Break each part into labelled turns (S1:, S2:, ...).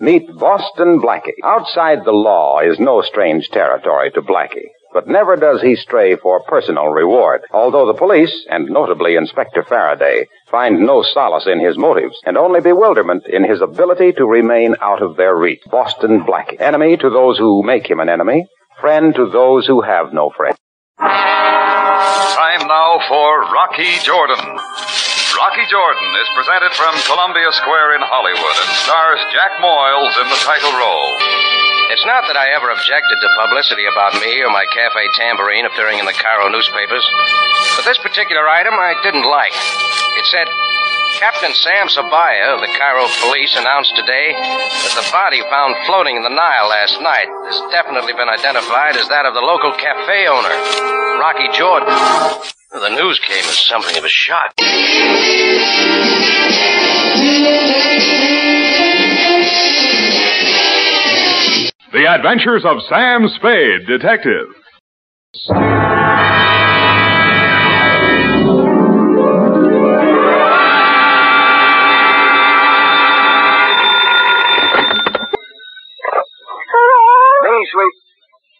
S1: meet Boston Blackie. Outside the law is no strange territory to Blackie, but never does he stray for personal reward, although the police, and notably Inspector Faraday, find no solace in his motives and only bewilderment in his ability to remain out of their reach. Boston Blackie, enemy to those who make him an enemy, friend to those who have no friend.
S2: Time now for Rocky Jordan. Rocky Jordan is presented from Columbia Square in Hollywood and stars Jack Moyles in the title role.
S3: It's not that I ever objected to publicity about me or my cafe tambourine appearing in the Cairo newspapers, but this particular item I didn't like. It said, Captain Sam Sabaya of the Cairo police announced today that the body found floating in the Nile last night has definitely been identified as that of the local cafe owner, Rocky Jordan. The news came as something of a shock.
S4: The Adventures of Sam Spade, Detective.
S5: Hey, sweet.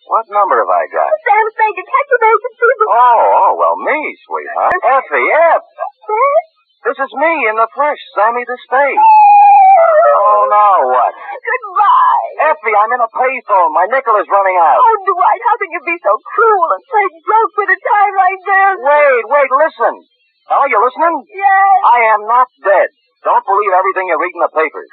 S5: What number have I got?
S6: Sam Spade, Detective Agency.
S5: Oh, oh, well, me, sweetheart. Effie, F. E This is me in the flesh, Sammy the Spade. Oh, now what?
S6: Goodbye.
S5: Effie, I'm in a payphone. My nickel is running out.
S6: Oh, Dwight, how can you be so cruel and play jokes with a time like this?
S5: Wait, wait, listen. Now, you listening?
S6: Yes.
S5: I am not dead. Don't believe everything you read in the papers.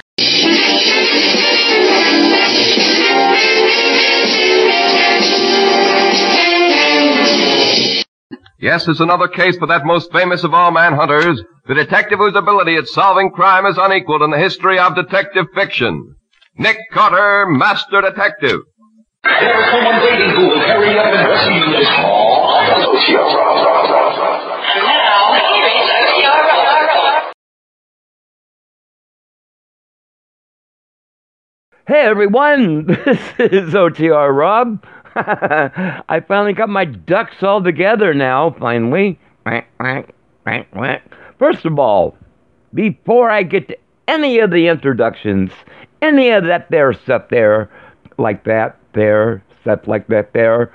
S7: Yes, it's another case for that most famous of all manhunters, the detective whose ability at solving crime is unequaled in the history of detective fiction. Nick Carter, Master Detective.
S8: Hey everyone, this is OTR Rob. I finally got my ducks all together now, finally. Quack, quack, quack, quack. First of all, before I get to any of the introductions, any of that there stuff there, like that there, stuff like that there,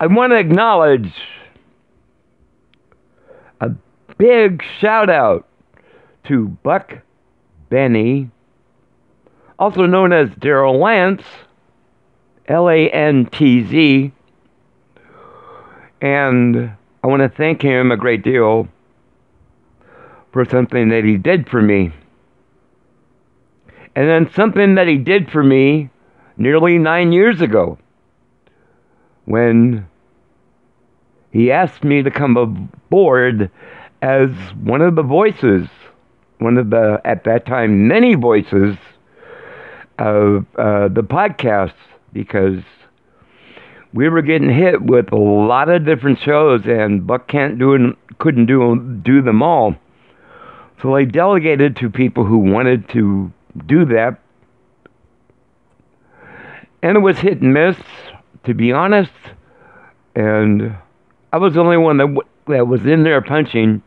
S8: I want to acknowledge a big shout out to Buck Benny also known as Daryl Lance, L A N T Z. And I want to thank him a great deal for something that he did for me. And then something that he did for me nearly nine years ago when he asked me to come aboard as one of the voices, one of the, at that time, many voices of uh, the podcast because we were getting hit with a lot of different shows, and Buck can't do them, couldn't do do them all. So they delegated to people who wanted to do that, and it was hit and miss, to be honest. And I was the only one that w- that was in there punching,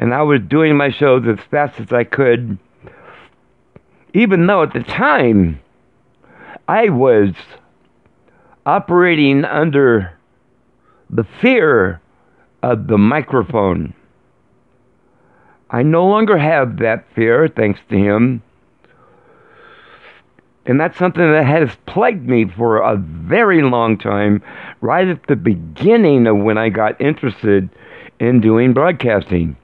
S8: and I was doing my shows as fast as I could even though at the time I was operating under the fear of the microphone. I no longer have that fear, thanks to him. And that's something that has plagued me for a very long time, right at the beginning of when I got interested in doing broadcasting.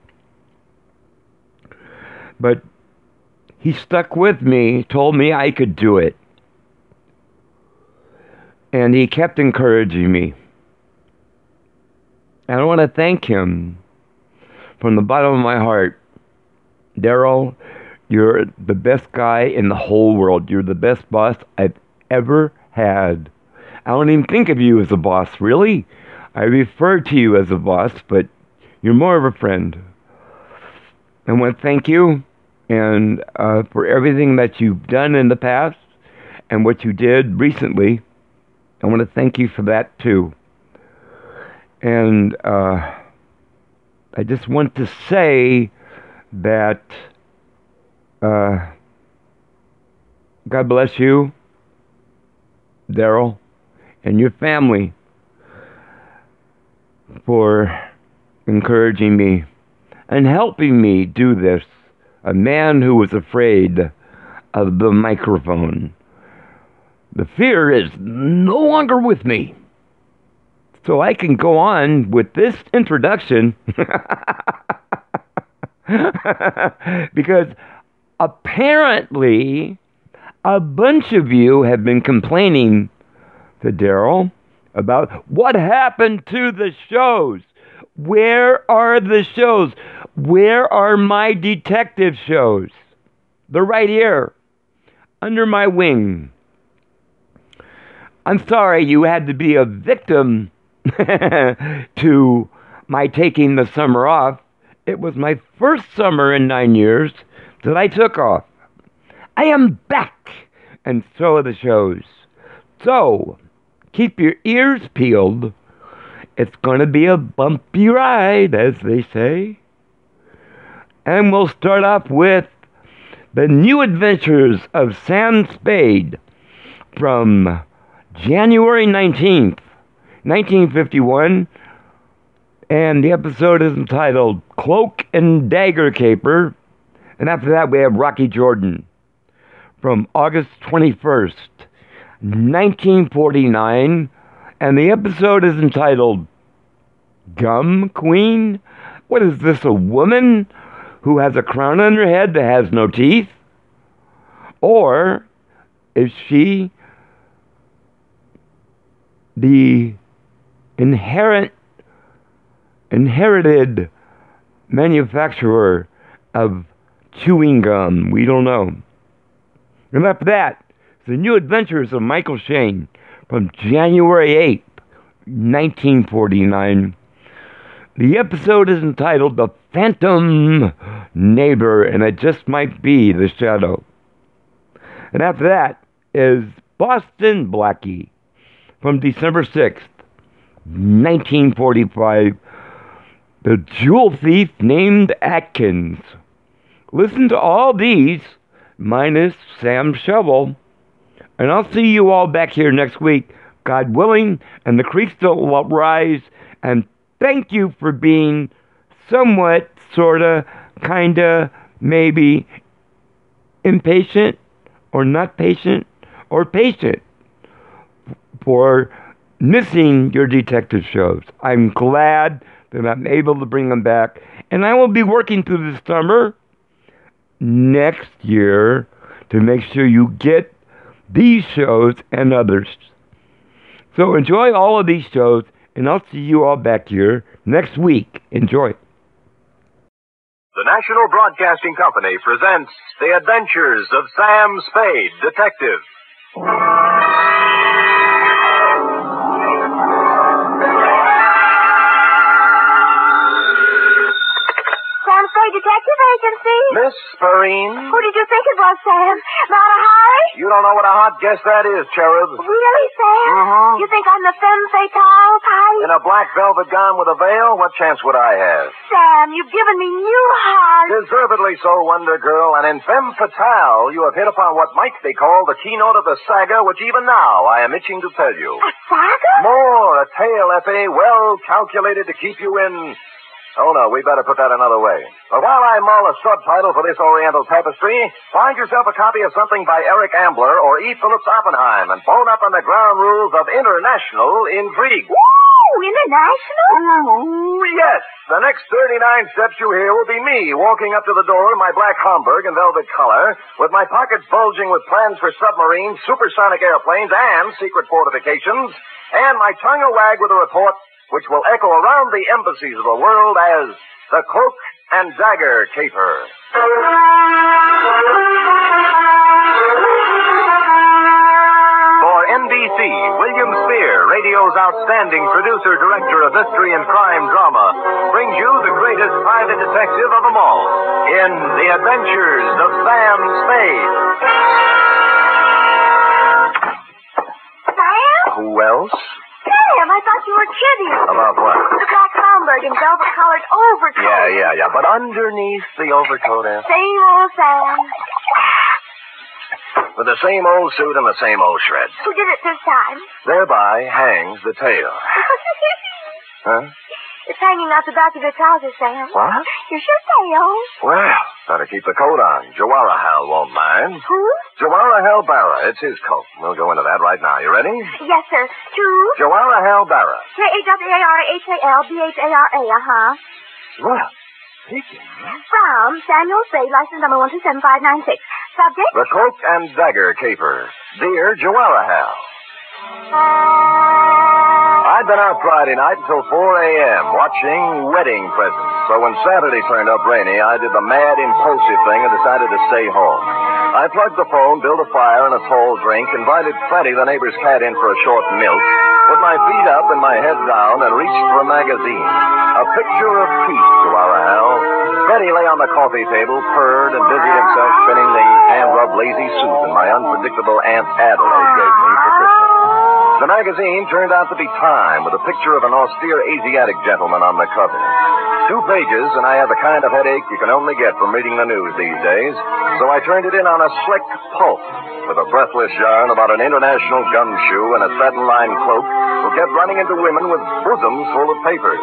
S8: But he stuck with me, told me I could do it. And he kept encouraging me. And I want to thank him from the bottom of my heart. Daryl, you're the best guy in the whole world. You're the best boss I've ever had. I don't even think of you as a boss, really. I refer to you as a boss, but you're more of a friend. I want to thank you and uh, for everything that you've done in the past and what you did recently. I want to thank you for that too. And uh, I just want to say that uh, God bless you, Daryl, and your family for encouraging me and helping me do this. A man who was afraid of the microphone. The fear is no longer with me. So I can go on with this introduction because apparently a bunch of you have been complaining to Daryl about what happened to the shows. Where are the shows? Where are my detective shows? They're right here, under my wing. I'm sorry you had to be a victim to my taking the summer off. It was my first summer in nine years that I took off. I am back, and so are the shows. So, keep your ears peeled. It's going to be a bumpy ride, as they say. And we'll start off with the new adventures of Sam Spade from January 19th, 1951. And the episode is entitled Cloak and Dagger Caper. And after that, we have Rocky Jordan from August 21st, 1949, and the episode is entitled Gum Queen? What is this, a woman who has a crown on her head that has no teeth? Or is she the inherent, inherited manufacturer of chewing gum? We don't know. And after that, the New Adventures of Michael Shane from January 8th, 1949. The episode is entitled The Phantom Neighbor, and it just might be The Shadow. And after that is Boston Blackie from December 6th, 1945. The Jewel Thief Named Atkins. Listen to all these, minus Sam Shovel. And I'll see you all back here next week, God willing, and the creeks don't lo- rise. And thank you for being somewhat, sorta, kinda, maybe impatient or not patient or patient for missing your detective shows. I'm glad that I'm able to bring them back. And I will be working through the summer next year to make sure you get these shows and others. So enjoy all of these shows, and I'll see you all back here next week. Enjoy.
S5: The National Broadcasting Company presents The Adventures of Sam Spade, Detective.
S6: Sam Spade Detective Agency.
S5: Miss Spurine,
S6: Who did you think it was, Sam? Not a Harry?
S5: you don't know what a hot guess that is, Cherub.
S6: Really, Sam?
S5: Mhm.
S6: You think I'm the femme fatale type?
S5: In a black velvet gown with a veil, what chance would I have?
S6: Sam, you've given me new heart.
S5: Deservedly so, Wonder Girl, and in femme fatale, you have hit upon what might be called the keynote of the saga, which even now I am itching to tell you.
S6: A saga?
S5: More, a tale, Effie, well calculated to keep you in. Oh, no, we better put that another way. But while I mull a subtitle for this Oriental tapestry, find yourself a copy of something by Eric Ambler or E. Phillips Oppenheim and bone up on the ground rules of international intrigue.
S6: Woo! International?
S5: Ooh, yes. The next 39 steps you hear will be me walking up to the door in my black Homburg and velvet collar, with my pockets bulging with plans for submarines, supersonic airplanes, and secret fortifications, and my tongue a wag with a report which will echo around the embassies of the world as the Cloak and Dagger Caper. For NBC, William Spear, radio's outstanding producer, director of mystery and crime drama, brings you the greatest private detective of them all in The Adventures of Sam Spade.
S6: Sam?
S5: Who else?
S6: Sam, I thought you were kidding.
S5: About what?
S6: The black Homburg and velvet collared overcoat.
S5: Yeah, yeah, yeah. eh? But underneath the overcoat, F.
S6: Same old Sam.
S5: with the same old suit and the same old shreds.
S9: Who did it this time?
S5: Thereby hangs the tale. Huh?
S9: it's hanging out the back of your trousers, Sam.
S5: What?
S9: Your shirt tail.
S5: Well, better keep the coat on. Jawarahal won't mind.
S9: Who?
S5: Jawarahal Barra, it's his coat. We'll go into that right now. You ready?
S9: Yes, sir. Two.
S5: Jawarahal Barra.
S9: K-A-W-A-R-H-A-L-B-H-A-R-A, uh-huh.
S5: Well, peeking.
S9: From Samuel Say, license number 127596. Subject?
S5: The Cloak and Dagger Caper. Dear Jawarahal. I'd been out Friday night until 4 a.m. watching wedding presents. So when Saturday turned up rainy, I did the mad, impulsive thing and decided to stay home. I plugged the phone, built a fire and a tall drink, invited Freddy, the neighbor's cat, in for a short milk, put my feet up and my head down, and reached for a magazine. A picture of peace to our hell. Freddy lay on the coffee table, purred, and busied himself spinning the hand-rubbed lazy Susan my unpredictable Aunt Adelaide gave me for Christmas. The magazine turned out to be Time with a picture of an austere Asiatic gentleman on the cover. Two pages, and I had the kind of headache you can only get from reading the news these days, so I turned it in on a slick pulp with a breathless yarn about an international gumshoe and a satin-lined cloak who kept running into women with bosoms full of papers.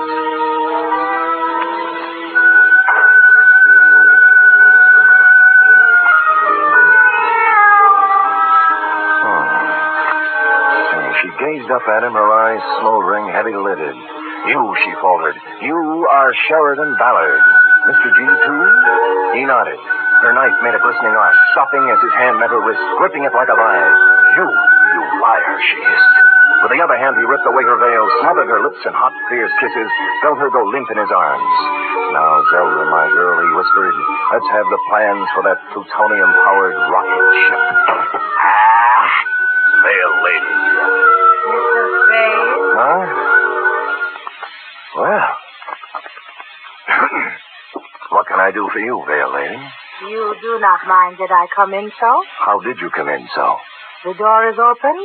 S5: Hmm. And she gazed up at him, her eyes smoldering, heavy lidded. You, she faltered. You are Sheridan Ballard. Mr. G, too? He nodded. Her knife made a glistening arc, stopping as his hand met her wrist, gripping it like a vise. You, you liar, she hissed. With the other hand, he ripped away her veil, smothered her lips in hot, fierce kisses, felt her go limp in his arms. Now, Zelda, my girl, he whispered, let's have the plans for that plutonium-powered rocket ship. ah, veil lady.
S9: Mr. Fay.
S5: Huh? Well. what can I do for you, Vale Lady?
S9: You do not mind that I come in so?
S5: How did you come in so?
S9: The door is open.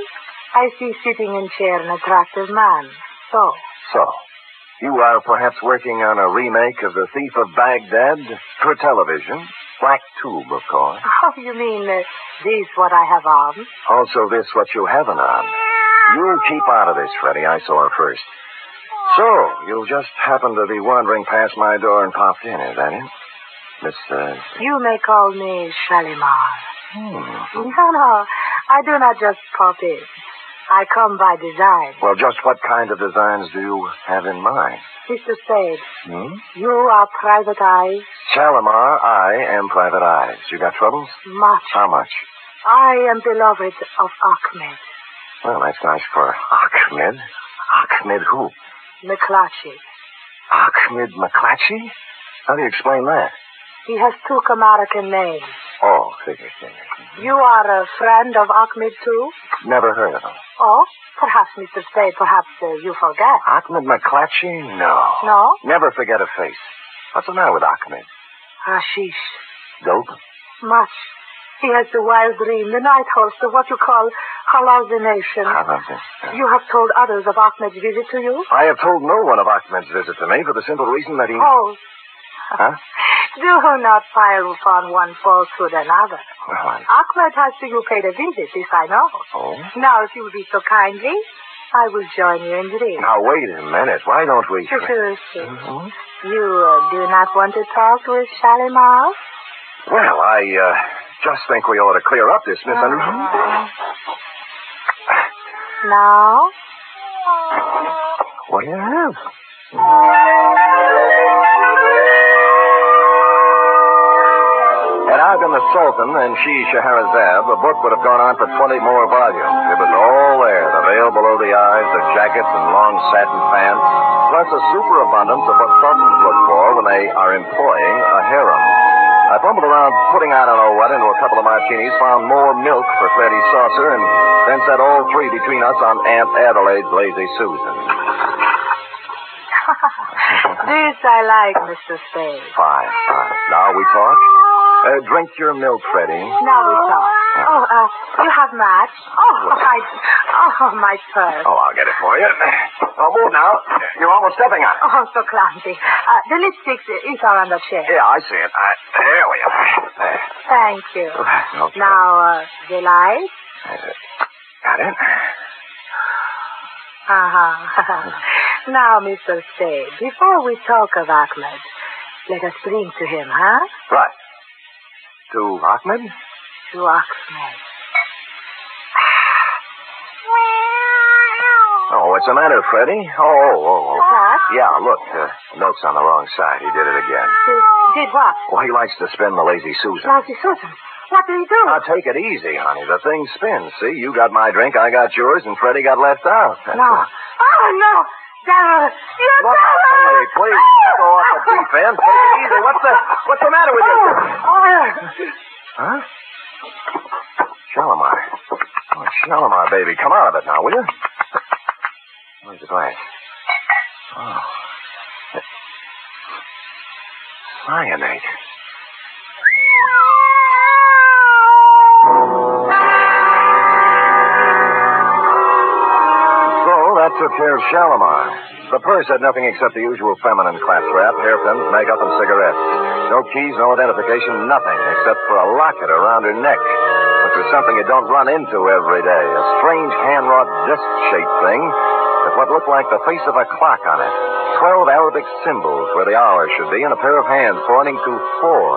S9: I see sitting in chair an attractive man. So,
S5: So, you are perhaps working on a remake of The Thief of Baghdad for television. Black Tube, of course.
S9: oh, you mean uh, this what I have on?
S5: Also, this what you haven't on. You keep out of this, Freddy. I saw her first. So, you just happened to be wandering past my door and popped in, is that it? Miss, uh...
S9: You may call me Shalimar.
S5: hmm.
S9: No, no, I do not just pop in. I come by design.
S5: Well, just what kind of designs do you have in mind?
S9: Mr. Spade,
S5: Hmm?
S9: you are private eyes.
S5: Shalimar, I am Private Eyes. You got troubles?
S9: Much.
S5: How much?
S9: I am beloved of Ahmed
S5: Well, that's nice for Ahmed. Ahmed who?
S9: McClatchy.
S5: Ahmed McClatchy? How do you explain that?
S9: He has two American names.
S5: Oh, figure, figure.
S9: You are a friend of Ahmed, too?
S5: Never heard of him.
S9: Oh, perhaps, Mr. Spade, perhaps uh, you forget.
S5: Ahmed McClatchy? No.
S9: No?
S5: Never forget a face. What's the matter with Ahmed?
S9: Hashish.
S5: Dope?
S9: Much. He has the wild dream, the night horse, the what you call hallucination.
S5: How about this?
S9: You have told others of Ahmed's visit to you?
S5: I have told no one of Ahmed's visit to me for the simple reason that he...
S9: Oh,
S5: Huh?
S9: do not pile upon one falsehood another.
S5: Well, I...
S9: Ahmed has to you paid a visit, this I know.
S5: Oh?
S9: Now, if you will be so kindly, I will join you in dream.
S5: Now, wait a minute. Why don't we... Mm-hmm.
S9: Sure, sure, sure. You uh, do not want to talk with Shalimar?
S5: Well, I uh, just think we ought to clear up this misunderstanding.
S9: No?
S5: What do you have? Had I been the Sultan and she Scheherazade, the book would have gone on for 20 more volumes. It was all there the veil below the eyes, the jackets and long satin pants, plus a superabundance of what sultans look for when they are employing a harem. I fumbled around putting I don't know what into a couple of martinis, found more milk for Freddy's saucer, and then set all three between us on Aunt Adelaide's Lazy Susan.
S9: This I like, Mr. Spade.
S5: Fine, fine. Now we talk. Uh, drink your milk, Freddy.
S9: Now we talk.
S6: Oh, uh, you have match? Oh, my, oh, my purse.
S5: Oh, I'll get it for you. I'll move now. You're almost stepping on it.
S6: Oh, so clumsy. Uh, the lipsticks is are on the chair.
S5: Yeah, I see it. I, there we are. There.
S6: Thank you.
S5: Okay.
S6: Now, uh, the light.
S5: Got it.
S6: Uh-huh. now, Mr. Spade, before we talk of Ahmed, let us bring to him, huh?
S5: Right. To Ahmed?
S6: To Ahmed.
S5: Oh, what's the matter, Freddy? Oh, oh, oh. oh.
S6: What?
S5: Yeah, look, the note's on the wrong side. He did it again.
S6: Did, did what?
S5: Well, he likes to spin the Lazy Susan.
S6: Lousy Susan. What did he do?
S5: Now, take it easy, honey. The thing spins. See, you got my drink, I got yours, and Freddy got left out. That's
S6: No.
S5: all.
S6: Oh, no. Daryl. You
S5: Look, Freddy, please don't go off the deep end. Take it easy. What's the What's the matter with
S9: Oh,
S5: you? Huh? Shalimar. Oh, Shalimar, baby. Come out of it now, will you? Where's the glass? Oh. Cyanate. So that took care of Shalimar. The purse had nothing except the usual feminine claptrap, hairpins, makeup, and cigarettes. No keys, no identification, nothing except for a locket around her neck, which was something you don't run into every day. A strange hand-wrought disc-shaped thing with what looked like the face of a clock on it. Twelve Arabic symbols where the hour should be and a pair of hands pointing to four.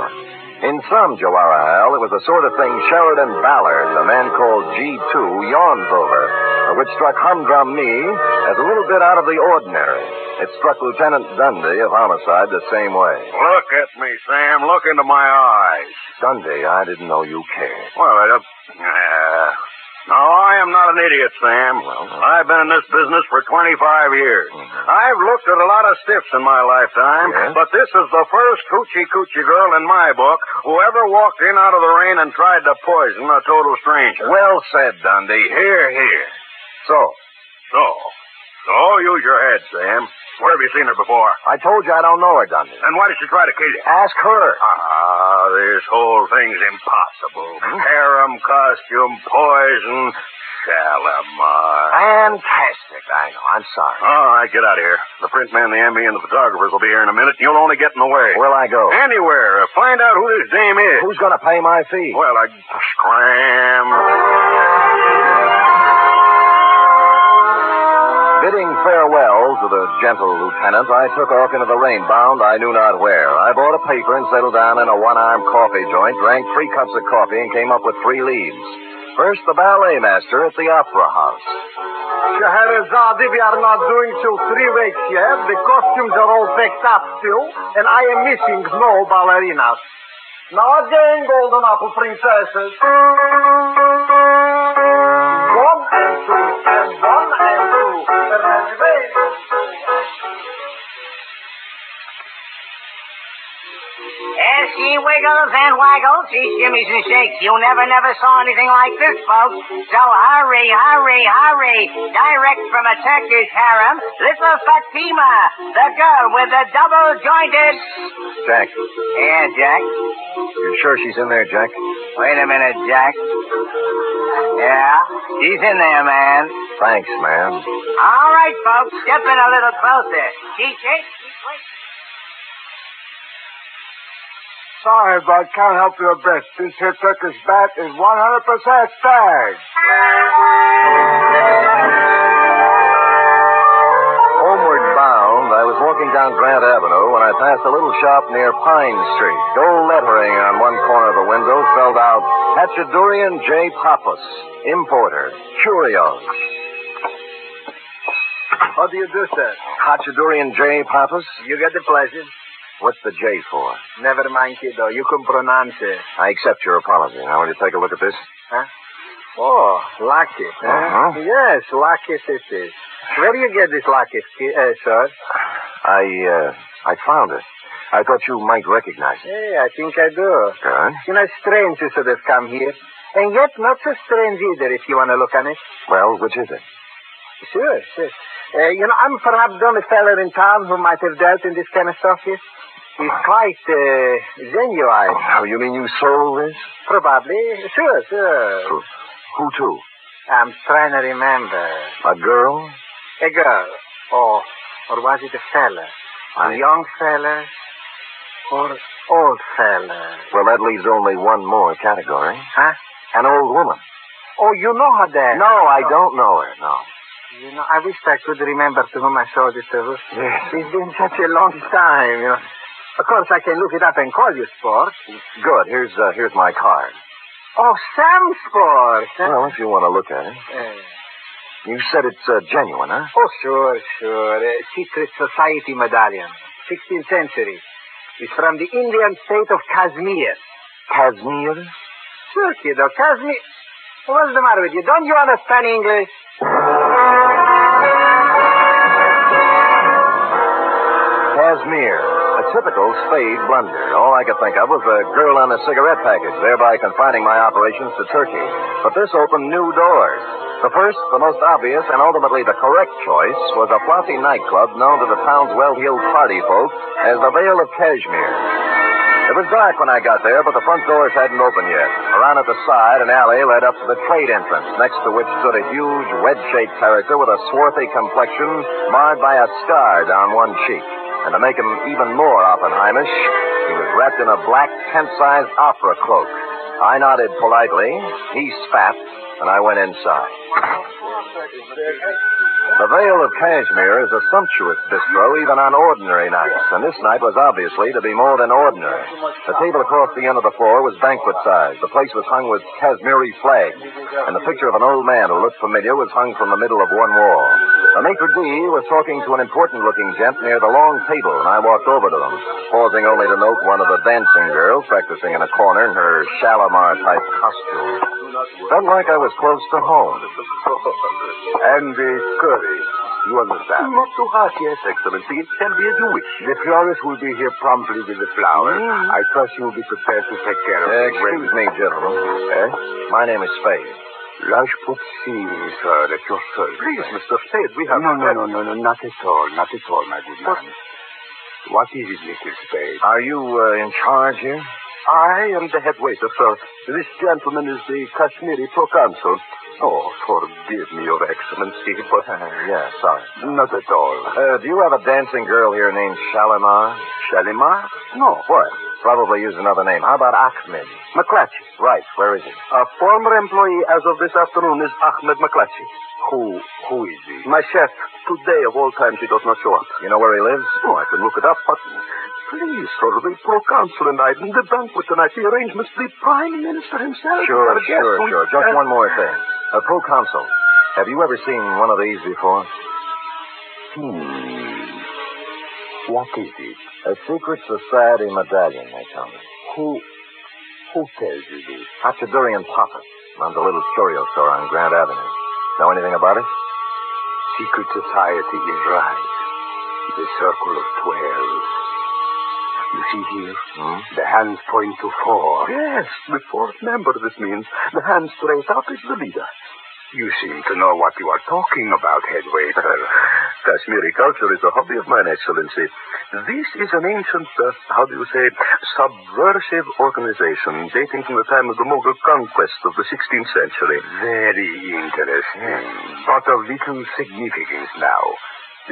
S5: In some Jawaharlal, it was the sort of thing Sheridan Ballard, a man called G2, yawns over, uh, which struck Humdrum me as a little bit out of the ordinary. It struck Lieutenant Dundee of Homicide the same way.
S10: Look at me, Sam. Look into my eyes.
S5: Dundee, I didn't know you cared.
S10: Well, it, uh, yeah. no, I am not an idiot, Sam.
S5: Well, no.
S10: I've been in this business for 25 years. I've looked at a lot of stiffs in my lifetime,
S5: Yes?
S10: but this is the first coochie coochie girl in my book who ever walked in out of the rain and tried to poison a total stranger.
S5: Well said, Dundee.
S10: Here, here.
S5: So,
S10: So, so use your head, Sam. Where have you seen her before?
S5: I told you I don't know her, Dundee.
S10: And why did she try to kill you?
S5: Ask her.
S10: Ah, this whole thing's impossible.
S5: Mm-hmm.
S10: Harem costume, poison, Shalimar.
S5: Fantastic. I know. I'm sorry.
S10: All right, get out of here. The print man, the ME, and the photographers will be here in a minute, and you'll only get in the way.
S5: Where'll I go?
S10: Anywhere. Find out who this dame is.
S5: Who's going to pay my fee?
S10: Well, I scram.
S5: Bidding farewell to the gentle lieutenant, I took off into the rain, bound I knew not where. I bought a paper and settled down in a one-armed coffee joint, drank three cups of coffee, and came up with three leads. First, the ballet master at the opera house.
S10: Scheherazade, we are not doing till three weeks yet. The costumes are all picked up still, and I am missing no ballerinas. Now again, golden apple princesses. One and two, and one and two, and then
S9: As she wiggles and waggles, she shimmies and shakes. You never, never saw anything like this, folks. So hurry, hurry, hurry. Direct from a Turkish harem, little Fatima, the girl with the double jointed.
S5: Jack,
S9: Yeah, Jack.
S5: you sure she's in there, Jack?
S9: Wait a minute, Jack. Yeah, she's in there, man.
S5: Thanks, man.
S9: All right, folks, step in a little closer. She shakes. she shakes.
S10: Sorry, but can't help you a bit. This here Turkish bat is 100% stag.
S5: Homeward bound, I was walking down Grant Avenue when I passed a little shop near Pine Street. Gold lettering on one corner of the window spelled out Hatchadurian J. Pappas, Importer, Curios.
S10: How do you do, sir?
S5: Hatchadurian J. Pappas?
S10: You get the pleasure.
S5: What's the J for?
S10: Never mind, kiddo. You can pronounce it.
S5: I accept your apology. Now, will you take a look at this?
S10: Oh, lucky. Huh?
S5: Uh-huh.
S10: Yes, lucky it is. Where do you get this lucky, ki- uh, sir?
S5: I, uh, I found it. I thought you might recognize it.
S10: Hey, I think I do.
S5: Huh?
S10: You know, strange is that have come here. And yet not so strange either, if you want to look on it.
S5: Well, which is it?
S10: Sure, sure. Uh, you know, I'm perhaps the only fella in town who might have dealt in this kind of stuff here. He's quite uh, genuine.
S5: Oh, you mean you sold this?
S10: Probably. Sure, sure.
S5: Who to?
S10: I'm trying to remember.
S5: A girl?
S10: A girl. Or, or was it a fella? A young fella? Or old fella?
S5: Well, that leaves only one more category.
S10: Huh?
S5: An old woman.
S10: Oh, you know her then?
S5: No, I don't know her, no.
S10: You know, I wish I could remember to whom I sold it to.
S5: Yes.
S10: It's been such a long time, you know. Of course, I can look it up and call you Sport.
S5: Good. Here's uh, here's my card.
S10: Oh, Sam Sport. huh?
S5: Well, if you want to look at it.
S10: Eh.
S5: You said it's uh, genuine, huh?
S10: Oh, sure, sure. Uh, Secret Society medallion. 16th century. It's from the Indian state of Kashmir.
S5: Kashmir?
S10: Sure, kiddo. Kashmir. What's the matter with you? Don't you understand English?
S5: Kashmir. A typical spade blunder. All I could think of was a girl on a cigarette package, thereby confining my operations to Turkey. But this opened new doors. The first, the most obvious, and ultimately the correct choice was a flossy nightclub known to the town's well-heeled party folk as the Vale of Kashmir. It was dark when I got there, but the front doors hadn't opened yet. Around at the side, an alley led up to the trade entrance, next to which stood a huge, wedge-shaped character with a swarthy complexion marred by a scar down one cheek. And to make him even more Oppenheimish, he was wrapped in a black, tent-sized opera cloak. I nodded politely, he spat, and I went inside. The Vale of Kashmir is a sumptuous bistro even on ordinary nights, and this night was obviously to be more than ordinary. The table across the end of the floor was banquet sized. The place was hung with Kashmiri flags, and the picture of an old man who looked familiar was hung from the middle of one wall. The maitre d' was talking to an important looking gent near the long table, and I walked over to them, pausing only to note one of the dancing girls practicing in a corner in her Shalimar type costume. Felt like I was close to home.
S11: And the curry. You understand?
S10: Not too harsh, yes.
S11: Excellency, it shall be as you wish. The florist will be here promptly with the flowers.
S10: Mm.
S11: I trust you will be prepared to take care of
S5: Uh,
S11: it.
S5: excuse me, gentlemen. Eh? My name is Spade.
S11: Rajput Singh, sir, at your service.
S5: Please, Mr. Spade, we have...
S11: No, no, no, no, no, not at all, not at all, my good man. What is it, Mr. Spade?
S5: Are you uh, in charge here?
S11: I am the head waiter, sir. This gentleman is the Kashmiri proconsul. Oh, forgive me, Your Excellency, but... uh,
S5: yeah, sorry.
S11: Not at all.
S5: Uh, do you have a dancing girl here named Shalimar?
S11: Shalimar? No.
S5: What? Probably use another name. How about Ahmed?
S11: McClatchy.
S5: Right, where is he?
S11: A former employee as of this afternoon is Ahmed McClatchy.
S5: Who, who is he?
S11: My chef, today of all times he does not show up.
S5: You know where he lives?
S11: Oh, I can look it up, but please, sir, the proconsul and I, the banquet tonight, the arrangements, the prime minister himself.
S5: Sure,
S11: our guest,
S5: sure,
S11: we-
S5: sure. Just
S11: uh,
S5: one more thing. A proconsul. Have you ever seen one of these before?
S11: Hmm. What is it?
S5: A secret society medallion, they tell me.
S11: Who, who tells you this?
S5: Hachidurian Papa. Runs a little curio store on Grand Avenue. Know anything about it?
S11: Secret society is right. The circle of twelve. You see here? The hands point to four. Hmm? Yes, the fourth member, this means. The hand straight up is the leader. You seem to know what you are talking about, head waiter. Kashmiri culture is a hobby of mine, Excellency. This is an ancient, uh, how do you say, subversive organization dating from the time of the Mughal conquest of the 16th century. Very interesting, but of little significance now.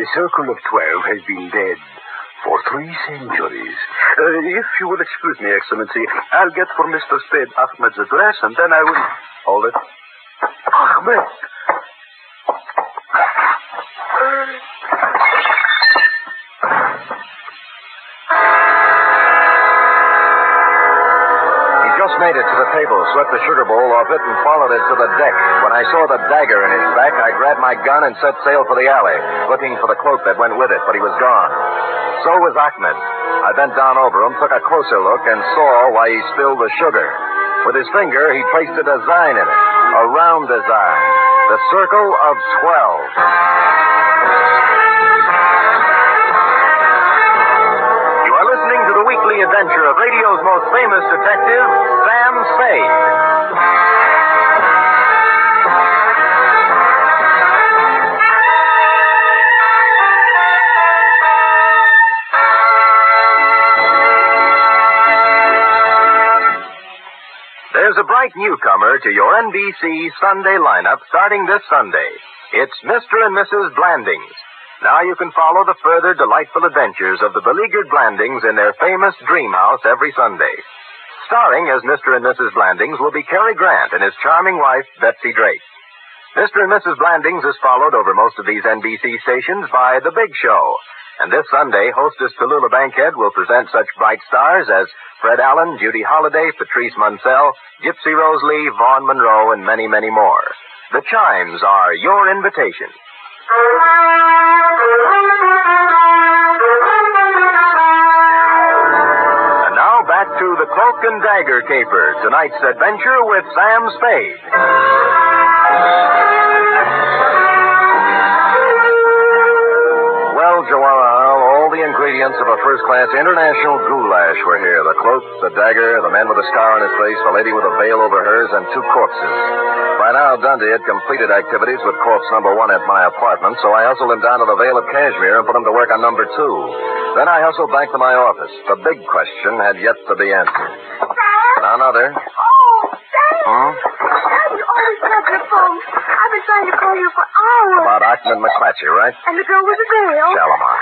S11: The Circle of Twelve has been dead for three centuries. Uh, if you will excuse me, Excellency, I'll get for Mr. Spade Ahmed's address, and then I will. Hold it. Ahmed!
S5: He just made it to the table, swept the sugar bowl off it, and followed it to the deck. When I saw the dagger in his back, I grabbed my gun and set sail for the alley, looking for the cloak that went with it, but he was gone. So was Ahmed. I bent down over him, took a closer look, and saw why he spilled the sugar. With his finger, he traced a design in it, a round design, the circle of twelve. You are listening to the weekly adventure of radio's most famous detective, Sam Spade. bright newcomer to your NBC Sunday lineup starting this Sunday. It's Mr. and Mrs. Blandings. Now you can follow the further delightful adventures of the beleaguered Blandings in their famous dream house every Sunday. Starring as Mr. and Mrs. Blandings will be Cary Grant and his charming wife, Betsy Drake. Mr. and Mrs. Blandings is followed over most of these NBC stations by The Big Show. And this Sunday, hostess Tallulah Bankhead will present such bright stars as Fred Allen, Judy Holliday, Patrice Munsell, Gypsy Rose Lee, Vaughn Monroe, and many, many more. The chimes are your invitation. And now back to the Cloak and Dagger Caper, tonight's adventure with Sam Spade. Well, Joanna, all the ingredients of a first-class international goulash were here. The cloak, the dagger, the man with a scar on his face, the lady with a veil over hers, and two corpses. By now, Dundee had completed activities with corpse number one at my apartment, so I hustled him down to the Vale of Kashmir and put him to work on number two. Then I hustled back to my office. The big question had yet to be answered. Now, another. Hmm?
S6: Sam, you always grab your phone. I've been trying to call you for hours.
S5: About Achman McClatchy, right?
S6: And the girl with the veil.
S5: Shalimar.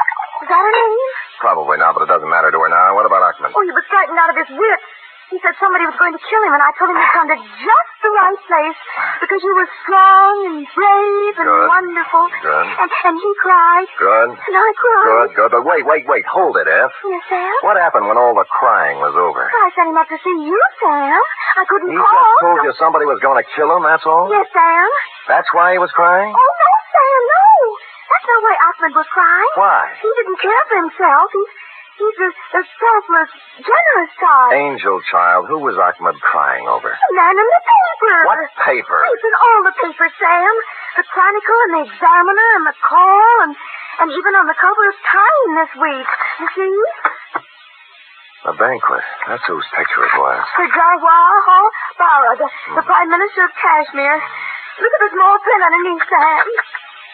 S6: Is that her name?
S5: Probably not, but it doesn't matter to her now. What about Achman?
S6: Oh, he was frightened out of his wits. He said somebody was going to kill him, and I told him he'd come to just the right place because you were strong and brave and
S5: Good.
S6: wonderful.
S5: Good.
S6: And, and he cried.
S5: Good.
S6: And I cried.
S5: Good, good. But wait, wait, wait. Hold it, F.
S6: Yes, Sam.
S5: What happened when all the crying was over?
S6: I sent him up to see you, Sam. I couldn't
S5: He
S6: call.
S5: just told you somebody was going to kill him, that's all?
S6: Oh, Yes, Sam.
S5: That's why he was crying?
S6: Oh, no, Sam, no. That's not why Achmed was crying.
S5: Why?
S6: He didn't care for himself. He's, he's a, a selfless, generous guy.
S5: Angel child, who was Ahmed crying over?
S6: The man in the paper.
S5: What paper?
S6: It's in all the papers, Sam. The Chronicle and the Examiner and the Call and, and even on the cover of Time this week. You see?
S5: A banquet. That's whose picture it was.
S6: Sir Jawahar Bara, the,
S5: Hmm.
S6: the Prime Minister of Kashmir. Look at the small print underneath, Sam.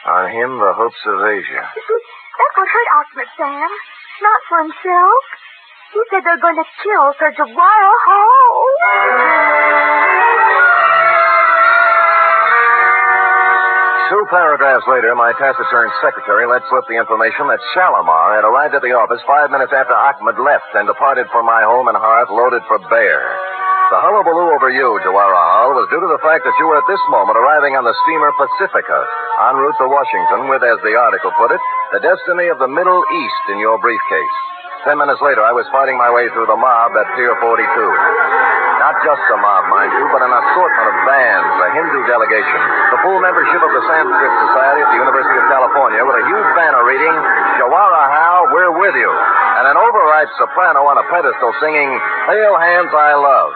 S5: On him, the hopes of Asia.
S6: You see, that's what hurt Ahmed, Sam. Not for himself. He said they're going to kill Sir Jawahar
S5: Two paragraphs later, my taciturn secretary let slip the information that Shalimar had arrived at the office five minutes after Ahmed left and departed for my home and hearth loaded for bear. The hullabaloo over you, Jawaharlal, was due to the fact that you were at this moment arriving on the steamer Pacifica, en route to Washington with, as the article put it, the destiny of the Middle East in your briefcase. Ten minutes later, I was fighting my way through the mob at Pier 42. Not just a mob, mind you, but an assortment of bands, a Hindu delegation, the full membership of the Sanskrit Society at the University of California with a huge banner reading, Jawara Hal, we're with you, and an overripe soprano on a pedestal singing, Pale Hands I Love.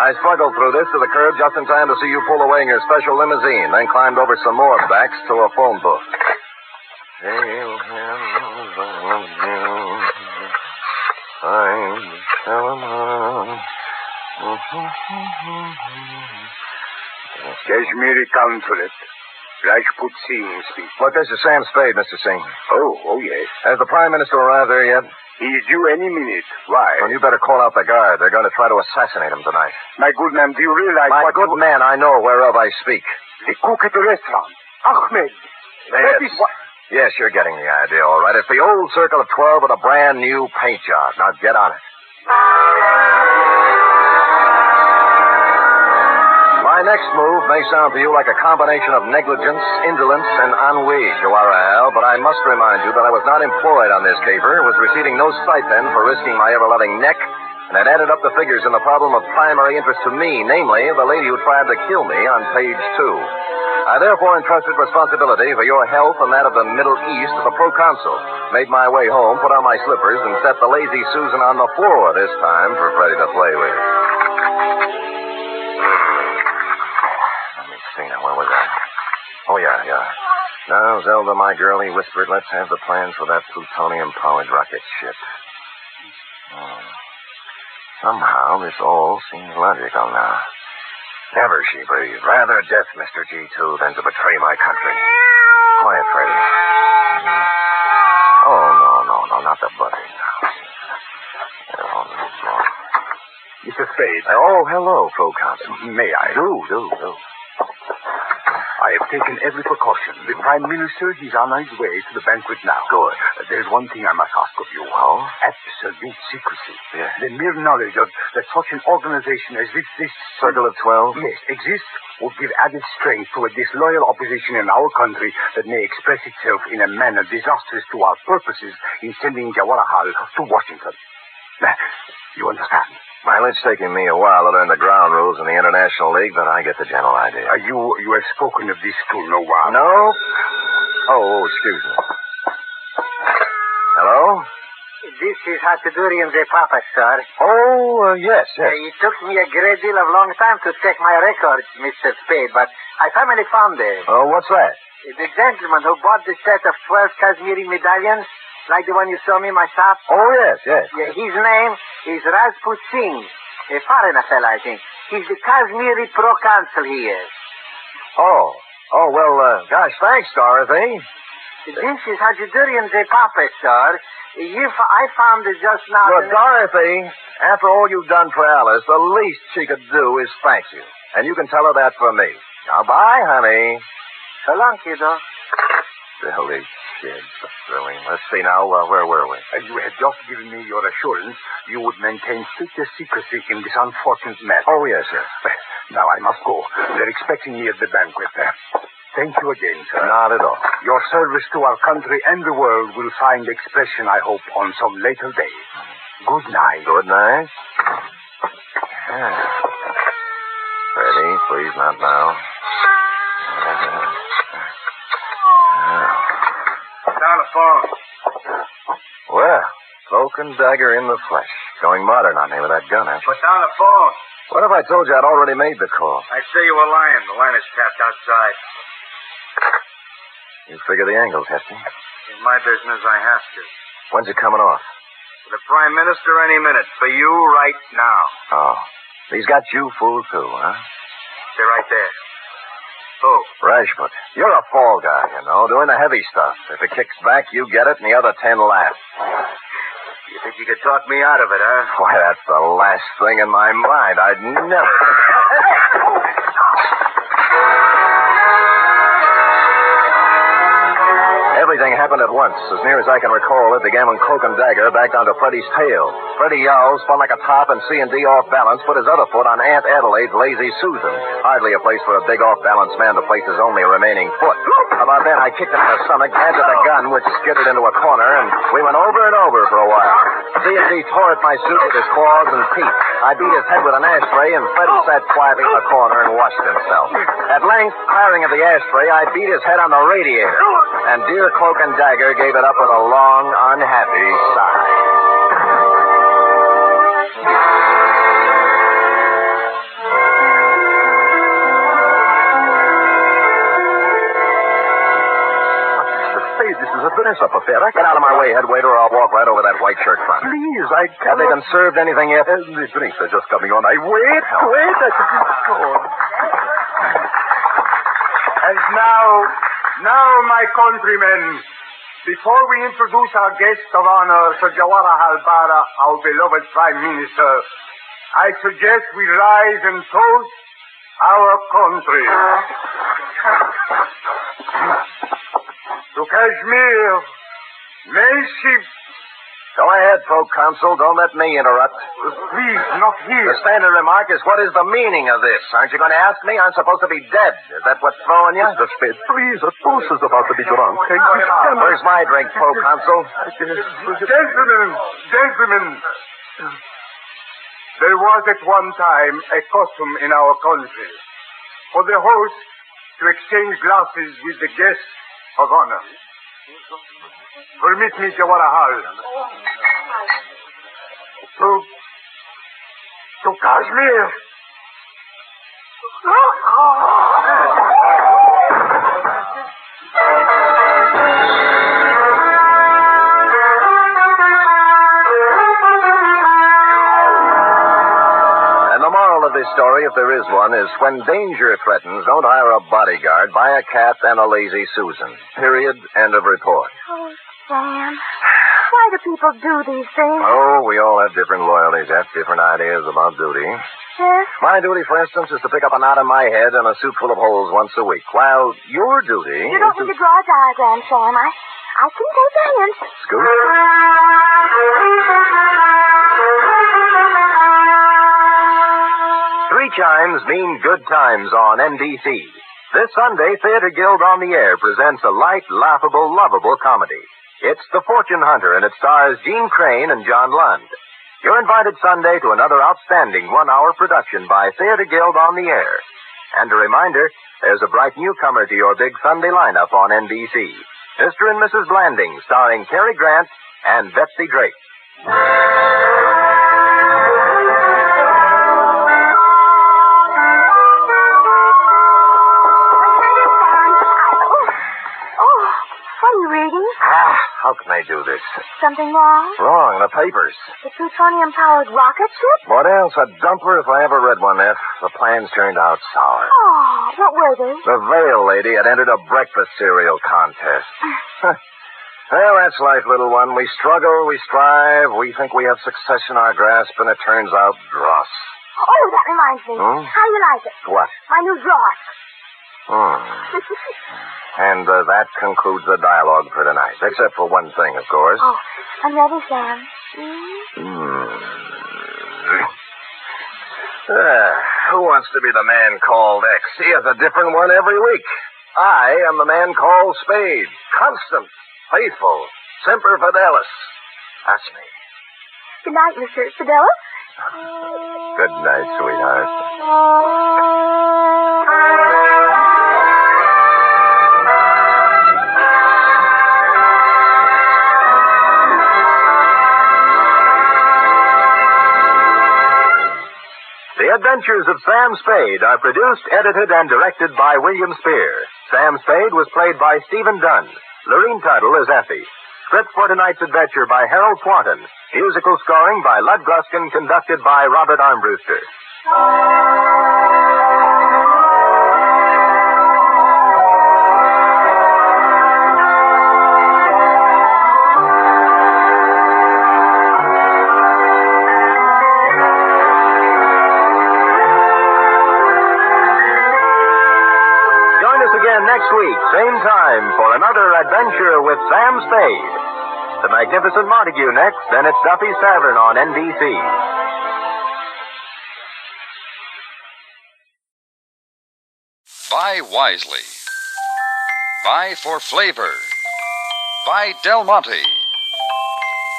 S5: I struggled through this to the curb just in time to see you pull away in your special limousine, then climbed over some more backs to a phone book. Pale hands I love you. I'm Shalimar.
S11: Kashmiri Consulate. Rajput Singh speaking.
S5: Look, this is Sam Spade, Mr. Singh.
S11: Oh, oh yes.
S5: Has the Prime Minister arrived there yet?
S11: He's due any minute. Why?
S5: Well, you better call out the guard. They're going to try to assassinate him tonight.
S11: My good man, do you realize
S5: My
S11: what
S5: good man, I know whereof I speak.
S11: the cook at the restaurant, Ahmed? That
S5: Yes.
S11: is what.
S5: Yes, you're getting the idea, all right. It's the old circle of 12 with a brand new paint job. Now get on it. My next move may sound to you like a combination of negligence, indolence, and ennui, Joarahal, but I must remind you that I was not employed on this caper, was receiving no stipend for risking my ever-loving neck, and had added up the figures in the problem of primary interest to me, namely, the lady who tried to kill me on page two. I therefore entrusted responsibility for your health and that of the Middle East to the proconsul. Made my way home, put on my slippers, and set the lazy Susan on the floor this time for Freddie to play with. Let me see now. Where was I? Oh, yeah, yeah. Now, Zelda, my girl, he whispered, let's have the plans for that plutonium powered rocket ship. Hmm. Somehow, this all seems logical now. Never, she breathed. Rather death, Mr. G2, than to betray my country. Quiet, Freddy. Oh, no, no, no, not the butter. No. Oh, no, no.
S11: Mrs. Spade. Oh, hello, Proconsul. May I? Do, do, do. I have taken every precaution. The Prime Minister, he's on his way to the banquet now. Good. There's one thing I must ask of you. Oh? Absolute secrecy. The mere knowledge of that such an organization as this, this Circle of Twelve? Yes, exists would give added strength to a disloyal opposition in our country that may express itself in a manner disastrous to our purposes in sending Jawaharlal to Washington. You understand?
S5: Well, it's taken me a while to learn the ground rules in the International League, but I get the general idea.
S11: Uh, you you have spoken of this to no one.
S5: No? Oh, oh, excuse me. Hello?
S10: This is Hatudurian de Papa, sir.
S5: Oh, uh, yes, yes.
S10: Uh, it took me a great deal of long time to check my records, Mr. Spade, but I finally found them.
S5: Oh, what's that?
S10: The gentleman who bought the set of 12 Kashmiri medallions, like the one you saw me in my shop.
S5: Oh, yes, yes.
S10: Yeah, his name is Rajput Singh, a foreigner fella, I think. He's the Kashmiri proconsul he is.
S5: Oh. Oh, well, uh, gosh, thanks, Dorothy.
S10: This is Hajidurian de Papa, sir. You f- I found it just now.
S5: Well, Dorothy, after all you've done for Alice, the least she could do is thank you. And you can tell her that for me. Now, bye, honey.
S10: So long, kiddo.
S5: Silly kids. Silly. Let's see now. Uh, where were we?
S11: Uh, you had just given me your assurance you would maintain strict secrecy in this unfortunate matter.
S5: Oh, yes, sir.
S11: Now I must go. They're expecting me at the banquet. Thank you again, sir.
S5: Not at all.
S11: Your service to our country and the world will find expression, I hope, on some later day. Good night.
S5: Good night. Yeah. Ready? Please, not now.
S12: Down the phone.
S5: Well, cloak and dagger in the flesh. Going modern on me with that gun, huh?
S12: Put down the phone.
S5: What if I told you I'd already made the call?
S12: I say you were lying. The line is tapped outside.
S5: You figure the angles, Hefty.
S12: In my business, I have to.
S5: When's it coming off?
S12: For the Prime Minister, any minute. For you, right now.
S5: Oh. He's got you fooled, too, huh?
S12: They're right there.
S11: Oh,
S12: Who?
S5: Rashford. You're a fall guy, you know, doing the heavy stuff. If it kicks back, you get it, and the other ten laugh.
S12: You think you could talk me out of it, huh?
S5: Why, that's the last thing in my mind. I'd never. Everything happened at once. As near as I can recall, it began when Cloak and Dagger backed onto Freddy's tail. Freddy yowled, spun like a top, and C and D off balance, put his other foot on Aunt Adelaide's lazy Susan. Hardly a place for a big off balance man to place his only remaining foot. About then, I kicked him in the stomach, grabbed at the gun, which skidded into a corner, and we went over and over for a while. C and D tore at my suit with his claws and teeth. I beat his head with an ashtray, and Freddy sat quietly in the corner and watched himself. At length, tiring of the ashtray, I beat his head on the radiator. And dear Cloak and Dagger gave it up with a long, unhappy sigh.
S11: Hey, this is a dress-up affair. I
S5: Get out of my way, head waiter, or I'll walk right over that white shirt front.
S11: Please, I Uh,
S5: Have they been served anything yet?
S11: The drinks are just coming on. I wait, wait. I go on. And now, now, my countrymen, before we introduce our guest of honor, Sir Jawaharlal Bara, our beloved Prime Minister, I suggest we rise and toast our country. to Kashmir, may she
S5: Go ahead, proconsul. Don't let me interrupt.
S11: please not here.
S5: The standard remark is, what is the meaning of this? Aren't you going to ask me? I'm supposed to be dead. Is that what's throwing you?
S11: Mr. Spade, please, a toast is about to be drunk.
S5: Where's my drink, proconsul?
S11: Gentlemen, gentlemen. There was at one time a custom in our country for the host to exchange glasses with the guest of honor. Permit me, Jawaharlal. To, to Kashmir.
S5: And the moral of this story, if there is one, is when danger threatens, don't hire a bodyguard, buy a cat and a lazy Susan. Period. End of report.
S6: Oh, Sam. Why do people do these things?
S5: Oh, we all have different loyalties, have different ideas about duty.
S6: Yes?
S5: My duty, for instance, is to pick up a knot in my head and a suit full of holes once a week, while your duty
S6: You don't
S5: is
S6: need to draw a diagram, Sam. I, I can take a hint.
S5: Scoot. Three chimes mean good times on NBC. This Sunday, Theater Guild on the Air presents a light, laughable, lovable comedy. It's The Fortune Hunter, and it stars Gene Crane and John Lund. You're invited Sunday to another outstanding one-hour production by Theater Guild on the Air. And a reminder, there's a bright newcomer to your big Sunday lineup on NBC. Mr. and Mrs. Blanding, starring Cary Grant and Betsy Drake.
S6: Oh, what are you reading?
S5: Ah, how can they do this?
S6: Something wrong?
S5: Wrong, the papers.
S6: The plutonium-powered rocket ship?
S5: What else? A dumper if I ever read one, F. The plans turned out sour.
S6: Oh, what were they?
S5: The veil lady had entered a breakfast cereal contest. Huh. well, that's life, little one. We struggle, we strive, we think we have success in our grasp, and it turns out dross.
S6: Oh, that reminds me.
S5: Hmm?
S6: How do you like it?
S5: What?
S6: My new drawer.
S5: Hmm. And uh, that concludes the dialogue for tonight, except for one thing, of course.
S6: oh, I'm ready, Sam. Mm.
S5: Ah, Hmm. who wants to be the man called X? He has a different one every week. I am the man called Spade. Constant, faithful, semper fidelis. That's me.
S6: Good night, Mr. Fidelis.
S5: Good night, sweetheart. The Adventures of Sam Spade are produced, edited, and directed by William Spear. Sam Spade was played by Stephen Dunn. Lorene Tuttle is Effie. Script for tonight's adventure by Harold Swanton. Musical scoring by Lud Gluskin, conducted by Robert Armbruster. Join us again next week, same time, for another adventure with Sam Spade. The Magnificent Montague next, then it's Duffy's Tavern on NBC.
S2: Buy wisely. Buy for flavor. Buy Del Monte.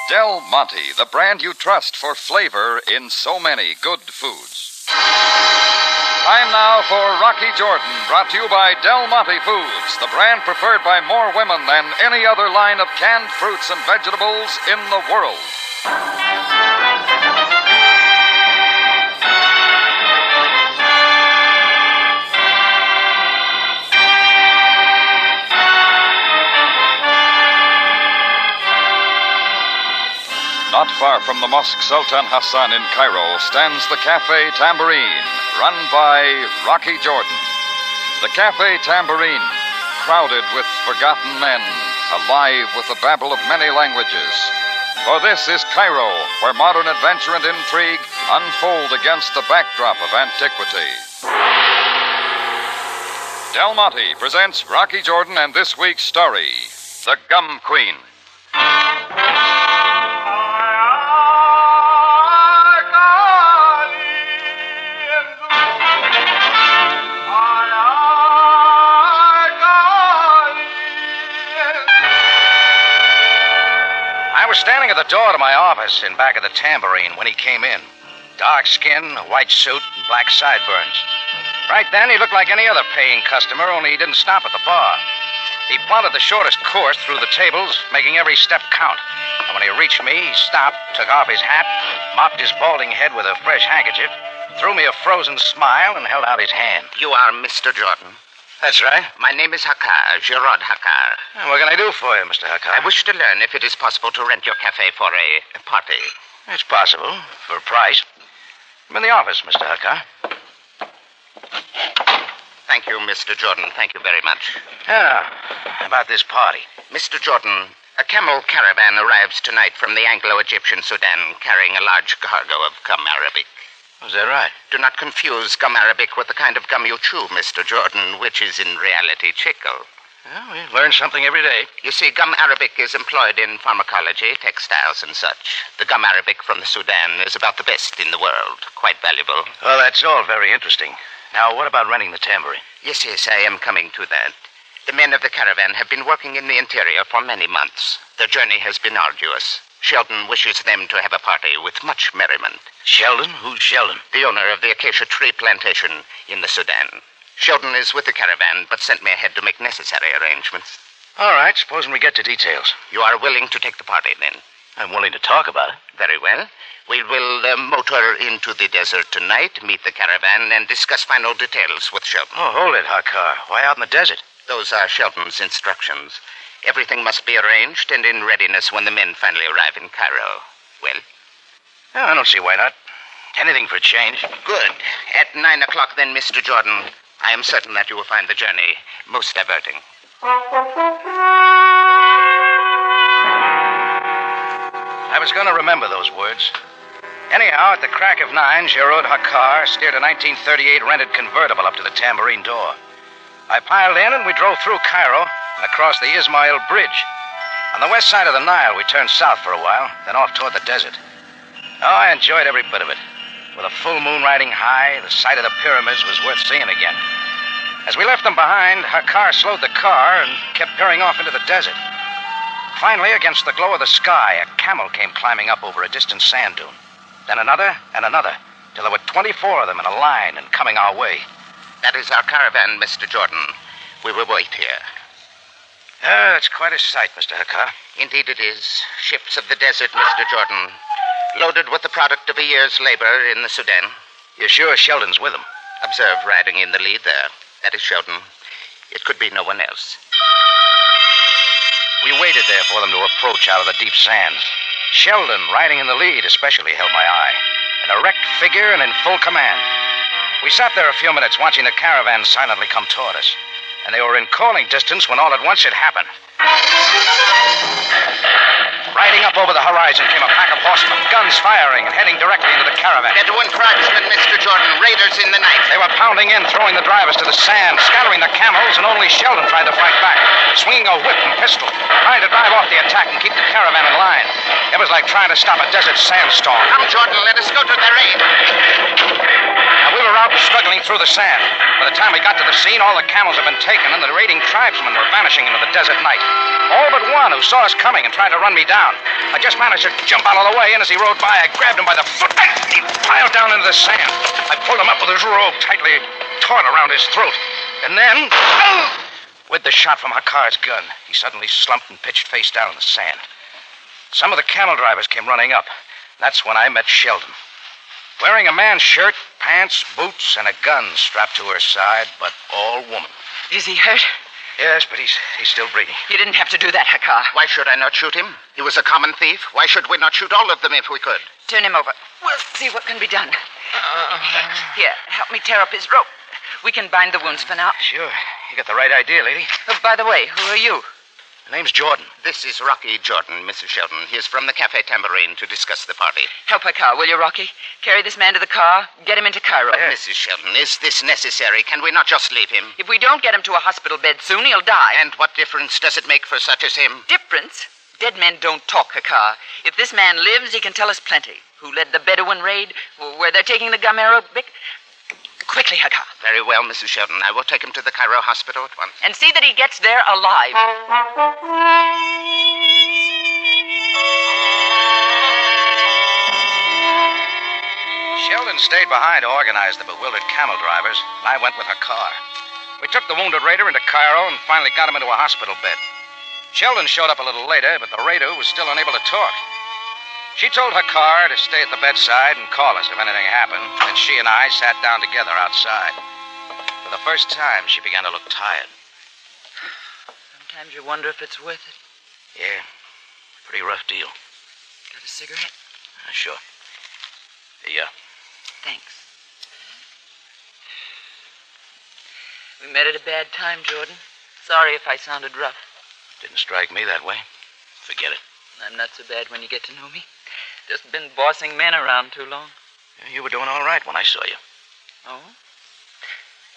S2: Del Monte, the brand you trust for flavor in so many good foods. Time now for Rocky Jordan, brought to you by Del Monte Foods, the brand preferred by more women than any other line of canned fruits and vegetables in the world. Not far from the Mosque Sultan Hassan in Cairo stands the Cafe Tambourine, run by Rocky Jordan. The Cafe Tambourine, crowded with forgotten men, alive with the babble of many languages. For this is Cairo, where modern adventure and intrigue unfold against the backdrop of antiquity. Del Monte presents Rocky Jordan and this week's story The Gum Queen.
S3: I was standing at the door to my office in back of the tambourine when he came in. Dark skin, a white suit, and black sideburns. Right then, he looked like any other paying customer, only he didn't stop at the bar. He plotted the shortest course through the tables, making every step count. And when he reached me, he stopped, took off his hat, mopped his balding head with a fresh handkerchief, threw me a frozen smile, and held out his hand. You are Mr. Jordan. That's right.
S13: My name is Hakar, Gerard Hakar.
S3: And what can I do for you, Mr. Hakar?
S13: I wish to learn if it is possible to rent your cafe for a party.
S3: It's possible, for a price. I'm in the office, Mr. Huckar.
S13: Thank you, Mr. Jordan. Thank you very much. Ah, about this party. Mr. Jordan, a camel caravan arrives tonight from the Anglo Egyptian Sudan carrying a large cargo of gum arabic. Is that right? Do not confuse gum arabic with the kind of gum you chew, Mr. Jordan, which is in reality chicle.
S3: Well, we learn something every day.
S13: You see, gum arabic is employed in pharmacology, textiles, and such. The gum arabic from the Sudan is about the best in the world. Quite valuable.
S3: Well, that's all very interesting. Now, what about renting the tambourine?
S13: Yes, yes, I am coming to that. The men of the caravan have been working in the interior for many months. The journey has been arduous. Sheldon wishes them to have a party with much merriment.
S3: Sheldon? Who's Sheldon?
S13: The owner of the acacia tree plantation in the Sudan. Sheldon is with the caravan, but sent me ahead to make necessary arrangements.
S3: All right, supposing we get to details.
S13: You are willing to take the party, then?
S3: I'm willing to talk about it.
S13: Very well. We will uh, motor into the desert tonight, meet the caravan, and discuss final details with Sheldon.
S3: Oh, hold it, Hakar. Why out in the desert?
S13: Those are Shelton's instructions. Everything must be arranged and in readiness when the men finally arrive in Cairo. Well?
S3: Oh, I don't see why not. Anything for a change.
S13: Good. At nine o'clock, then, Mr. Jordan, I am certain that you will find the journey most diverting.
S3: I was going to remember those words. Anyhow, at the crack of nine, Gerard Hakar steered a 1938 rented convertible up to the tambourine door. I piled in and we drove through Cairo and across the Ismail Bridge. On the west side of the Nile, we turned south for a while, then off toward the desert. Oh, I enjoyed every bit of it. With a full moon riding high, the sight of the pyramids was worth seeing again. As we left them behind, Hakar slowed the car and kept peering off into the desert. Finally, against the glow of the sky, a camel came climbing up over a distant sand dune. Then another and another, till there were 24 of them in a line and coming our way.
S13: That is our caravan, Mr. Jordan. We will wait here.
S3: Oh, it's quite a sight, Mr. Hakar.
S13: Indeed it is. Ships of the desert, Mr. Jordan. Loaded with the product of a year's labor in the Sudan.
S3: You're sure Sheldon's with them?
S13: Observe riding in the lead there. That is Sheldon. It could be no one else.
S3: We waited there for them to approach out of the deep sand. Sheldon, riding in the lead, especially held my eye. An erect figure and in full command. We sat there a few minutes watching the caravan silently come toward us. And they were in calling distance when all at once it happened. Riding up over the horizon came a pack of horsemen, guns firing and heading directly into the caravan.
S13: Bedouin tribesmen, Mr. Jordan, raiders in the night.
S3: They were pounding in, throwing the drivers to the sand, scattering the camels, and only Sheldon tried to fight back, swinging a whip and pistol, trying to drive off the attack and keep the caravan in line. It was like trying to stop a desert sandstorm.
S13: Come, Jordan, let us go to their aid.
S3: Now, we were out struggling through the sand. By the time we got to the scene, all the camels had been taken, and the raiding tribesmen were vanishing into the desert night. All but one who saw us coming and tried to run me down. I just managed to jump out of the way, and as he rode by, I grabbed him by the foot. He piled down into the sand. I pulled him up with his robe tightly torn around his throat. And then, with the shot from Hakar's gun, he suddenly slumped and pitched face down in the sand. Some of the camel drivers came running up. That's when I met Sheldon. Wearing a man's shirt, pants, boots, and a gun strapped to her side, but all woman.
S14: Is he hurt?
S3: Yes, but he's he's still breathing.
S14: You didn't have to do that, Hakar.
S13: Why should I not shoot him? He was a common thief. Why should we not shoot all of them if we could?
S14: Turn him over. We'll see what can be done. Uh,
S13: Uh-uh.
S14: Here, help me tear up his rope. We can bind the wounds for now.
S3: Sure. You got the right idea, lady.
S14: Oh, by the way, who are you?
S3: The name's Jordan.
S13: This is Rocky Jordan, Mrs. Sheldon. He is from the Cafe Tambourine to discuss the party.
S14: Help Hakar, will you, Rocky? Carry this man to the car. Get him into Cairo.
S13: Yes. Mrs. Sheldon, is this necessary? Can we not just leave him?
S14: If we don't get him to a hospital bed soon, he'll die.
S13: And what difference does it make for such as him?
S14: Difference? Dead men don't talk, Hakar. If this man lives, he can tell us plenty. Who led the Bedouin raid? Where they're taking the gum arabic? Quickly, Hagar.
S13: Very well, Mrs. Sheldon. I will take him to the Cairo hospital at once.
S14: And see that he gets there alive.
S3: Sheldon stayed behind to organize the bewildered camel drivers, and I went with her car. We took the wounded raider into Cairo and finally got him into a hospital bed. Sheldon showed up a little later, but the raider was still unable to talk. She told her car to stay at the bedside and call us if anything happened, and she and I sat down together outside. For the first time, she began to look tired.
S14: Sometimes you wonder if it's worth it.
S3: Yeah. Pretty rough deal.
S14: Got a cigarette?
S3: Uh, sure. Yeah.
S14: Thanks. We met at a bad time, Jordan. Sorry if I sounded rough.
S3: Didn't strike me that way. Forget it.
S14: I'm not so bad when you get to know me. Just been bossing men around too long.
S3: You were doing all right when I saw you.
S14: Oh?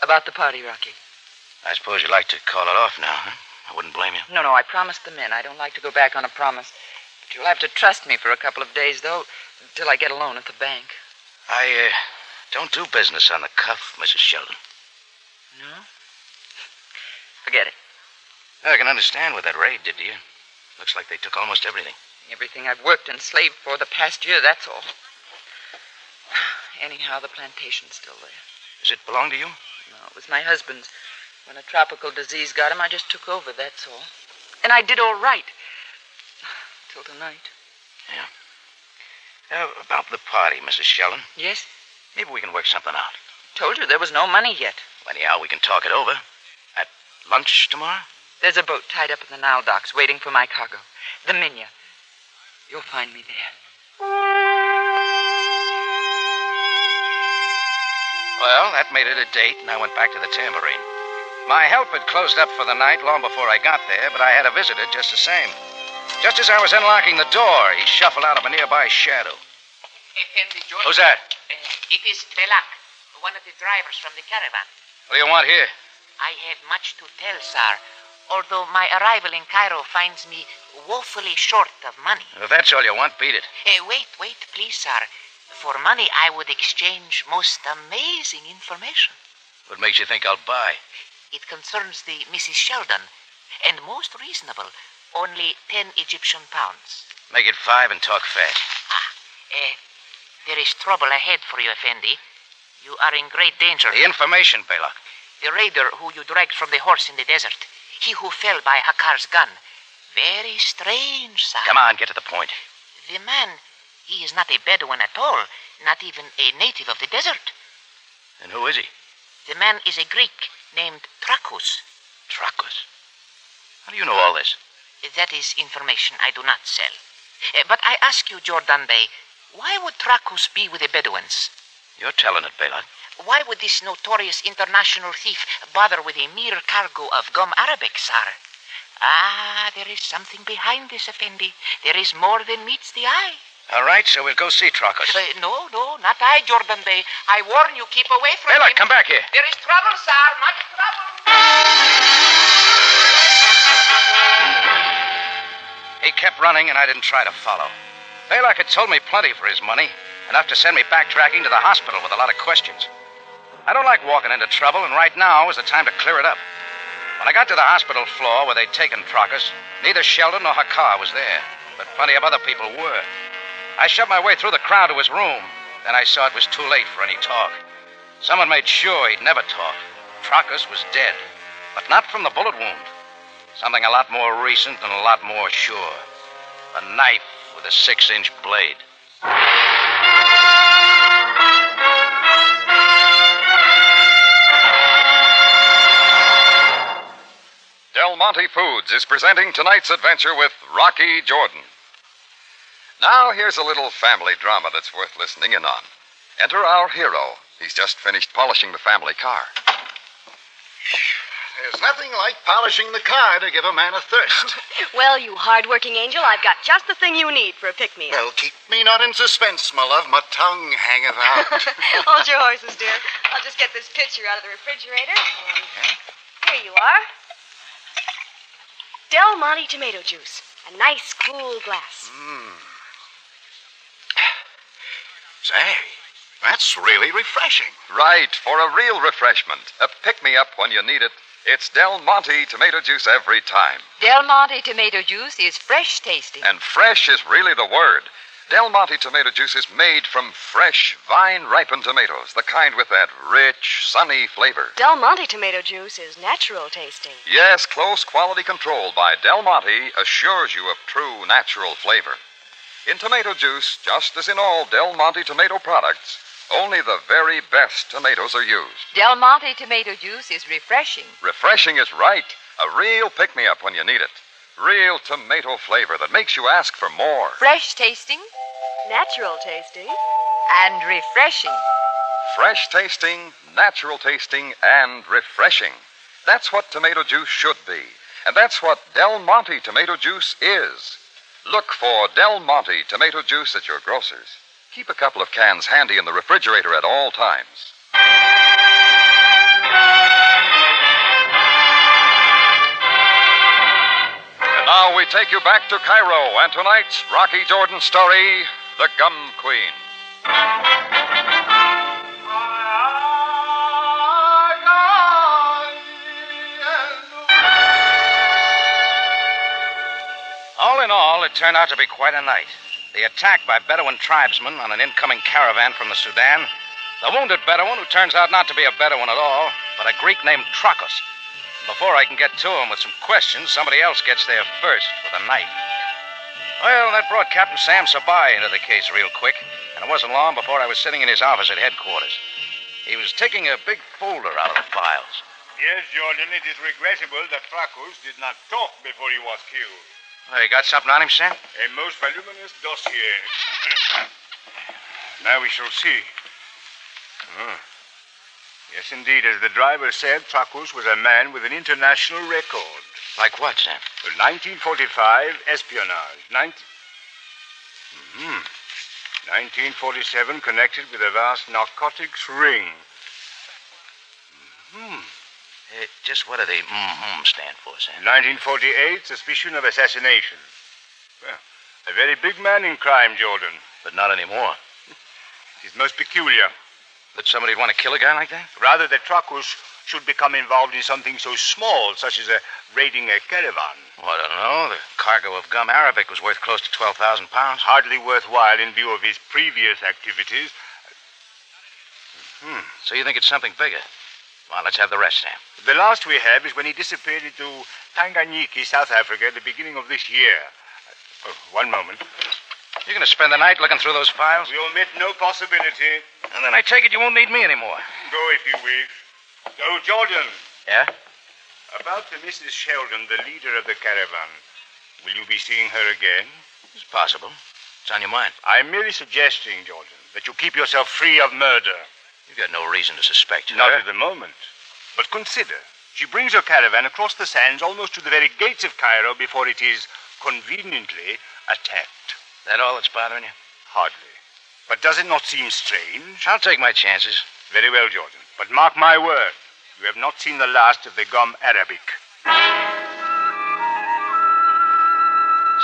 S14: About the party, Rocky.
S3: I suppose you'd like to call it off now, huh? I wouldn't blame you.
S14: No, no, I promised the men. I don't like to go back on a promise. But you'll have to trust me for a couple of days, though, till I get a loan at the bank.
S3: I uh, don't do business on the cuff, Mrs. Sheldon.
S14: No? Forget it.
S3: I can understand what that raid did to you. Looks like they took almost everything.
S14: Everything I've worked and slaved for the past year, that's all. Anyhow, the plantation's still there.
S3: Does it belong to you?
S14: No, it was my husband's. When a tropical disease got him, I just took over, that's all. And I did all right. Till tonight.
S3: Yeah. Uh, about the party, Mrs. Sheldon.
S14: Yes?
S3: Maybe we can work something out.
S14: Told you there was no money yet.
S3: Anyhow, we can talk it over. At lunch tomorrow?
S14: There's a boat tied up in the Nile docks waiting for my cargo. The Minya. You'll find me there.
S3: Well, that made it a date, and I went back to the tambourine. My help had closed up for the night long before I got there, but I had a visitor just the same. Just as I was unlocking the door, he shuffled out of a nearby shadow.
S15: Effendi Jordan.
S3: Who's that?
S15: It is Belak, one of the drivers from the caravan.
S3: What do you want here?
S15: I have much to tell, sir, although my arrival in Cairo finds me woefully short of money.
S3: If that's all you want, beat it.
S15: Eh, wait, wait, please, sir. For money, I would exchange most amazing information.
S3: What makes you think I'll buy?
S15: It concerns the Mrs. Sheldon, and most reasonable, only ten Egyptian pounds.
S3: Make it five and talk fast.
S15: Ah, eh, there is trouble ahead for you, Effendi. You are in great danger.
S3: The information, Balak.
S15: The raider who you dragged from the horse in the desert, he who fell by Hakar's gun. Very strange, sir.
S3: Come on, get to the point.
S15: The man, he is not a Bedouin at all, not even a native of the desert.
S3: And who is he?
S15: The man is a Greek named Trachus.
S3: Trachus? How do you know all this?
S15: That is information I do not sell. Eh, But I ask you, Jordan Bey, why would Trachus be with the Bedouins?
S3: You're telling it, Balak.
S15: Why would this notorious international thief bother with a mere cargo of gum arabic, sir? Ah, there is something behind this, Effendi. There is more than meets the eye.
S3: All right, so we'll go see Trachus.
S15: Uh, no, no, not I, Jordan Bey. I warn you, keep away from
S3: Balak,
S15: him.
S3: come back here.
S15: There is trouble, sir, much trouble.
S3: He kept running, and I didn't try to follow. Balak had told me plenty for his money, enough to send me backtracking to the hospital with a lot of questions. I don't like walking into trouble, and right now is the time to clear it up. When I got to the hospital floor where they'd taken Trockus, neither Sheldon nor Hakar was there, but plenty of other people were. I shoved my way through the crowd to his room. Then I saw it was too late for any talk. Someone made sure he'd never talk. Trockus was dead, but not from the bullet wound. Something a lot more recent and a lot more sure. A knife with a six inch blade.
S2: Del Monte Foods is presenting tonight's adventure with Rocky Jordan. Now, here's a little family drama that's worth listening in on. Enter our hero. He's just finished polishing the family car.
S16: There's nothing like polishing the car to give a man a thirst.
S17: Well, you hard-working angel, I've got just the thing you need for a pick-me-up.
S16: well, keep me not in suspense, my love. My tongue hangeth out.
S17: Hold your horses, dear. I'll just get this pitcher out of the refrigerator. And here you are. Del Monte tomato juice. A nice, cool glass.
S16: Hmm. Say, that's really refreshing.
S2: Right, for a real refreshment, a pick me up when you need it. It's Del Monte tomato juice every time.
S18: Del Monte tomato juice is fresh tasting.
S2: And fresh is really the word. Del Monte tomato juice is made from fresh, vine ripened tomatoes, the kind with that rich, sunny flavor.
S17: Del Monte tomato juice is natural tasting.
S2: Yes, close quality control by Del Monte assures you of true natural flavor. In tomato juice, just as in all Del Monte tomato products, only the very best tomatoes are used.
S18: Del Monte tomato juice is refreshing.
S2: Refreshing is right. A real pick me up when you need it. Real tomato flavor that makes you ask for more.
S18: Fresh tasting
S17: Natural tasting.
S18: and refreshing.
S2: Fresh tasting, natural tasting, and refreshing. That's what tomato juice should be. And that's what Del Monte tomato juice is. Look for Del Monte tomato juice at your grocer's. Keep a couple of cans handy in the refrigerator at all times. And now we take you back to Cairo and tonight's Rocky Jordan story The Gum Queen.
S3: All in all, it turned out to be quite a night. The attack by Bedouin tribesmen on an incoming caravan from the Sudan, the wounded Bedouin, who turns out not to be a Bedouin at all, but a Greek named Trokos. Before I can get to him with some questions, somebody else gets there first with a knife. Well, that brought Captain Sam Sabai into the case real quick, and it wasn't long before I was sitting in his office at headquarters. He was taking a big folder out of the files.
S19: Yes, Jordan, it is regrettable that Fracos did not talk before he was killed.
S3: Oh, you got something on him, Sam?
S19: A most voluminous dossier. now Uh, we shall see. Oh. Yes, indeed. As the driver said, Trakus was a man with an international record.
S3: Like what, Sam?
S19: 1945 espionage. 19... Mhm. 1947 connected with a vast narcotics ring.
S3: Hmm. Uh, just what do the mm-hmm stand for, Sam?
S19: 1948, suspicion of assassination. Well, a very big man in crime, Jordan.
S3: But not anymore.
S19: It is most peculiar.
S3: That somebody'd want to kill a guy like that?
S19: Rather, the Trakus should become involved in something so small, such as uh, raiding a caravan.
S3: Well, I don't know. The cargo of gum arabic was worth close to 12,000 pounds.
S19: Hardly worthwhile in view of his previous activities.
S3: Hmm. So you think it's something bigger? Well, let's have the rest, Sam.
S19: The last we have is when he disappeared into Tanganyika, South Africa, at the beginning of this year. Uh, oh, one moment.
S3: You're going to spend the night looking through those files?
S19: We omit no possibility.
S3: And then I take it you won't need me anymore.
S19: Go if you wish. Oh, Jordan.
S3: Yeah?
S19: About the Mrs. Sheldon, the leader of the caravan. Will you be seeing her again?
S3: It's possible. It's on your mind.
S19: I'm merely suggesting, Jordan, that you keep yourself free of murder.
S3: You've got no reason to suspect her.
S19: Not at the moment. But consider, she brings her caravan across the sands almost to the very gates of Cairo before it is conveniently attacked.
S3: That all that's bothering you?
S19: Hardly. But does it not seem strange?
S3: I'll take my chances.
S19: Very well, Jordan. But mark my word, you have not seen the last of the gum arabic.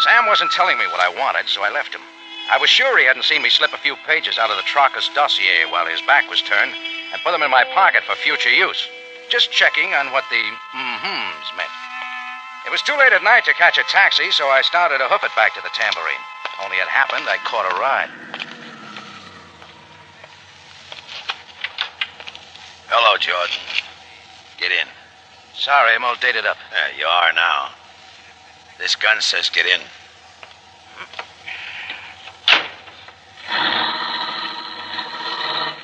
S3: Sam wasn't telling me what I wanted, so I left him. I was sure he hadn't seen me slip a few pages out of the Trocker's dossier while his back was turned and put them in my pocket for future use. Just checking on what the mm-hmms meant. It was too late at night to catch a taxi, so I started to hoof it back to the tambourine. Only it happened I caught a ride.
S20: Hello, Jordan. Get in.
S3: Sorry, I'm all dated up.
S20: There you are now. This gun says get in.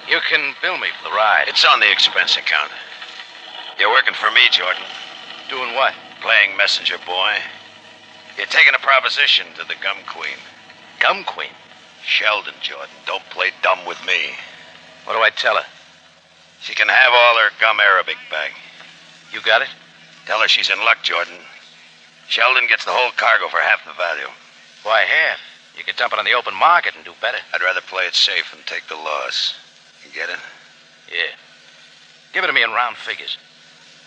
S3: You can bill me for the ride.
S20: It's on the expense account. You're working for me, Jordan.
S3: Doing what?
S20: Playing messenger boy. You're taking a proposition to the Gum Queen.
S3: Gum Queen?
S20: Sheldon, Jordan. Don't play dumb with me.
S3: What do I tell her?
S20: She can have all her gum Arabic back.
S3: You got it?
S20: Tell her she's in luck, Jordan. Sheldon gets the whole cargo for half the value.
S3: Why half? You could dump it on the open market and do better.
S20: I'd rather play it safe and take the loss. You get it?
S3: Yeah. Give it to me in round figures.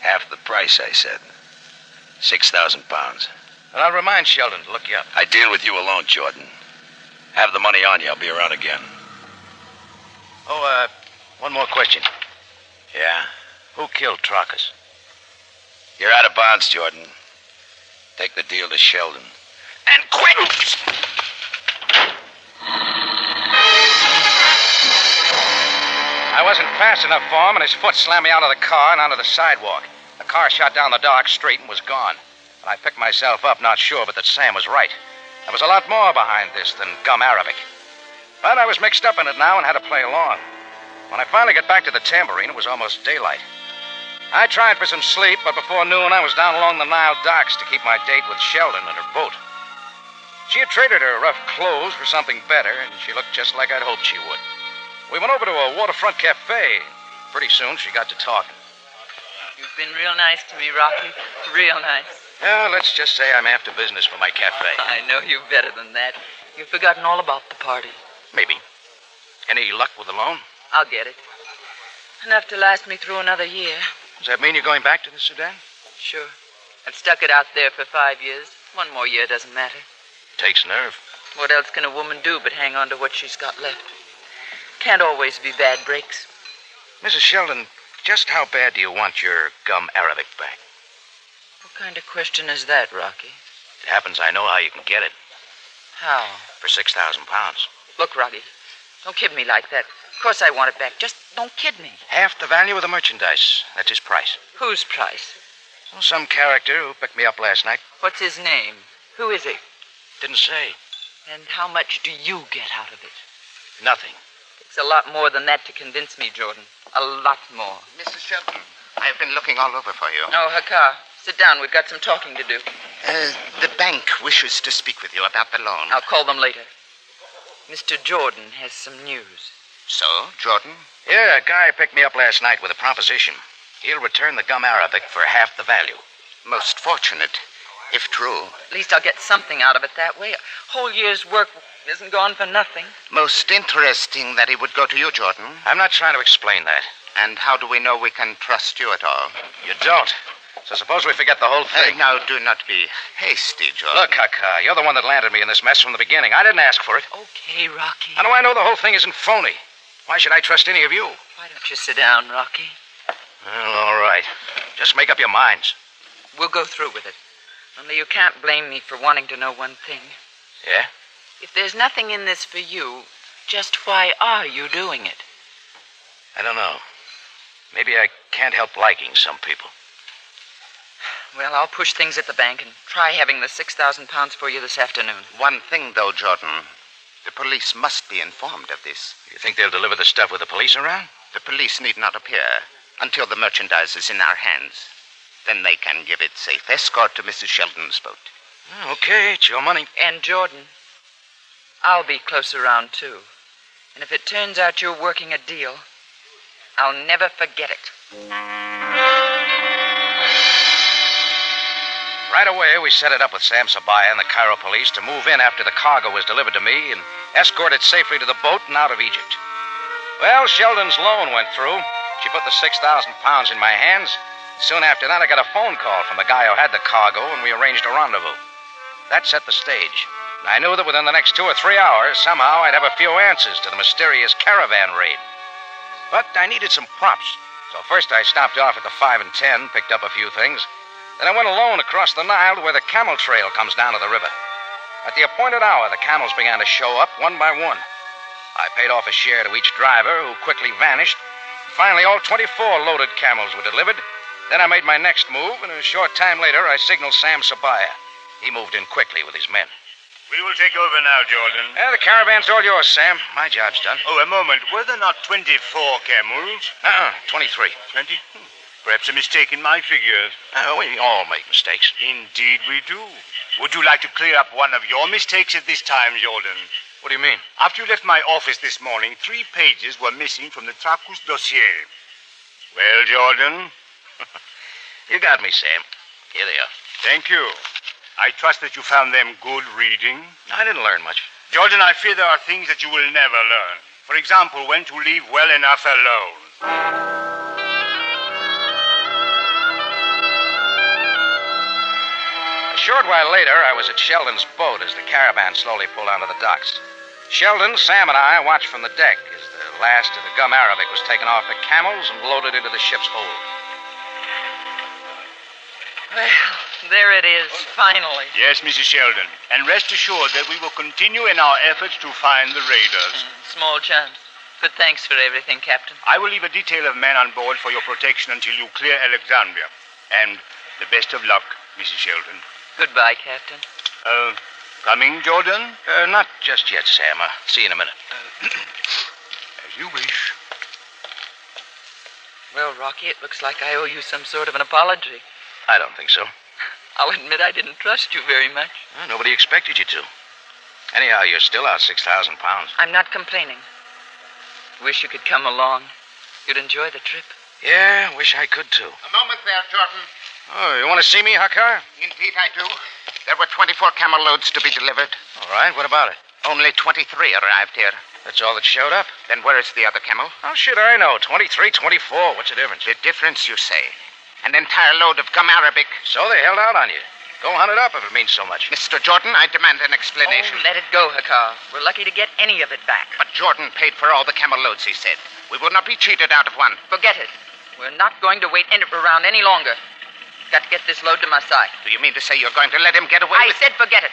S20: Half the price, I said. Six thousand pounds.
S3: And I'll remind Sheldon to look you up.
S20: I deal with you alone, Jordan. Have the money on you. I'll be around again.
S3: Oh, uh, one more question.
S20: Yeah?
S3: Who killed Trockus?
S20: You're out of bounds, Jordan. Take the deal to Sheldon.
S3: And quit! I wasn't fast enough for him, and his foot slammed me out of the car and onto the sidewalk. The car shot down the dark street and was gone. And I picked myself up, not sure but that Sam was right. There was a lot more behind this than gum Arabic. But I was mixed up in it now and had to play along. When I finally got back to the tambourine, it was almost daylight. I tried for some sleep, but before noon I was down along the Nile docks to keep my date with Sheldon and her boat. She had traded her rough clothes for something better, and she looked just like I'd hoped she would. We went over to a waterfront cafe. Pretty soon she got to talking.
S14: You've been real nice to me, Rocky. Real nice.
S3: Well, let's just say I'm after business for my cafe.
S14: I know you better than that. You've forgotten all about the party.
S3: Maybe. Any luck with the loan?
S14: I'll get it. Enough to last me through another year.
S3: Does that mean you're going back to the Sudan?
S14: Sure. I've stuck it out there for five years. One more year doesn't matter.
S3: Takes nerve.
S14: What else can a woman do but hang on to what she's got left? Can't always be bad breaks.
S3: Mrs. Sheldon, just how bad do you want your gum Arabic back?
S14: What kind of question is that, Rocky?
S3: It happens I know how you can get it.
S14: How?
S3: For 6,000 pounds.
S14: Look, Rocky, don't kid me like that. Of course I want it back. Just don't kid me.
S3: Half the value of the merchandise. That's his price.
S14: Whose price?
S3: Well, some character who picked me up last night.
S14: What's his name? Who is he?
S3: Didn't say.
S14: And how much do you get out of it?
S3: Nothing.
S14: It's a lot more than that to convince me, Jordan. A lot more.
S13: Mrs. Sheldon, I've been looking all over for you.
S14: Oh, Hakar, sit down. We've got some talking to do.
S13: Uh, the bank wishes to speak with you about the loan.
S14: I'll call them later. Mr. Jordan has some news.
S13: So, Jordan?
S3: Yeah, a guy picked me up last night with a proposition. He'll return the gum Arabic for half the value.
S13: Most fortunate, if true.
S14: At least I'll get something out of it that way. A whole year's work isn't gone for nothing.
S13: Most interesting that he would go to you, Jordan.
S3: I'm not trying to explain that.
S13: And how do we know we can trust you at all?
S3: You don't. So suppose we forget the whole thing.
S13: Uh, now, do not be hasty, Jordan.
S3: Look, Kaka, you're the one that landed me in this mess from the beginning. I didn't ask for it.
S14: Okay, Rocky.
S3: How do I know the whole thing isn't phony? Why should I trust any of you?
S14: Why don't you sit down, Rocky?
S3: Well, all right. Just make up your minds.
S14: We'll go through with it. Only you can't blame me for wanting to know one thing.
S3: Yeah?
S14: If there's nothing in this for you, just why are you doing it?
S3: I don't know. Maybe I can't help liking some people.
S14: Well, I'll push things at the bank and try having the 6,000 pounds for you this afternoon.
S13: One thing, though, Jordan. The police must be informed of this.
S3: You think they'll deliver the stuff with the police around?
S13: The police need not appear until the merchandise is in our hands. Then they can give it safe escort to Mrs. Sheldon's boat.
S14: Oh,
S3: Okay, it's your money.
S14: And Jordan, I'll be close around, too. And if it turns out you're working a deal, I'll never forget it.
S3: Right away, we set it up with Sam Sabaya and the Cairo police to move in after the cargo was delivered to me and escort it safely to the boat and out of Egypt. Well, Sheldon's loan went through. She put the 6,000 pounds in my hands. Soon after that, I got a phone call from the guy who had the cargo, and we arranged a rendezvous. That set the stage. I knew that within the next two or three hours, somehow, I'd have a few answers to the mysterious caravan raid. But I needed some props. So first, I stopped off at the 5 and 10, picked up a few things, then I went alone across the Nile to where the camel trail comes down to the river. At the appointed hour, the camels began to show up one by one. I paid off a share to each driver, who quickly vanished. Finally, all 24 loaded camels were delivered. Then I made my next move, and a short time later, I signaled Sam Sabaya. He moved in quickly with his men.
S19: We will take over now, Jordan.
S3: Yeah, the caravan's all yours, Sam. My job's done.
S19: Oh, a moment. Were there not 24 camels?
S3: Uh-uh, 23.
S19: 20? Hmm. Perhaps a mistake in my figures.
S3: Oh, we all make mistakes.
S19: Indeed, we do. Would you like to clear up one of your mistakes at this time, Jordan?
S3: What do you mean?
S19: After you left my office this morning, three pages were missing from the Trakus dossier. Well, Jordan?
S3: you got me, Sam. Here they are.
S19: Thank you. I trust that you found them good reading.
S3: I didn't learn much.
S19: Jordan, I fear there are things that you will never learn. For example, when to leave well enough alone.
S3: A short while later, I was at Sheldon's boat as the caravan slowly pulled onto the docks. Sheldon, Sam, and I watched from the deck as the last of the gum Arabic was taken off the camels and loaded into the ship's hold.
S14: Well, there it is, finally.
S19: Yes, Mrs. Sheldon. And rest assured that we will continue in our efforts to find the raiders.
S14: Mm, small chance. But thanks for everything, Captain.
S19: I will leave a detail of men on board for your protection until you clear Alexandria. And the best of luck, Mrs. Sheldon.
S14: Goodbye, Captain.
S19: Uh, coming, Jordan?
S3: Uh, not just yet, Sam. I'll see you in a minute.
S19: Uh, as you wish.
S14: Well, Rocky, it looks like I owe you some sort of an apology.
S3: I don't think so.
S14: I'll admit I didn't trust you very much.
S3: Well, nobody expected you to. Anyhow, you're still out 6,000 pounds.
S14: I'm not complaining. Wish you could come along. You'd enjoy the trip.
S3: Yeah, wish I could too.
S13: A moment there, Jordan.
S3: Oh, you want to see me, Hakar?
S13: Indeed, I do. There were 24 camel loads to be delivered.
S3: All right, what about it?
S13: Only 23 arrived here.
S3: That's all that showed up.
S13: Then where is the other camel?
S3: How should I know? 23, 24. What's the difference?
S13: The difference, you say? An entire load of gum arabic.
S3: So they held out on you. Go hunt it up if it means so much.
S13: Mr. Jordan, I demand an explanation.
S14: Oh, let it go, Hakar. We're lucky to get any of it back.
S13: But Jordan paid for all the camel loads, he said. We will not be cheated out of one.
S14: Forget it. We're not going to wait any, around any longer. Got to get this load to Masai.
S13: Do you mean to say you're going to let him get away?
S14: I
S13: with...
S14: said forget it.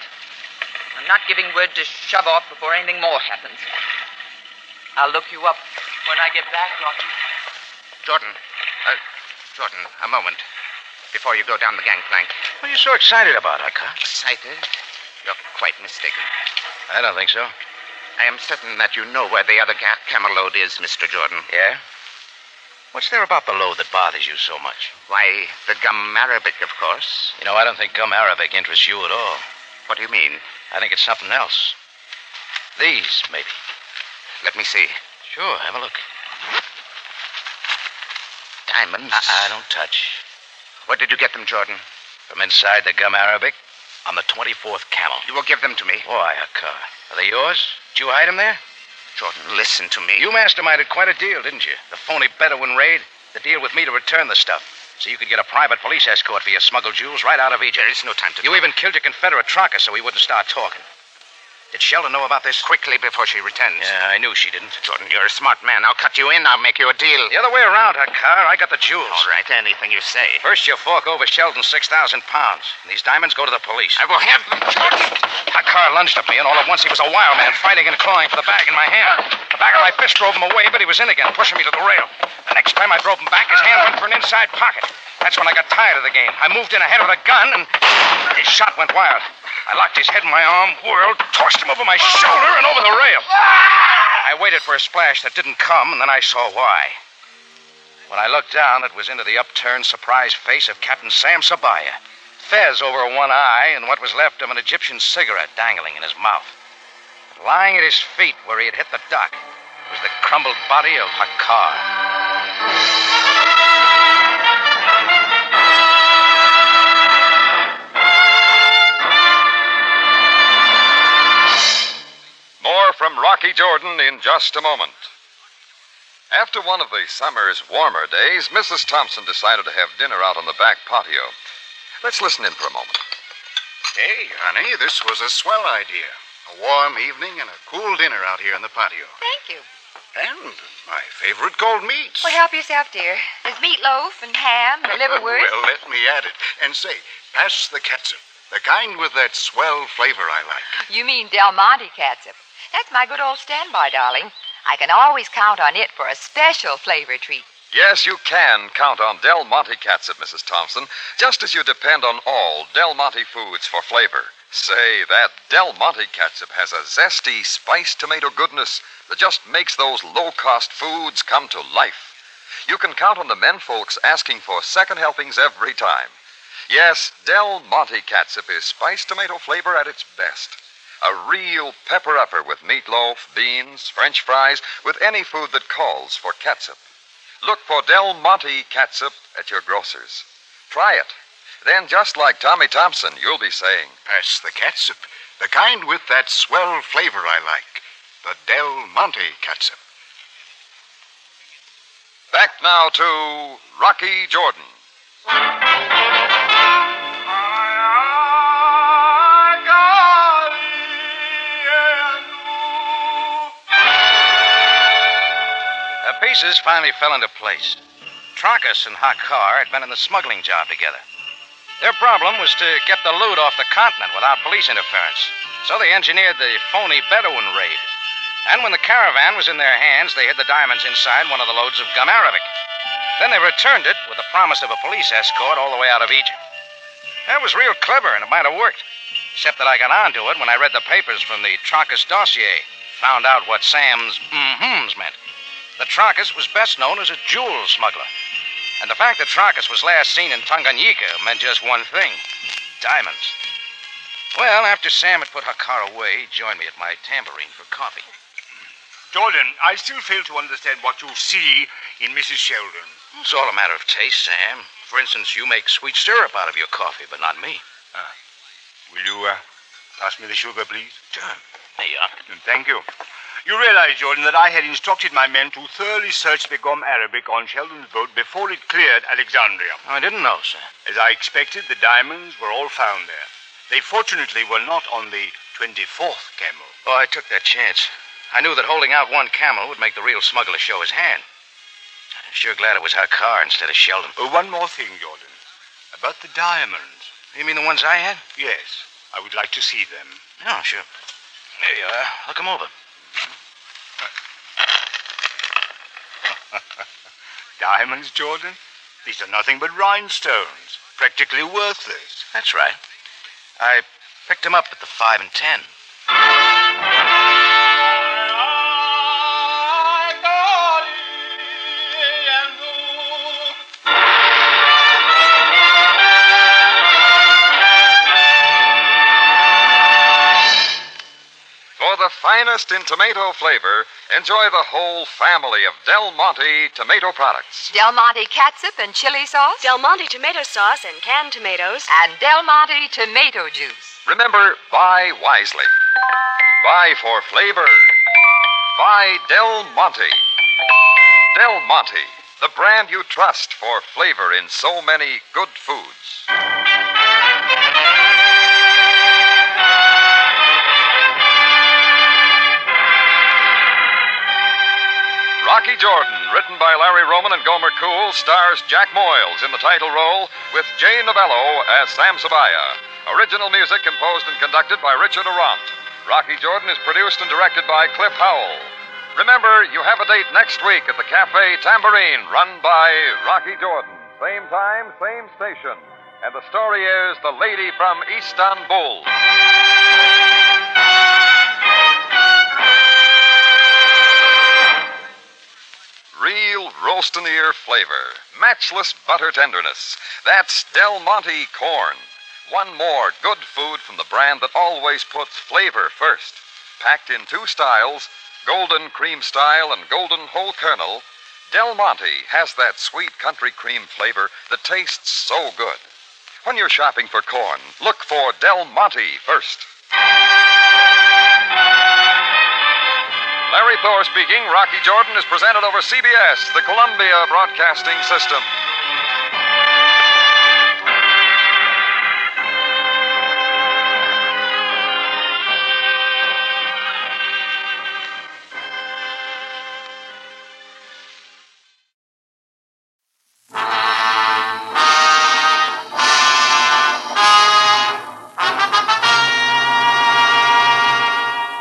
S14: I'm not giving word to shove off before anything more happens. I'll look you up when I get back, Rocky.
S13: Jordan, uh, Jordan, a moment before you go down the gangplank.
S3: What are you so excited about, Akka?
S13: Excited? You're quite mistaken.
S3: I don't think so.
S13: I am certain that you know where the other ga- camel load is, Mr. Jordan.
S3: Yeah? What's there about the load that bothers you so much?
S13: Why, the gum arabic, of course.
S3: You know, I don't think gum arabic interests you at all.
S13: What do you mean?
S3: I think it's something else. These, maybe.
S13: Let me see.
S3: Sure, have a look.
S13: Diamonds?
S3: I don't touch.
S13: Where did you get them, Jordan?
S3: From inside the gum arabic on the 24th camel.
S13: You will give them to me.
S3: Why, Akar? Are they yours? Did you hide them there?
S13: Jordan, listen to me.
S3: You masterminded quite a deal, didn't you? The phony Bedouin raid, the deal with me to return the stuff. So you could get a private police escort for your smuggled jewels right out of Egypt.
S13: There is no time to.
S3: You even killed your Confederate tracker so he wouldn't start talking. Did Sheldon know about this?
S13: Quickly before she returns.
S3: Yeah, I knew she didn't.
S13: Jordan, you're a smart man. I'll cut you in. I'll make you a deal.
S3: The other way around, Hakar. I got the jewels.
S13: All right, anything you say.
S3: First, you fork over Sheldon's 6,000 pounds. And these diamonds go to the police.
S13: I will have them, Jordan.
S3: Hakar lunged at me, and all at once he was a wild man, fighting and clawing for the bag in my hand. The back of my fist drove him away, but he was in again, pushing me to the rail. The next time I drove him back, his hand went for an inside pocket. That's when I got tired of the game. I moved in ahead with a gun, and his shot went wild. I locked his head in my arm, whirled, tossed him over my shoulder and over the rail. I waited for a splash that didn't come, and then I saw why. When I looked down, it was into the upturned, surprised face of Captain Sam Sabaya, fez over one eye and what was left of an Egyptian cigarette dangling in his mouth. But lying at his feet where he had hit the dock was the crumbled body of Hakar.
S2: More from Rocky Jordan in just a moment. After one of the summer's warmer days, Mrs. Thompson decided to have dinner out on the back patio. Let's listen in for a moment.
S16: Hey, honey, this was a swell idea. A warm evening and a cool dinner out here in the patio.
S18: Thank you.
S16: And my favorite cold meats.
S18: Well, help yourself, dear. There's meatloaf and ham and liverwurst.
S16: well, let me add it. And say, pass the catsup. The kind with that swell flavor I like.
S18: You mean Del Monte catsup. That's my good old standby, darling. I can always count on it for a special flavor treat.
S2: Yes, you can count on Del Monte catsup, Mrs. Thompson, just as you depend on all Del Monte foods for flavor. Say, that Del Monte catsup has a zesty, spiced tomato goodness that just makes those low cost foods come to life. You can count on the men folks asking for second helpings every time. Yes, Del Monte catsup is spiced tomato flavor at its best. A real pepper upper with meatloaf, beans, french fries, with any food that calls for catsup. Look for Del Monte catsup at your grocer's. Try it. Then, just like Tommy Thompson, you'll be saying,
S16: Pass the catsup, the kind with that swell flavor I like, the Del Monte catsup.
S2: Back now to Rocky Jordan.
S3: The pieces finally fell into place. Tracus and Hakar had been in the smuggling job together. Their problem was to get the loot off the continent without police interference. So they engineered the phony Bedouin raid. And when the caravan was in their hands, they hid the diamonds inside one of the loads of gum arabic. Then they returned it with the promise of a police escort all the way out of Egypt. That was real clever, and it might have worked. Except that I got onto it when I read the papers from the Tracus dossier, found out what Sam's mm-hmms meant. The Tracus was best known as a jewel smuggler. And the fact that Tracus was last seen in Tanganyika meant just one thing diamonds. Well, after Sam had put Hakar away, he joined me at my tambourine for coffee.
S19: Jordan, I still fail to understand what you see in Mrs. Sheldon.
S3: It's all a matter of taste, Sam. For instance, you make sweet syrup out of your coffee, but not me.
S19: Ah. Will you uh, pass me the sugar, please?
S3: Sure. There you are.
S19: Thank you. You realize, Jordan, that I had instructed my men to thoroughly search the Gom Arabic on Sheldon's boat before it cleared Alexandria.
S3: I didn't know, sir.
S19: As I expected, the diamonds were all found there. They fortunately were not on the 24th camel.
S3: Oh, I took that chance. I knew that holding out one camel would make the real smuggler show his hand. I'm sure glad it was her car instead of Sheldon.
S19: Oh, one more thing, Jordan. About the diamonds.
S3: You mean the ones I had?
S19: Yes. I would like to see them.
S3: Oh, sure. There you are. Look 'em uh, over.
S19: Diamonds, Jordan? These are nothing but rhinestones. Practically worthless.
S3: That's right. I picked 'em up at the five and ten.
S2: the finest in tomato flavor, enjoy the whole family of Del Monte tomato products.
S18: Del Monte catsup and chili sauce.
S21: Del Monte tomato sauce and canned tomatoes.
S18: And Del Monte tomato juice.
S2: Remember, buy wisely. Buy for flavor. Buy Del Monte. Del Monte, the brand you trust for flavor in so many good foods. Rocky Jordan, written by Larry Roman and Gomer Cool, stars Jack Moyles in the title role with Jane Novello as Sam Sabaya. Original music composed and conducted by Richard Arant. Rocky Jordan is produced and directed by Cliff Howell. Remember, you have a date next week at the Cafe Tambourine, run by Rocky Jordan. Same time, same station. And the story is The Lady from Istanbul. real roast in the ear flavor, matchless butter tenderness. That's Del Monte corn. One more good food from the brand that always puts flavor first. Packed in two styles, golden cream style and golden whole kernel, Del Monte has that sweet country cream flavor that tastes so good. When you're shopping for corn, look for Del Monte first. Larry Thor speaking. Rocky Jordan is presented over CBS, the Columbia Broadcasting System.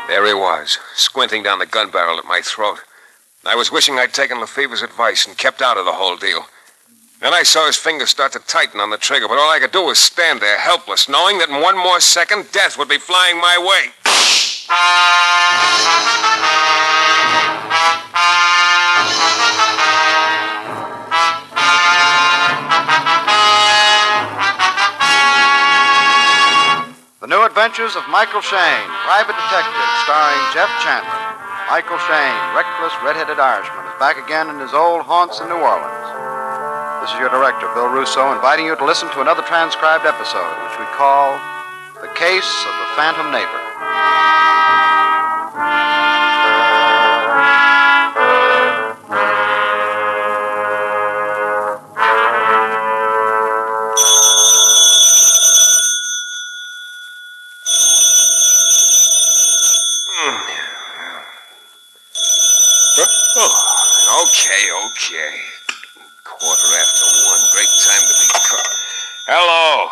S1: There he was, squinting down the gun barrel at my throat. I was wishing I'd taken Lefebvre's advice and kept out of the whole deal. Then I saw his fingers start to tighten on the trigger, but all I could do was stand there, helpless, knowing that in one more second, death would be flying my way.
S16: The New Adventures of Michael Shane, Private Detective, starring Jeff Chandler. Michael Shane, reckless red-headed Irishman, is back again in his old haunts in New Orleans. This is your director, Bill Russo, inviting you to listen to another transcribed episode, which we call The Case of the Phantom Neighbor.
S1: Oh, okay, okay. Quarter after one. Great time to be caught. Hello.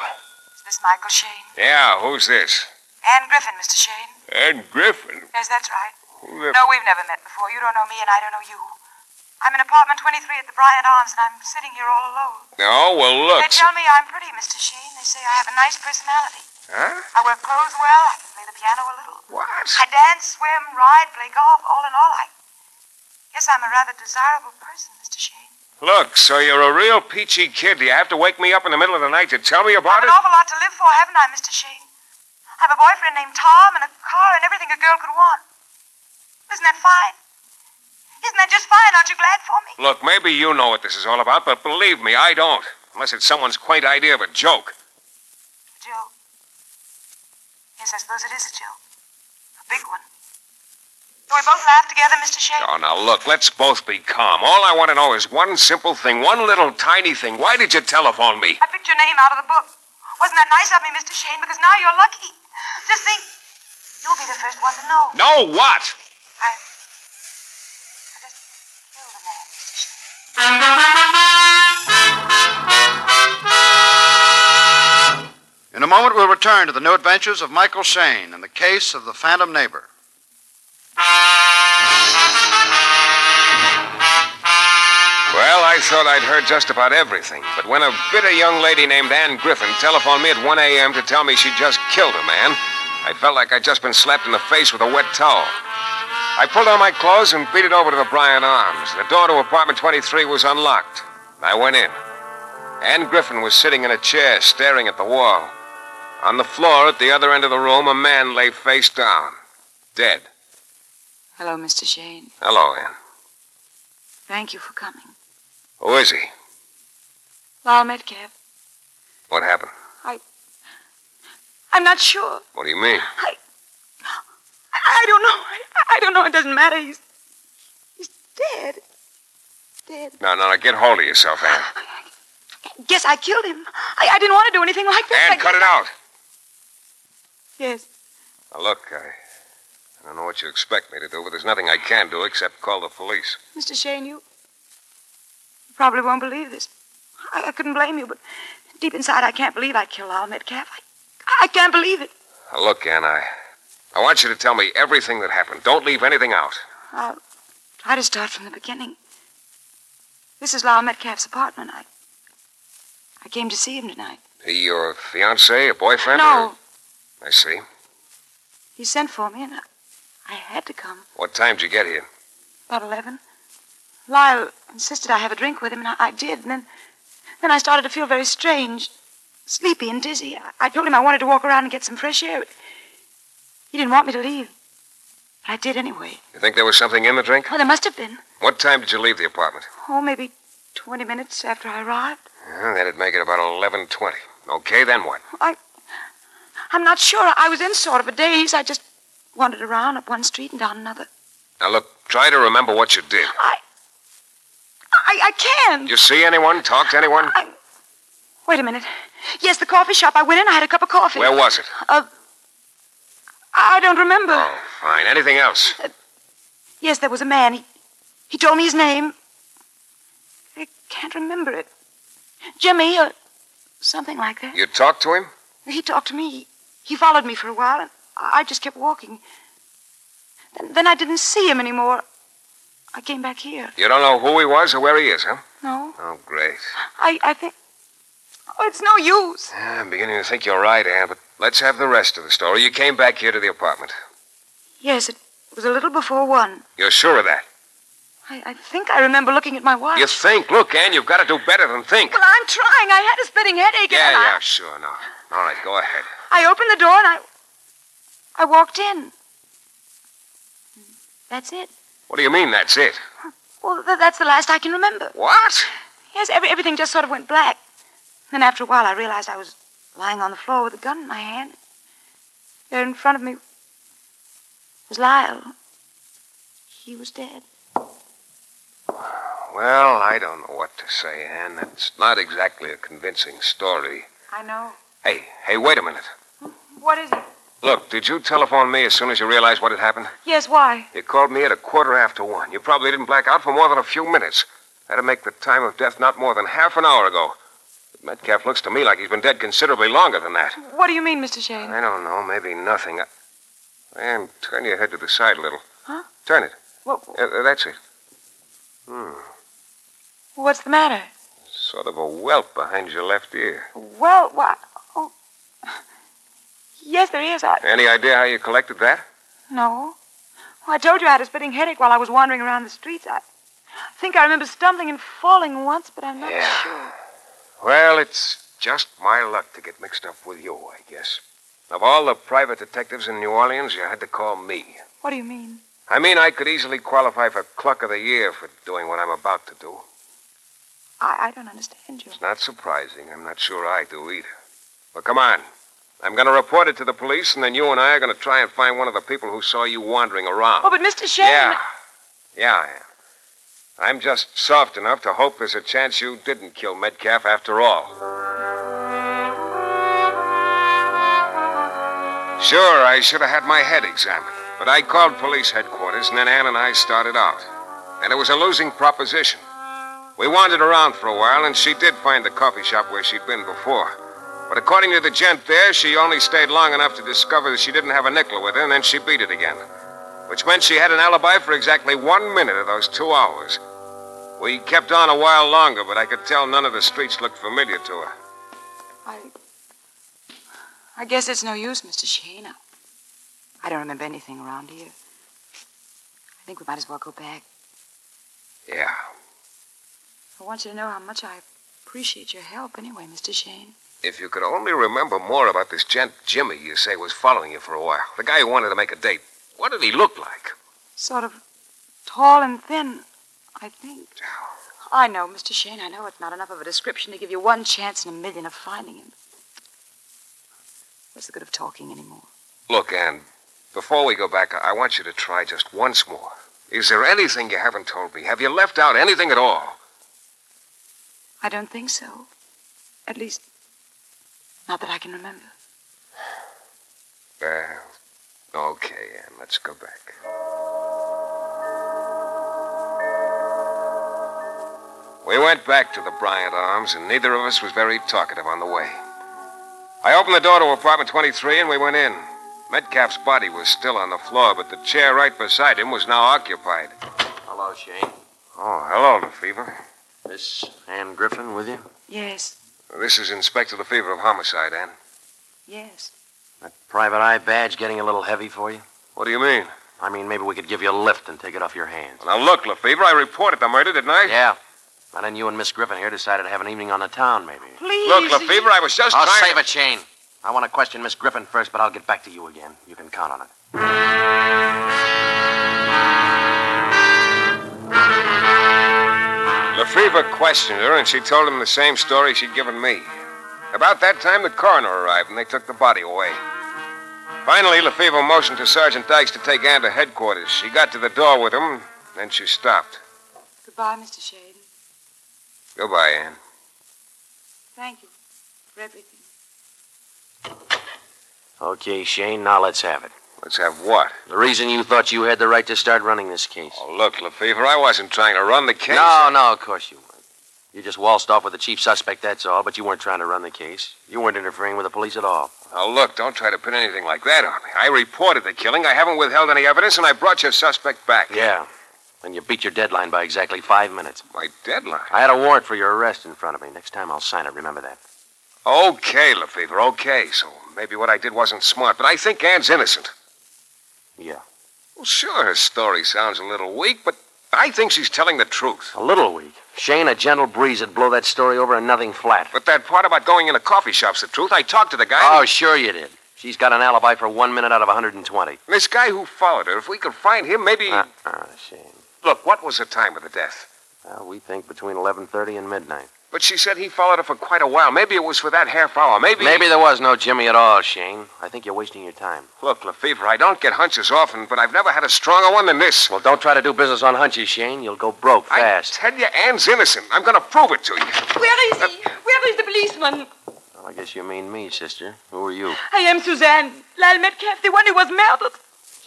S4: Is this Michael Shane?
S1: Yeah, who's this?
S4: Anne Griffin, Mr. Shane.
S1: Ed Griffin.
S4: Yes, that's right.
S1: Who the-
S4: No, we've never met before. You don't know me, and I don't know you. I'm in apartment 23 at the Bryant Arms, and I'm sitting here all alone.
S1: Oh, well, look.
S4: They tell me I'm pretty, Mr. Shane. They say I have a nice personality.
S1: Huh?
S4: I wear clothes well. I can play the piano a little.
S1: What?
S4: I dance, swim, ride, play golf. All in all, I guess I'm a rather desirable person, Mr. Shane.
S1: Look, so you're a real peachy kid. Do you have to wake me up in the middle of the night to tell me about it?
S4: I've an awful lot to live for, haven't I, Mr. Shane? I have a boyfriend named Tom and a car and everything a girl could want. Isn't that fine? Isn't
S22: isn't that just fine? Aren't you glad for me?
S1: Look, maybe you know what this is all about, but believe me, I don't. Unless it's someone's quaint idea of a joke.
S22: Joe. Yes, I suppose it is a joke. A big one. Do we both laugh together, Mr. Shea?
S1: Oh, now look, let's both be calm. All I want to know is one simple thing, one little tiny thing. Why did you telephone me?
S22: I picked your name out of the book. Wasn't that nice of me, Mr. Shane? Because now you're lucky. Just think, you'll be the first one to know.
S1: No, what?
S22: I. I just killed a man, Mr. Shane.
S16: In a moment, we'll return to the new adventures of Michael Shane and the case of the Phantom Neighbor.
S1: Well, I thought I'd heard just about everything, but when a bitter young lady named Anne Griffin telephoned me at 1 a.m. to tell me she just killed a man, I felt like I'd just been slapped in the face with a wet towel. I pulled on my clothes and beat it over to the Bryant Arms. The door to apartment 23 was unlocked. I went in. Anne Griffin was sitting in a chair, staring at the wall. On the floor at the other end of the room, a man lay face down, dead.
S4: Hello, Mr. Shane.
S1: Hello, Anne.
S4: Thank you for coming.
S1: Who is he?
S4: Lyle Metcalf.
S1: What happened?
S4: I. I'm not sure.
S1: What do you mean?
S4: I. I don't know. I, I don't know. It doesn't matter. He's. He's dead. Dead.
S1: No, no, no. Get hold of yourself, Anne.
S4: Guess I killed him. I, I didn't want to do anything like that.
S1: Anne,
S4: I-
S1: cut it out.
S4: Yes.
S1: Now, look, I, I don't know what you expect me to do, but there's nothing I can do except call the police.
S4: Mr. Shane, you. You probably won't believe this. I, I couldn't blame you, but deep inside, I can't believe I killed Lyle Metcalf. I, I can't believe it.
S1: Now, look, Anne, I, I want you to tell me everything that happened. Don't leave anything out.
S4: I'll try to start from the beginning. This is Lyle Metcalf's apartment. I. I came to see him tonight.
S1: He your fiance, a boyfriend?
S4: no,
S1: Or... I see.
S4: he sent for me, and I, I had to come.
S1: What time did you get here?
S4: About eleven. Lyle insisted I have a drink with him, and I, I did. And then, then I started to feel very strange, sleepy and dizzy. I, I told him I wanted to walk around and get some fresh air. He didn't want me to leave. But I did anyway.
S1: You think there was something in the drink?
S4: Well, there must have been.
S1: What time did you leave the apartment?
S4: Oh, maybe 20 minutes after I arrived.
S1: Well, that'd make it about 11.20. Okay, then what?
S4: I, I'm not sure. I was in sort of a daze. I just wandered around up one street and down another.
S1: Now, look, try to remember what you did.
S4: I, I, I can.
S1: Did you see anyone? Talk to anyone?
S4: Wait a minute. Yes, the coffee shop. I went in. I had a cup of coffee.
S1: Where was it?
S4: Uh, I don't remember.
S1: Fine. Anything else?
S4: Yes, there was a man. He, he told me his name. I can't remember it. Jimmy, or something like that.
S1: You talked to him?
S4: He talked to me. He followed me for a while, and I I just kept walking. Then, then I didn't see him anymore. I came back here.
S1: You don't know who he was or where he is, huh?
S4: No,
S1: Oh, great.
S4: I, I think. Oh, it's no use.
S1: Yeah, I'm beginning to think you're right, Anne, but let's have the rest of the story. You came back here to the apartment.
S4: Yes, it was a little before one.
S1: You're sure of that?
S4: I, I think I remember looking at my watch.
S1: You think. Look, Anne, you've got to do better than think.
S4: Well, I'm trying. I had a splitting headache,
S1: yeah,
S4: and I-
S1: yeah, sure, no. All right, go ahead.
S4: I opened the door and I. I walked in. That's it.
S1: What do you mean that's it?
S4: Well, th- that's the last I can remember.
S1: What?
S4: Yes, every- everything just sort of went black. Then after a while, I realized I was lying on the floor with a gun in my hand. There in front of me was Lyle. He was dead.
S1: Well, I don't know what to say, Anne. That's not exactly a convincing story.
S4: I know.
S1: Hey, hey, wait a minute.
S4: What is it?
S1: Look, did you telephone me as soon as you realized what had happened?
S4: Yes, why?
S1: You called me at a quarter after one. You probably didn't black out for more than a few minutes. That'd make the time of death not more than half an hour ago. But Metcalf looks to me like he's been dead considerably longer than that.
S4: What do you mean, Mr. Shane?
S1: I don't know, maybe nothing. I... Anne, turn your head to the side a little.
S4: Huh?
S1: Turn it.
S4: What,
S1: Uh, that's it. Hmm.
S4: what's the matter?
S1: Sort of a welt behind your left ear.
S4: Well, why? Oh. Yes, there is. I.
S1: Any idea how you collected that?
S4: No. Well, I told you I had a spitting headache while I was wandering around the streets. I think I remember stumbling and falling once, but I'm not
S1: Yeah.
S4: sure.
S1: Well, it's just my luck to get mixed up with you, I guess. Of all the private detectives in New Orleans, you had to call me.
S4: What do you mean?
S1: I mean, I could easily qualify for Cluck of the Year for doing what I'm about to do.
S18: I, I don't understand you.
S1: It's not surprising. I'm not sure I do either. But come on. I'm going to report it to the police, and then you and I are going to try and find one of the people who saw you wandering around.
S18: Oh, but Mr. Shane.
S1: Yeah. Yeah, I am. I'm just soft enough to hope there's a chance you didn't kill Metcalf after all. Sure, I should have had my head examined, but I called police headquarters, and then Ann and I started out. And it was a losing proposition. We wandered around for a while, and she did find the coffee shop where she'd been before. But according to the gent there, she only stayed long enough to discover that she didn't have a nickel with her, and then she beat it again which meant she had an alibi for exactly one minute of those two hours. We kept on a while longer, but I could tell none of the streets looked familiar to her.
S18: I. I guess it's no use, Mr. Shane. I, I don't remember anything around here. I think we might as well go back.
S1: Yeah.
S18: I want you to know how much I appreciate your help anyway, Mr. Shane.
S1: If you could only remember more about this gent Jimmy you say was following you for a while, the guy who wanted to make a date. What did he look like?
S18: Sort of tall and thin, I think. I know, Mr. Shane, I know it's not enough of a description to give you one chance in a million of finding him. What's the good of talking anymore?
S1: Look, Anne, before we go back, I-, I want you to try just once more. Is there anything you haven't told me? Have you left out anything at all?
S18: I don't think so. At least, not that I can remember.
S1: Well, Okay, Anne, let's go back. We went back to the Bryant Arms, and neither of us was very talkative on the way. I opened the door to apartment 23 and we went in. Metcalf's body was still on the floor, but the chair right beside him was now occupied.
S22: Hello, Shane.
S1: Oh, hello, LeFevre.
S22: Miss Anne Griffin with you?
S18: Yes.
S1: This is Inspector LeFevre of Homicide, Anne.
S18: Yes.
S22: That private eye badge getting a little heavy for you?
S1: What do you mean?
S22: I mean, maybe we could give you a lift and take it off your hands.
S1: Now, look, Lefevre, I reported the murder, didn't I?
S22: Yeah. And then you and Miss Griffin here decided to have an evening on the town, maybe.
S18: Please.
S1: Look, Lefevre, I was just
S22: I'll
S1: trying
S22: save
S1: to...
S22: it, Shane. I want to question Miss Griffin first, but I'll get back to you again. You can count on it.
S1: Lefevre questioned her, and she told him the same story she'd given me. About that time, the coroner arrived, and they took the body away. Finally, Lefevre motioned to Sergeant Dykes to take Ann to headquarters. She got to the door with him, then she stopped.
S18: Goodbye, Mr. Shane.
S1: Goodbye, Ann.
S18: Thank you for everything.
S22: Okay, Shane, now let's have it.
S1: Let's have what?
S22: The reason you thought you had the right to start running this case.
S1: Oh, look, Lefevre, I wasn't trying to run the case.
S22: No, no, of course you weren't. You just waltzed off with the chief suspect, that's all, but you weren't trying to run the case. You weren't interfering with the police at all.
S1: Now, look, don't try to put anything like that on me. I reported the killing, I haven't withheld any evidence, and I brought your suspect back.
S22: Yeah. And you beat your deadline by exactly five minutes.
S1: My deadline?
S22: I had a warrant for your arrest in front of me. Next time I'll sign it, remember that.
S1: Okay, Lefevre, okay. So maybe what I did wasn't smart, but I think Ann's innocent.
S22: Yeah.
S1: Well, sure, her story sounds a little weak, but I think she's telling the truth.
S22: A little weak. Shane, a gentle breeze would blow that story over and nothing flat.
S1: But that part about going into coffee shops, the truth. I talked to the guy.
S22: Oh, sure you did. She's got an alibi for one minute out of 120.
S1: This guy who followed her, if we could find him, maybe.
S22: Uh-uh, Shane.
S1: Look, what was the time of the death?
S22: Well, we think between 11.30 and midnight.
S1: But she said he followed her for quite a while. Maybe it was for that half hour. Oh, Maybe.
S22: Maybe there was no Jimmy at all, Shane. I think you're wasting your time.
S1: Look, Lefevre, I don't get hunches often, but I've never had a stronger one than this.
S22: Well, don't try to do business on hunches, Shane. You'll go broke fast.
S1: I tell you, Anne's innocent. I'm going to prove it to you.
S4: Where is he? Where is the policeman?
S22: Well, I guess you mean me, sister. Who are you?
S4: I am Suzanne. Lyle Metcalf, the one who was murdered.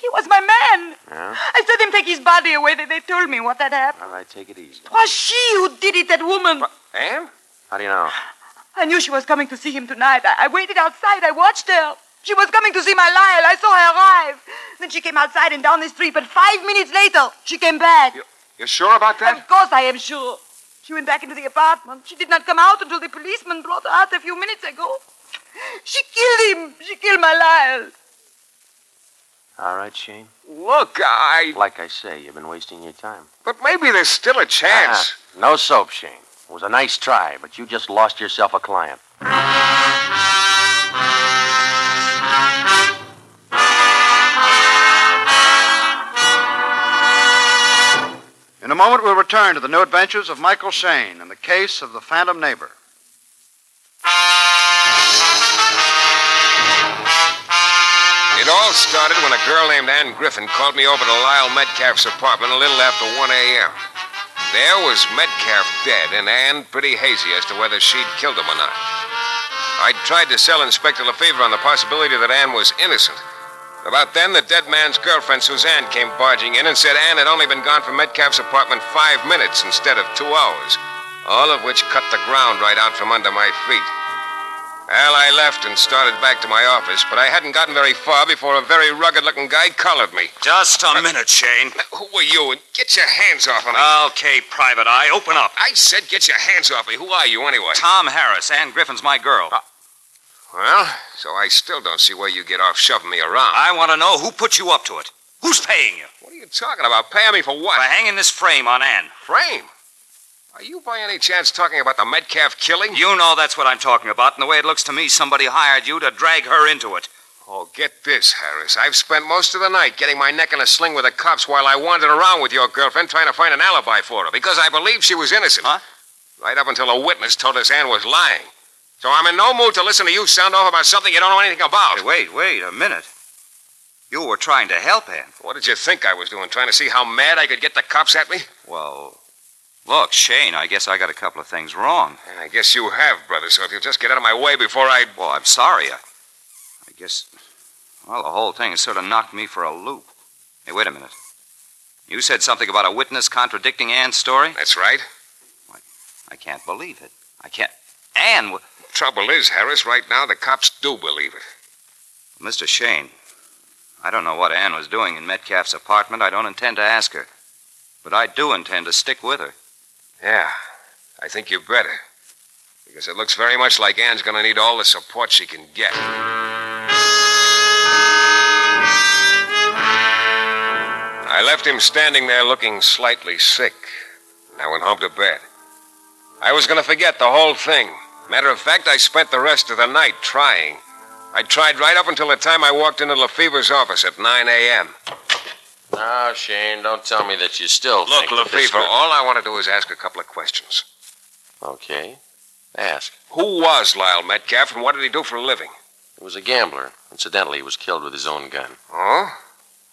S4: He was my man.
S22: Yeah?
S4: I saw them take his body away. They, they told me what had happened.
S22: All right, take it easy.
S4: It was she who did it, that woman.
S1: Anne?
S22: How do you know?
S4: I knew she was coming to see him tonight. I, I waited outside. I watched her. She was coming to see my Lyle. I saw her arrive. Then she came outside and down the street, but five minutes later, she came back.
S1: You, you're sure about that?
S4: Of course I am sure. She went back into the apartment. She did not come out until the policeman brought her out a few minutes ago. She killed him. She killed my Lyle.
S22: All right, Shane.
S1: Look, I.
S22: Like I say, you've been wasting your time.
S1: But maybe there's still a chance.
S22: Uh-uh. No soap, Shane. It was a nice try, but you just lost yourself a client.
S16: moment, we'll return to the new adventures of Michael Shane and the case of the Phantom Neighbor.
S1: It all started when a girl named Ann Griffin called me over to Lyle Metcalf's apartment a little after 1 a.m. There was Metcalf dead, and Ann pretty hazy as to whether she'd killed him or not. I tried to sell Inspector Lefevre on the possibility that Ann was innocent. About then, the dead man's girlfriend, Suzanne, came barging in and said Ann had only been gone from Metcalf's apartment five minutes instead of two hours, all of which cut the ground right out from under my feet. Well, I left and started back to my office, but I hadn't gotten very far before a very rugged looking guy collared me. Uh,
S7: Just a minute, Shane.
S1: Who are you? And get your hands off of me.
S7: Okay, Private Eye, open up.
S1: I said get your hands off me. Who are you, anyway? Uh,
S7: Tom Harris. Ann Griffin's my girl.
S1: Well, so I still don't see where you get off shoving me around.
S7: I want to know who put you up to it. Who's paying you?
S1: What are you talking about? Paying me for what?
S7: For hanging this frame on Ann.
S1: Frame? Are you by any chance talking about the Metcalf killing?
S7: You know that's what I'm talking about, and the way it looks to me, somebody hired you to drag her into it.
S1: Oh, get this, Harris. I've spent most of the night getting my neck in a sling with the cops while I wandered around with your girlfriend trying to find an alibi for her because I believed she was innocent.
S7: Huh?
S1: Right up until a witness told us Ann was lying. So I'm in no mood to listen to you sound off about something you don't know anything about.
S7: Hey, wait, wait a minute. You were trying to help Ann.
S1: What did you think I was doing? Trying to see how mad I could get the cops at me?
S7: Well, look, Shane, I guess I got a couple of things wrong.
S1: I guess you have, brother, so if you'll just get out of my way before I.
S7: Well, I'm sorry. I, I guess. Well, the whole thing has sort of knocked me for a loop. Hey, wait a minute. You said something about a witness contradicting Ann's story?
S1: That's right.
S7: I, I can't believe it. I can't. Ann. W-
S1: trouble is, Harris, right now the cops do believe it.
S7: Mr. Shane, I don't know what Ann was doing in Metcalf's apartment. I don't intend to ask her. But I do intend to stick with her.
S1: Yeah, I think you better. Because it looks very much like Ann's going to need all the support she can get. I left him standing there looking slightly sick. And I went home to bed. I was going to forget the whole thing. Matter of fact, I spent the rest of the night trying. I tried right up until the time I walked into Lefevre's office at 9 a.m.
S23: Now, Ah, Shane, don't tell me that you still
S1: Look, Lefevre, all I want to do is ask a couple of questions.
S23: Okay. Ask.
S1: Who was Lyle Metcalf and what did he do for a living?
S23: He was a gambler. Incidentally, he was killed with his own gun.
S1: Oh?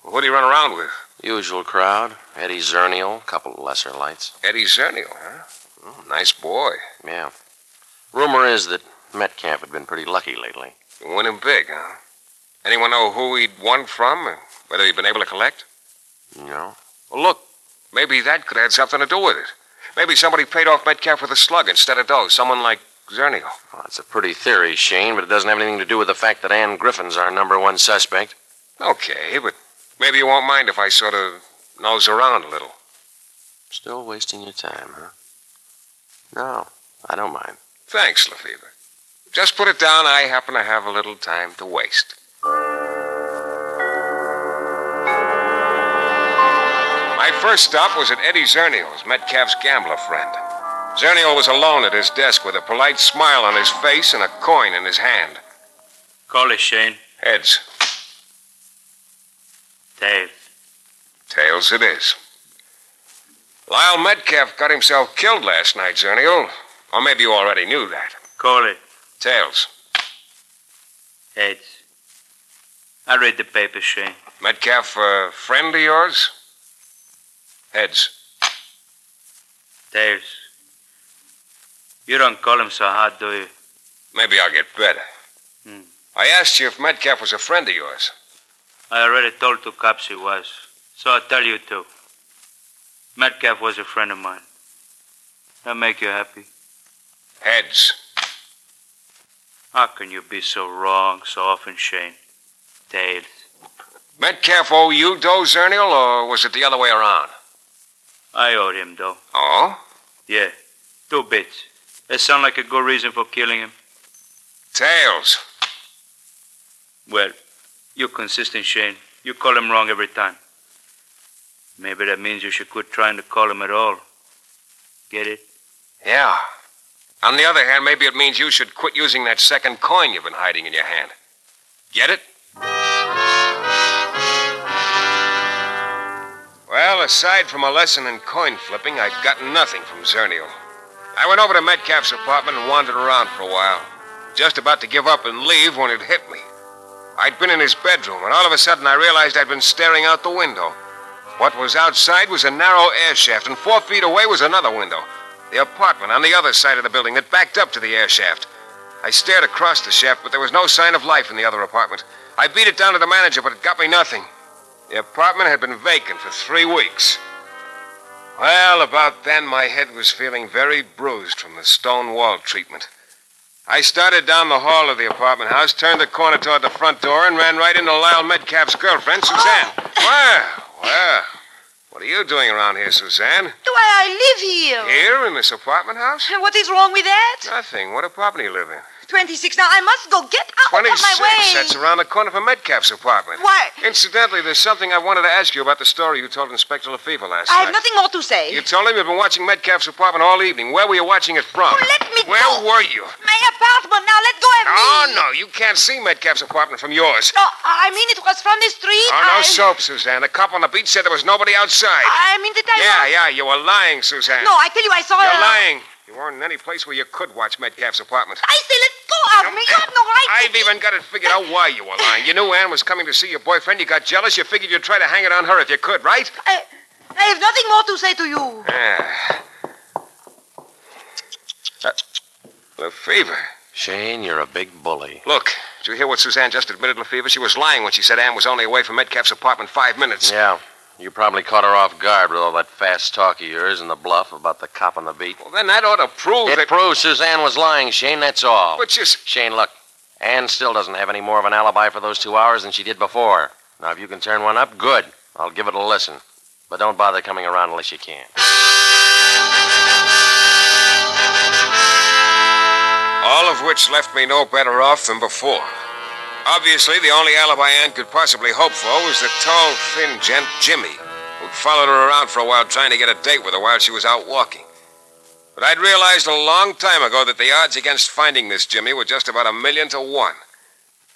S1: Well, who'd he run around with?
S23: Usual crowd. Eddie Zernial, couple of lesser lights.
S1: Eddie Zernial, huh? Oh, nice boy.
S23: Yeah. Rumor is that Metcalf had been pretty lucky lately.
S1: Winning big, huh? Anyone know who he'd won from or whether he'd been able to collect?
S23: No.
S1: Well, look, maybe that could have something to do with it. Maybe somebody paid off Metcalf with a slug instead of dough, someone like Zernial.
S23: Well, that's a pretty theory, Shane, but it doesn't have anything to do with the fact that Ann Griffin's our number one suspect.
S1: Okay, but maybe you won't mind if I sort of nose around a little.
S23: Still wasting your time, huh? No, I don't mind.
S1: Thanks, Lefevre. Just put it down. I happen to have a little time to waste. My first stop was at Eddie Zernial's, Metcalf's gambler friend. Zernial was alone at his desk with a polite smile on his face and a coin in his hand.
S24: Call it, Shane.
S1: Heads.
S24: Tails.
S1: Tails it is. Lyle Metcalf got himself killed last night, Zernial. Or maybe you already knew that.
S24: Call it.
S1: Tails.
S24: Heads. I read the paper, Shane.
S1: Metcalf, a uh, friend of yours? Heads.
S24: Tails. You don't call him so hard, do you?
S1: Maybe I'll get better.
S24: Hmm.
S1: I asked you if Metcalf was a friend of yours.
S24: I already told two cops he was, so I'll tell you too. Metcalf was a friend of mine. That make you happy?
S1: Heads.
S24: How can you be so wrong so often, Shane? Tails.
S1: Metcalf owe you dough, Zernial, or was it the other way around?
S24: I owed him dough.
S1: Oh?
S24: Yeah. Two bits. That sound like a good reason for killing him?
S1: Tails.
S24: Well, you're consistent, Shane. You call him wrong every time. Maybe that means you should quit trying to call him at all. Get it?
S1: Yeah. On the other hand, maybe it means you should quit using that second coin you've been hiding in your hand. Get it? Well, aside from a lesson in coin flipping, I'd gotten nothing from Zernial. I went over to Metcalf's apartment and wandered around for a while, just about to give up and leave when it hit me. I'd been in his bedroom, and all of a sudden I realized I'd been staring out the window. What was outside was a narrow air shaft, and four feet away was another window. The apartment on the other side of the building that backed up to the air shaft. I stared across the shaft, but there was no sign of life in the other apartment. I beat it down to the manager, but it got me nothing. The apartment had been vacant for three weeks. Well, about then, my head was feeling very bruised from the stone wall treatment. I started down the hall of the apartment house, turned the corner toward the front door, and ran right into Lyle Metcalf's girlfriend, Suzanne. Well, well. What are you doing around here, Suzanne?
S4: Why, I live here.
S1: Here in this apartment house?
S4: What is wrong with that?
S1: Nothing. What apartment do you live in?
S4: 26. Now, I must go. Get out of
S1: 26.
S4: my way.
S1: That's around the corner from Metcalf's apartment.
S4: Why?
S1: Incidentally, there's something I wanted to ask you about the story you told Inspector Lefevre last
S4: I have
S1: night.
S4: nothing more to say.
S1: You told him you've been watching Metcalf's apartment all evening. Where were you watching it from?
S4: Let me
S1: Where
S4: go.
S1: were you?
S4: My apartment. Now, let go of
S1: Oh,
S4: me.
S1: no, you can't see Metcalf's apartment from yours.
S4: No, I mean, it was from the street.
S1: Oh, no
S4: I...
S1: soap, Suzanne. The cop on the beach said there was nobody outside.
S4: I mean, did I.
S1: yeah, yeah, you were lying, Suzanne.
S4: No, I tell you, I saw
S1: You're
S4: her.
S1: lying. You weren't in any place where you could watch Metcalf's apartment.
S4: I say, let go of me. You have no right.
S1: I've even got it figured out why you were lying. You knew Anne was coming to see your boyfriend. You got jealous. You figured you'd try to hang it on her if you could, right?
S4: I, I have nothing more to say to you.
S1: Yeah. Uh, Lefevre.
S23: Shane, you're a big bully.
S1: Look, did you hear what Suzanne just admitted, Lefevre? She was lying when she said Anne was only away from Metcalf's apartment five minutes.
S23: Yeah. You probably caught her off guard with all that fast talk of yours and the bluff about the cop on the beat.
S1: Well, then that ought to prove
S23: it
S1: Oh, that-
S23: proves Suzanne was lying, Shane. That's all.
S1: But you...
S23: Shane, look. Anne still doesn't have any more of an alibi for those two hours than she did before. Now, if you can turn one up, good. I'll give it a listen. But don't bother coming around unless you can.
S1: All of which left me no better off than before. Obviously, the only alibi Ann could possibly hope for was the tall, thin gent, Jimmy, who'd followed her around for a while trying to get a date with her while she was out walking. But I'd realized a long time ago that the odds against finding this Jimmy were just about a million to one.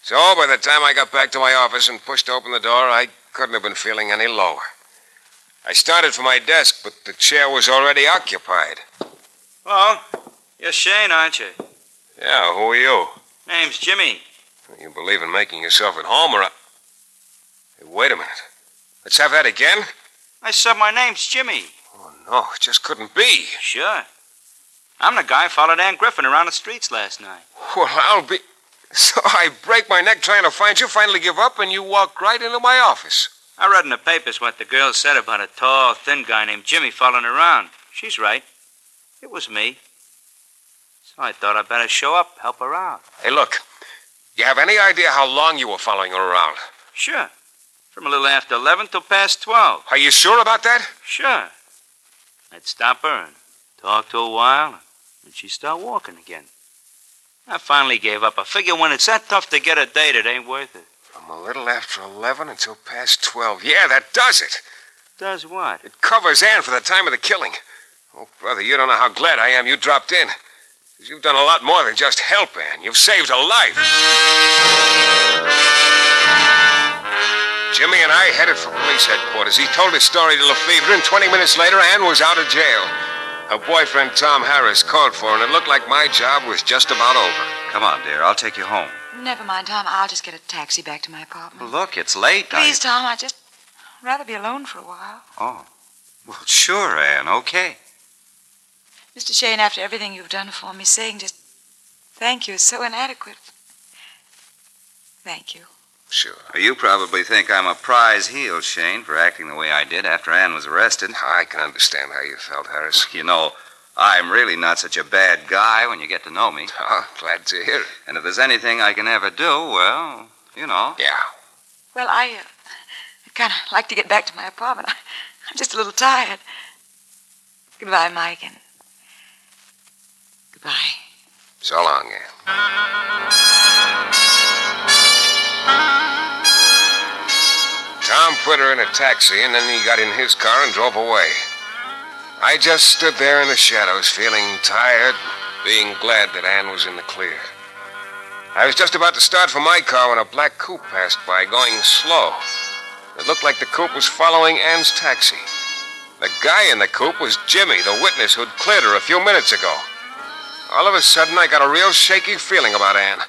S1: So by the time I got back to my office and pushed open the door, I couldn't have been feeling any lower. I started for my desk, but the chair was already occupied.
S24: Well, you're Shane, aren't you?
S1: Yeah, who are you?
S24: Name's Jimmy.
S1: You believe in making yourself at home or. I- Hey, wait a minute. Let's have that again?
S24: I said my name's Jimmy.
S1: Oh, No, it just couldn't be.
S24: Sure. I'm the guy who followed Ann Griffin around the streets last night.
S1: Well, I'll be. So I break my neck trying to find you, finally give up, and you walk right into my office.
S24: I read in the papers what the girl said about a tall, thin guy named Jimmy following her around. She's right. It was me. So I thought I'd better show up, help her out.
S1: Hey, look. You have any idea how long you were following her around?
S24: Sure. From a little after 11 till past 12.
S1: Are you sure about that?
S24: Sure. I'd stop her and talk to her a while, and she'd start walking again. I finally gave up. I figure when it's that tough to get a date, it ain't worth it.
S1: From a little after 11 until past 12. Yeah, that does it.
S24: Does what?
S1: It covers Ann for the time of the killing. Oh, brother, you don't know how glad I am you dropped in. 'Cause You've done a lot more than just help Ann. You've saved a life. Jimmy and I headed for police headquarters. He told his story to Lefevre, and 20 minutes later, Ann was out of jail. Her boyfriend, Tom Harris, called for her, and it looked like my job was just about over.
S7: Come on, dear. I'll take you home.
S25: Never mind, Tom. I'll just get a taxi back to my apartment.
S7: Look, it's late. I-
S25: Please, Tom, I just rather be alone for a while.
S7: Oh. Well, sure, Ann. Okay.
S25: Mr. Shane, after everything you've done for me, saying just thank you is so inadequate. Thank you.
S1: Sure.
S7: You probably think I'm a prize heel, Shane, for acting the way I did after Ann was arrested.
S1: I can understand how you felt, Harris.
S7: You know, I'm really not such a bad guy when you get to know me.
S1: Oh, glad to hear it.
S7: And if there's anything I can ever do, well, you know.
S1: Yeah.
S25: Well, I uh, kind of like to get back to my apartment. I, I'm just a little tired. Goodbye, Mike, and goodbye.
S1: So long, Ann. Tom put her in a taxi, and then he got in his car and drove away. I just stood there in the shadows, feeling tired, being glad that Ann was in the clear. I was just about to start for my car when a black coupe passed by, going slow. It looked like the coupe was following Ann's taxi. The guy in the coop was Jimmy, the witness who'd cleared her a few minutes ago. All of a sudden, I got a real shaky feeling about Ann.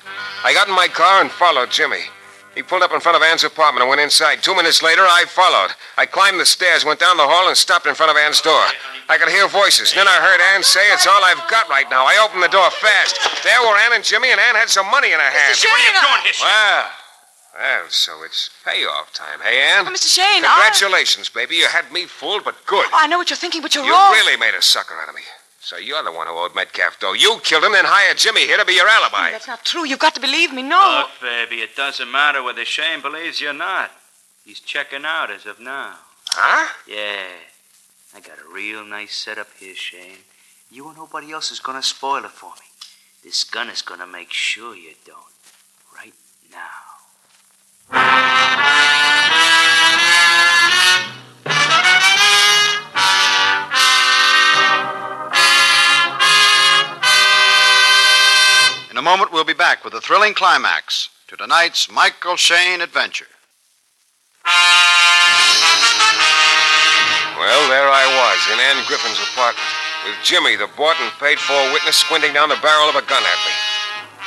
S1: I got in my car and followed Jimmy. He pulled up in front of Ann's apartment and went inside. Two minutes later, I followed. I climbed the stairs, went down the hall, and stopped in front of Ann's door. I could hear voices. Then I heard Ann say, It's all I've got right now. I opened the door fast. There were Ann and Jimmy, and Ann had some money in her hand.
S4: Shane, What are you I- doing
S1: this Well, well, so it's payoff time. Hey, Ann?
S4: Oh, Mr. Shane, I-
S1: Congratulations, baby. You had me fooled, but good.
S4: Oh, I know what you're thinking, but you're
S1: You
S4: wrong.
S1: really made a sucker out of me. So you're the one who owed Metcalf dough. You killed him, then hired Jimmy here to be your alibi.
S4: That's not true. You've got to believe me. No.
S1: Oh. Uh,
S8: Look, baby, it doesn't matter whether Shane believes you or not. He's checking out as of now.
S1: Huh?
S8: Yeah. I got a real nice setup here, Shane. You or nobody else is gonna spoil it for me. This gun is gonna make sure you don't. Right now.
S16: In a moment, we'll be back with a thrilling climax to tonight's Michael Shane adventure.
S1: Well, there I was in Ann Griffin's apartment with Jimmy, the bought and paid for witness, squinting down the barrel of a gun at me.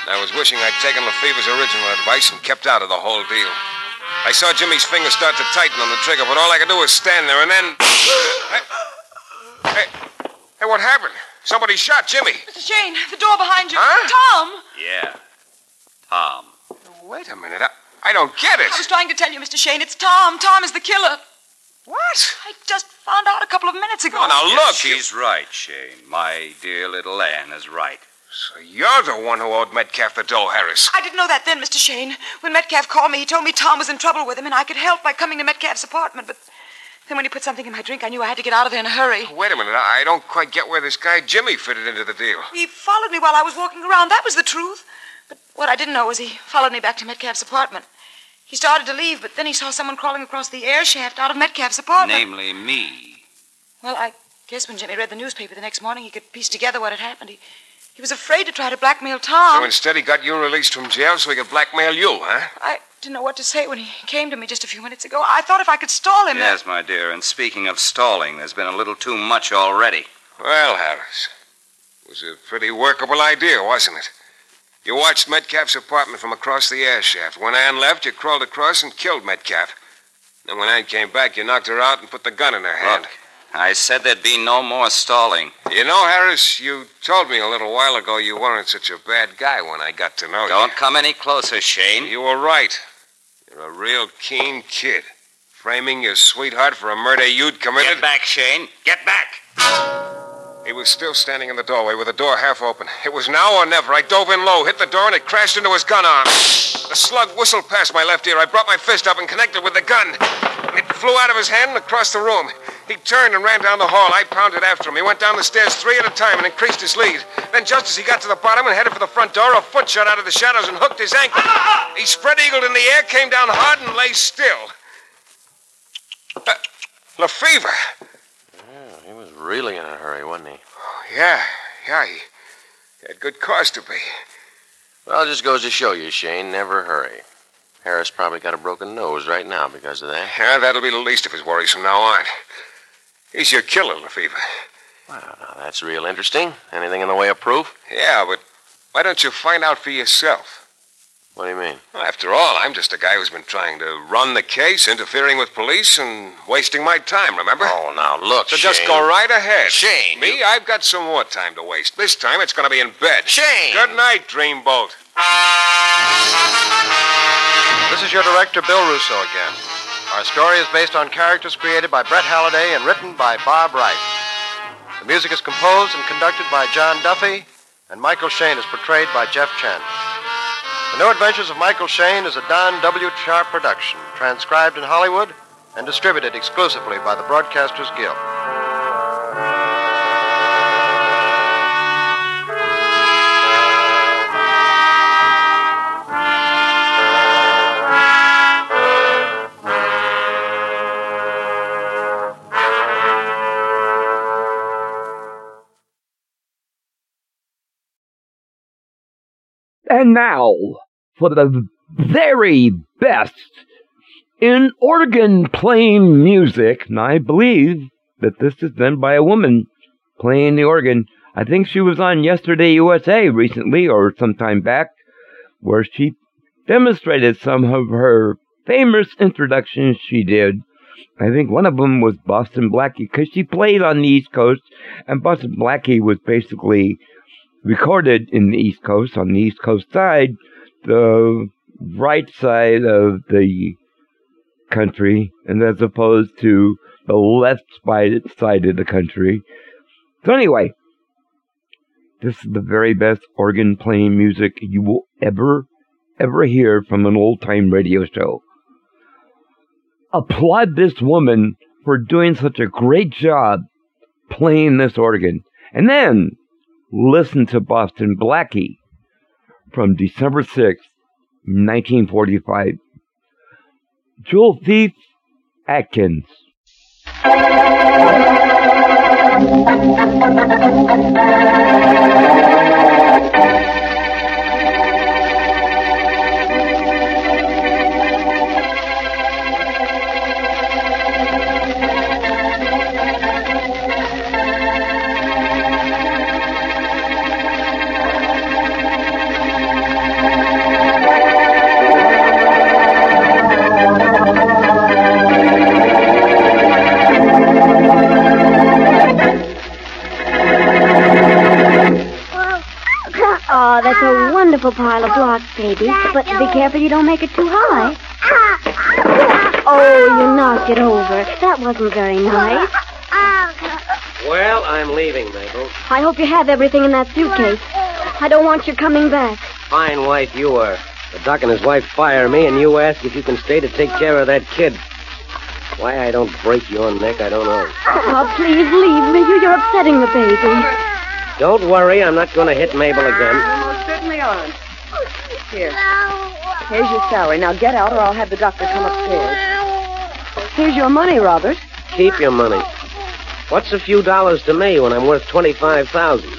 S1: I was wishing I'd taken Lefevre's original advice and kept out of the whole deal. I saw Jimmy's fingers start to tighten on the trigger, but all I could do was stand there and then. hey, hey, hey, what happened? Somebody shot Jimmy.
S4: Mr. Shane, the door behind you. Tom!
S1: Yeah. Tom. Wait a minute. I, I don't get it.
S4: I was trying to tell you, Mr. Shane. It's Tom. Tom is the killer.
S1: What?
S4: I just found out a couple of minutes ago.
S6: look. She's right, Shane. My dear little Anne is right.
S1: So you're the one who owed Metcalf the dough, Harris.
S4: I didn't know that then, Mr. Shane. When Metcalf called me, he told me Tom was in trouble with him and I could help by coming to Metcalf's apartment. But then when he put something in my drink, I knew I had to get out of there in a hurry.
S1: Wait a minute. I I don't quite get where this guy Jimmy fitted into the deal.
S4: He followed me while I was walking around. That was the truth. But what I didn't know was he followed me back to Metcalf's apartment. He started to leave, but then he saw someone crawling across the air shaft out of Metcalf's apartment.
S6: Namely, me.
S4: Well, I guess when Jimmy read the newspaper the next morning, he could piece together what had happened. He, he was afraid to try to blackmail Tom.
S1: So instead, he got you released from jail so he could blackmail you, huh?
S4: I didn't know what to say when he came to me just a few minutes ago. I thought if I could stall him.
S6: Yes, my dear. And speaking of stalling, there's been a little too much already.
S1: Well, Harris, it was a pretty workable idea, wasn't it? You watched Metcalf's apartment from across the air shaft. When Ann left, you crawled across and killed Metcalf. Then when Ann came back, you knocked her out and put the gun in her hand.
S6: I said there'd be no more stalling.
S1: You know, Harris, you told me a little while ago you weren't such a bad guy when I got to know you.
S6: Don't come any closer, Shane.
S1: You were right. You're a real keen kid. Framing your sweetheart for a murder you'd committed. Get
S6: back, Shane. Get back.
S1: He was still standing in the doorway with the door half open. It was now or never. I dove in low, hit the door, and it crashed into his gun arm. The slug whistled past my left ear. I brought my fist up and connected with the gun. It flew out of his hand and across the room. He turned and ran down the hall. I pounded after him. He went down the stairs three at a time and increased his lead. Then, just as he got to the bottom and headed for the front door, a foot shot out of the shadows and hooked his ankle. He spread eagled in the air, came down hard, and lay still. Uh, Lefevre.
S5: Yeah, he was really in a hurry, wasn't he?
S1: Yeah, yeah, he he had good cause to be.
S5: Well, it just goes to show you, Shane, never hurry. Harris probably got a broken nose right now because of that.
S1: Yeah, that'll be the least of his worries from now on. He's your killer, Lefevre.
S5: Well, now that's real interesting. Anything in the way of proof?
S1: Yeah, but why don't you find out for yourself?
S5: What do you mean?
S1: After all, I'm just a guy who's been trying to run the case, interfering with police, and wasting my time, remember?
S5: Oh, now look,
S1: So just
S5: Shane.
S1: go right ahead.
S5: Shane,
S1: Me, I've got some more time to waste. This time it's going to be in bed. Shane! Good night, Dreamboat.
S16: This is your director, Bill Russo, again. Our story is based on characters created by Brett Halliday and written by Bob Wright. The music is composed and conducted by John Duffy, and Michael Shane is portrayed by Jeff Chandler. The New Adventures of Michael Shane is a Don W. Sharp production, transcribed in Hollywood and distributed exclusively by the Broadcasters Guild.
S9: And now, for the very best in organ playing music, and I believe
S8: that this is done by a woman playing the organ. I think she was on Yesterday USA recently or some time back, where she demonstrated some of her famous introductions she did. I think one of them was Boston Blackie, because she played on the East Coast, and Boston Blackie was basically recorded in the East Coast, on the East Coast side, the right side of the country, and as opposed to the left side of the country. So, anyway, this is the very best organ playing music you will ever, ever hear from an old time radio show. Applaud this woman for doing such a great job playing this organ. And then listen to Boston Blackie from December 6th, 1945. Jewel Thief Atkins.
S26: Oh, that's a wonderful pile of blocks, baby. But be careful you don't make it too high. Oh, you knocked it over. That wasn't very nice.
S27: Well, I'm leaving, Mabel.
S26: I hope you have everything in that suitcase. I don't want you coming back.
S27: Fine wife you are. The doc and his wife fire me, and you ask if you can stay to take care of that kid. Why I don't break your neck, I don't know.
S26: Oh, please leave me. You're upsetting the baby.
S27: Don't worry, I'm not going to hit Mabel again.
S17: You most certainly aren't. Here. Here's your salary. Now get out, or I'll have the doctor come upstairs. Here's your money, Robert.
S27: Keep your money. What's a few dollars to me when I'm worth twenty-five thousand?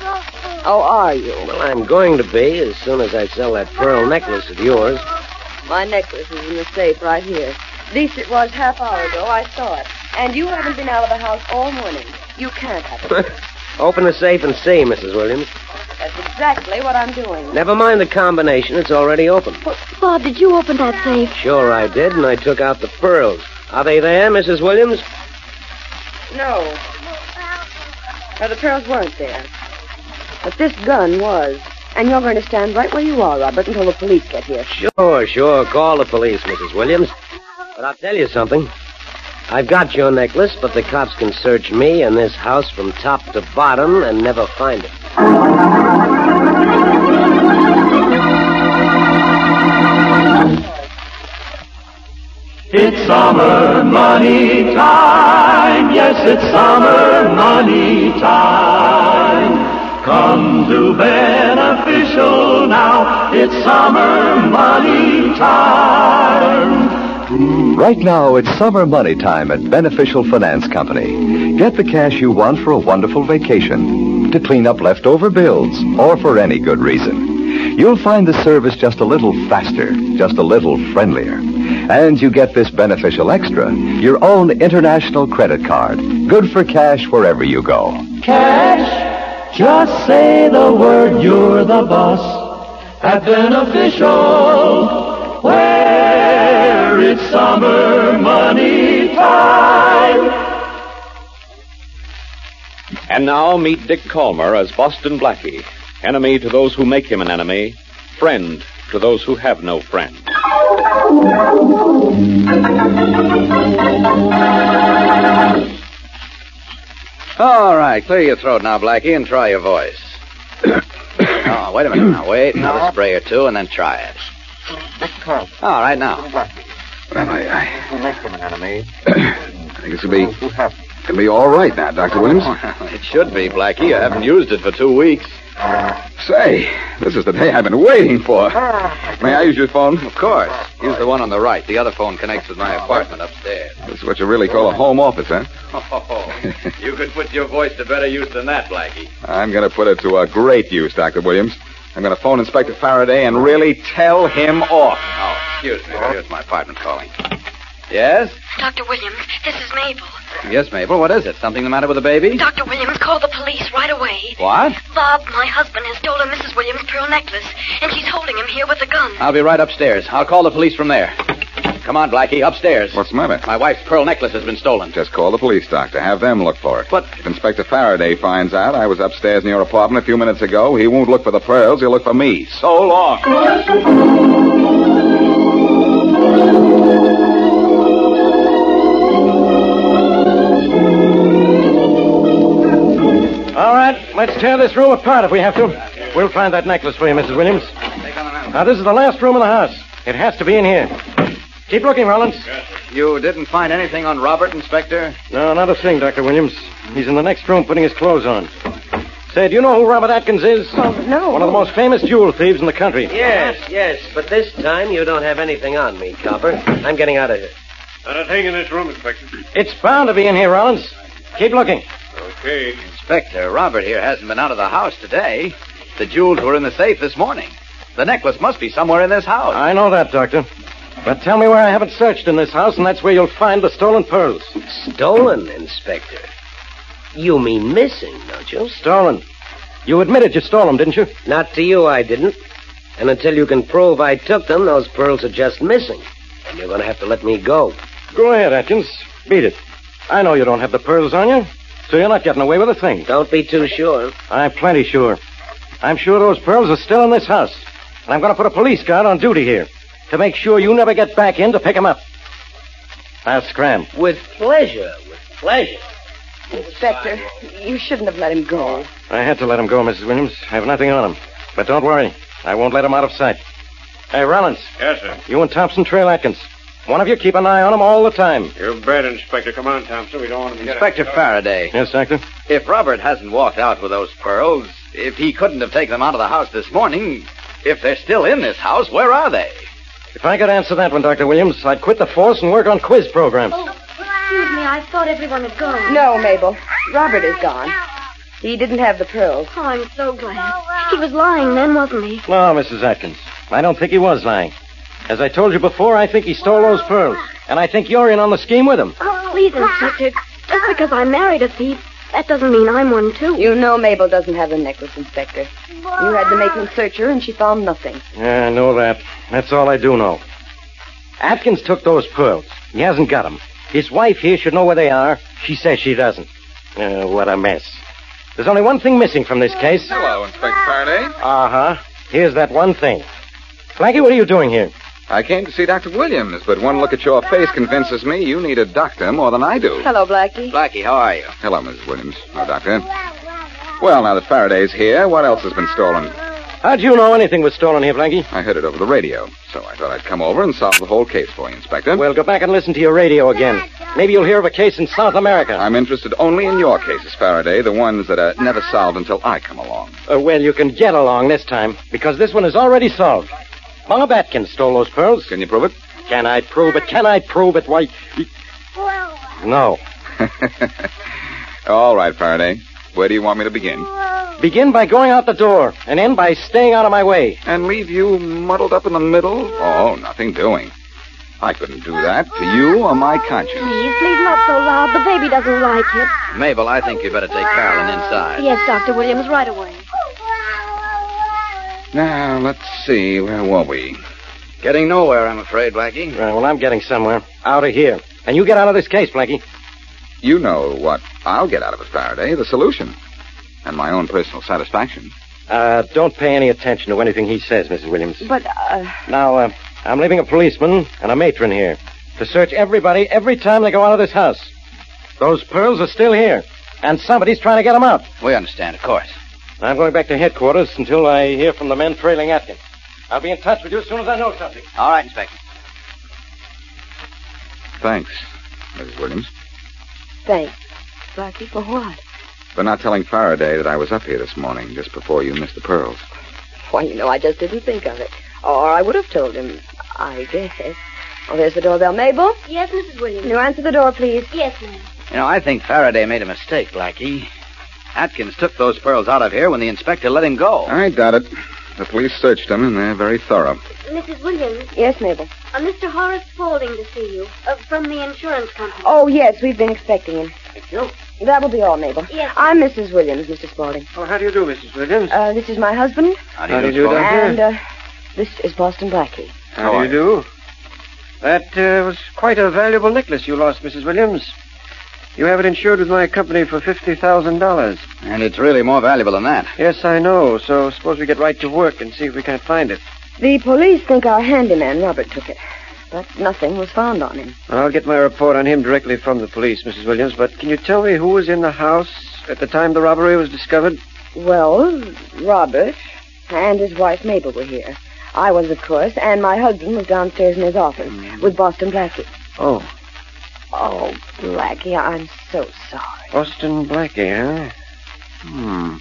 S17: Oh, are you?
S27: Well, I'm going to be as soon as I sell that pearl necklace of yours.
S17: My necklace is in the safe right here. At least it was half hour ago. I saw it. And you haven't been out of the house all morning. You can't have it.
S27: Open the safe and see, Mrs. Williams.
S17: That's exactly what I'm doing.
S27: Never mind the combination; it's already open.
S26: Bob, did you open that safe?
S27: Sure, I did, and I took out the pearls. Are they there, Mrs. Williams?
S17: No. No, the pearls weren't there. But this gun was. And you're going to stand right where you are, Robert, until the police get here.
S27: Sure, sure. Call the police, Mrs. Williams. But I'll tell you something. I've got your necklace, but the cops can search me and this house from top to bottom and never find it.
S28: It's summer money time. Yes, it's summer money time. Come to beneficial now. It's summer money time.
S29: Right now, it's summer money time at Beneficial Finance Company. Get the cash you want for a wonderful vacation, to clean up leftover bills, or for any good reason. You'll find the service just a little faster, just a little friendlier. And you get this beneficial extra, your own international credit card, good for cash wherever you go.
S28: Cash, just say the word, you're the boss at Beneficial, where it's summer money time.
S30: And now meet Dick Calmer as Boston Blackie, enemy to those who make him an enemy, friend to those who have no friend.
S31: All right, clear your throat now, Blackie, and try your voice. oh, wait a minute now. Wait another spray or two, and then try it. All right, now.
S32: Well, I, I think this will be, it'll be all right now, Dr. Williams.
S31: It should be, Blackie. You haven't used it for two weeks.
S32: Say, this is the day I've been waiting for. May I use your phone?
S31: Of course. Use the one on the right. The other phone connects with my apartment upstairs.
S32: This is what you really call a home office, huh?
S31: Oh, you could put your voice to better use than that, Blackie.
S32: I'm going to put it to a great use, Dr. Williams. I'm going to phone Inspector Faraday and really tell him off.
S31: Oh, Excuse me. Here's my apartment calling. Yes?
S33: Dr. Williams, this is Mabel.
S31: Yes, Mabel. What is it? Something the matter with the baby?
S33: Dr. Williams, call the police right away.
S31: What?
S33: Bob, my husband, has stolen Mrs. Williams' pearl necklace, and she's holding him here with a gun.
S31: I'll be right upstairs. I'll call the police from there. Come on, Blackie, upstairs.
S32: What's the matter?
S31: My wife's pearl necklace has been stolen.
S32: Just call the police, Doctor. Have them look for it.
S31: But-
S32: If Inspector Faraday finds out I was upstairs in your apartment a few minutes ago, he won't look for the pearls. He'll look for me. So long.
S34: All right, let's tear this room apart if we have to. We'll find that necklace for you, Mrs. Williams. Now, this is the last room in the house. It has to be in here. Keep looking, Rollins.
S31: You didn't find anything on Robert, Inspector?
S34: No, not a thing, Dr. Williams. He's in the next room putting his clothes on. Say, do you know who Robert Atkins is?
S17: no.
S34: One of the most famous jewel thieves in the country.
S27: Yes, yes, but this time you don't have anything on me, Copper. I'm getting out of here.
S30: Not a thing in this room, Inspector.
S34: It's bound to be in here, Rollins. Keep looking.
S30: Okay.
S31: Inspector, Robert here hasn't been out of the house today. The jewels were in the safe this morning. The necklace must be somewhere in this house.
S34: I know that, Doctor. But tell me where I haven't searched in this house, and that's where you'll find the stolen pearls.
S27: Stolen, Inspector? You mean missing, don't you?
S34: Stolen. You admitted you stole them, didn't you?
S27: Not to you, I didn't. And until you can prove I took them, those pearls are just missing. And you're going to have to let me go.
S34: Go ahead, Atkins. Beat it. I know you don't have the pearls on you, so you're not getting away with a thing.
S27: Don't be too sure.
S34: I'm plenty sure. I'm sure those pearls are still in this house. And I'm going to put a police guard on duty here to make sure you never get back in to pick 'em up. Now, scram.
S27: With pleasure, with pleasure.
S17: Inspector, you shouldn't have let him go.
S34: I had to let him go, Mrs. Williams. I have nothing on him. But don't worry. I won't let him out of sight. Hey, Rollins,
S30: Yes, sir.
S34: you and Thompson trail Atkins. One of you keep an eye on him all the time.
S30: You bet, Inspector. Come on, Thompson. We don't want to be
S31: Inspector Faraday.
S34: Yes, Doctor?
S31: If Robert hasn't walked out with those pearls, if he couldn't have taken them out of the house this morning, if they're still in this house, where are they?
S34: If I could answer that one, Dr. Williams, I'd quit the force and work on quiz programs.
S17: Oh.
S33: Oh, Excuse me, I thought everyone had gone.
S17: No, Mabel. Robert is gone. He didn't have the pearls.
S33: Oh, I'm so glad. He was lying then, wasn't he?
S34: No, Mrs. Atkins. I don't think he was lying. As I told you before, I think he stole those pearls. And I think you're in on the scheme with him.
S33: Please, Inspector, just because I married a thief, that doesn't mean I'm one, too.
S17: You know Mabel doesn't have the necklace, Inspector. You had to make him search her, and she found nothing.
S34: Yeah, I know that. That's all I do know. Atkins took those pearls. He hasn't got 'em. His wife here should know where they are. She says she doesn't. Uh, what a mess. There's only one thing missing from this case.
S32: Hello, Inspector Faraday.
S34: Uh huh. Here's that one thing. Blackie, what are you doing here?
S32: I came to see Dr. Williams, but one look at your face convinces me you need a doctor more than I do.
S17: Hello, Blackie.
S31: Blackie, how are you?
S32: Hello, Mrs. Williams. Hello, Doctor. Well, now that Faraday's here, what else has been stolen?
S34: How'd you know anything was stolen here, Blackie?
S32: I heard it over the radio, so I thought I'd come over and solve the whole case for you, Inspector.
S34: Well, go back and listen to your radio again. Maybe you'll hear of a case in South America.
S32: I'm interested only in your cases, Faraday, the ones that are never solved until I come along.
S34: Uh, well, you can get along this time, because this one is already solved. Bob Atkins stole those pearls.
S32: Can you prove it?
S34: Can I prove it? Can I prove it? Why? No.
S32: All right, Faraday. Where do you want me to begin?
S34: Begin by going out the door, and end by staying out of my way.
S32: And leave you muddled up in the middle? Oh, nothing doing. I couldn't do that to you or my conscience.
S33: Please, please, not so loud. The baby doesn't like it.
S31: Mabel, I think you better take Carolyn inside.
S33: Yes, Dr. Williams, right away.
S32: Now, let's see. Where were we?
S31: Getting nowhere, I'm afraid, Blackie.
S34: Right, Uh, well, I'm getting somewhere. Out of here. And you get out of this case, Blackie.
S32: You know what I'll get out of it, Faraday. The solution. And my own personal satisfaction.
S34: Uh, don't pay any attention to anything he says, Mrs. Williams.
S17: But, uh,
S34: Now, uh, I'm leaving a policeman and a matron here to search everybody every time they go out of this house. Those pearls are still here, and somebody's trying to get them out.
S31: We understand, of course.
S34: I'm going back to headquarters until I hear from the men trailing Atkins. I'll be in touch with you as soon as I know something.
S31: All right, Inspector.
S32: Thanks, Mrs. Williams,
S17: thanks. Blackie, for what?
S32: for not telling Faraday that I was up here this morning just before you missed the pearls.
S17: Why, you know, I just didn't think of it. Or I would have told him, I guess. Oh, there's the doorbell. Mabel?
S33: Yes, Mrs. Williams.
S17: Can you answer the door, please?
S33: Yes, ma'am.
S31: You know, I think Faraday made a mistake, Blackie. Atkins took those pearls out of here when the inspector let him go.
S32: I doubt it. The police searched them, and they're Hmm, very thorough.
S33: Mrs. Williams,
S17: Yes, Mabel.
S26: Uh, Mr. Horace Spaulding to see you uh, from the insurance company.
S17: Oh, yes, we've been expecting him.
S26: No.
S17: That'll be all, Mabel.
S26: Yes.
S17: I'm Mrs. Williams, Mr. Spaulding.
S35: Oh, how do you do, Mrs. Williams?
S17: Uh, this is my husband.
S35: How do you How do, do, you do, Spaulding? Doctor?
S17: And uh, this is Boston Blackie.
S35: How, do you do? That uh, was quite a valuable necklace you lost, Mrs. Williams. You have it insured with my company for $50,000.
S36: And it's really more valuable than that.
S35: Yes, I know. So suppose we get right to work and see if we can't find it.
S17: The police think our handyman, Robert, took it, but nothing was found on him.
S35: I'll get my report on him directly from the police, Mrs. Williams, but can you tell me who was in the house at the time the robbery was discovered?
S17: Well, Robert and his wife, Mabel, were here. I was, of course, and my husband was downstairs in his office with Boston Blackie.
S35: Oh,
S17: Oh, Blackie, I'm so sorry.
S35: Austin Blackie, huh? Hmm.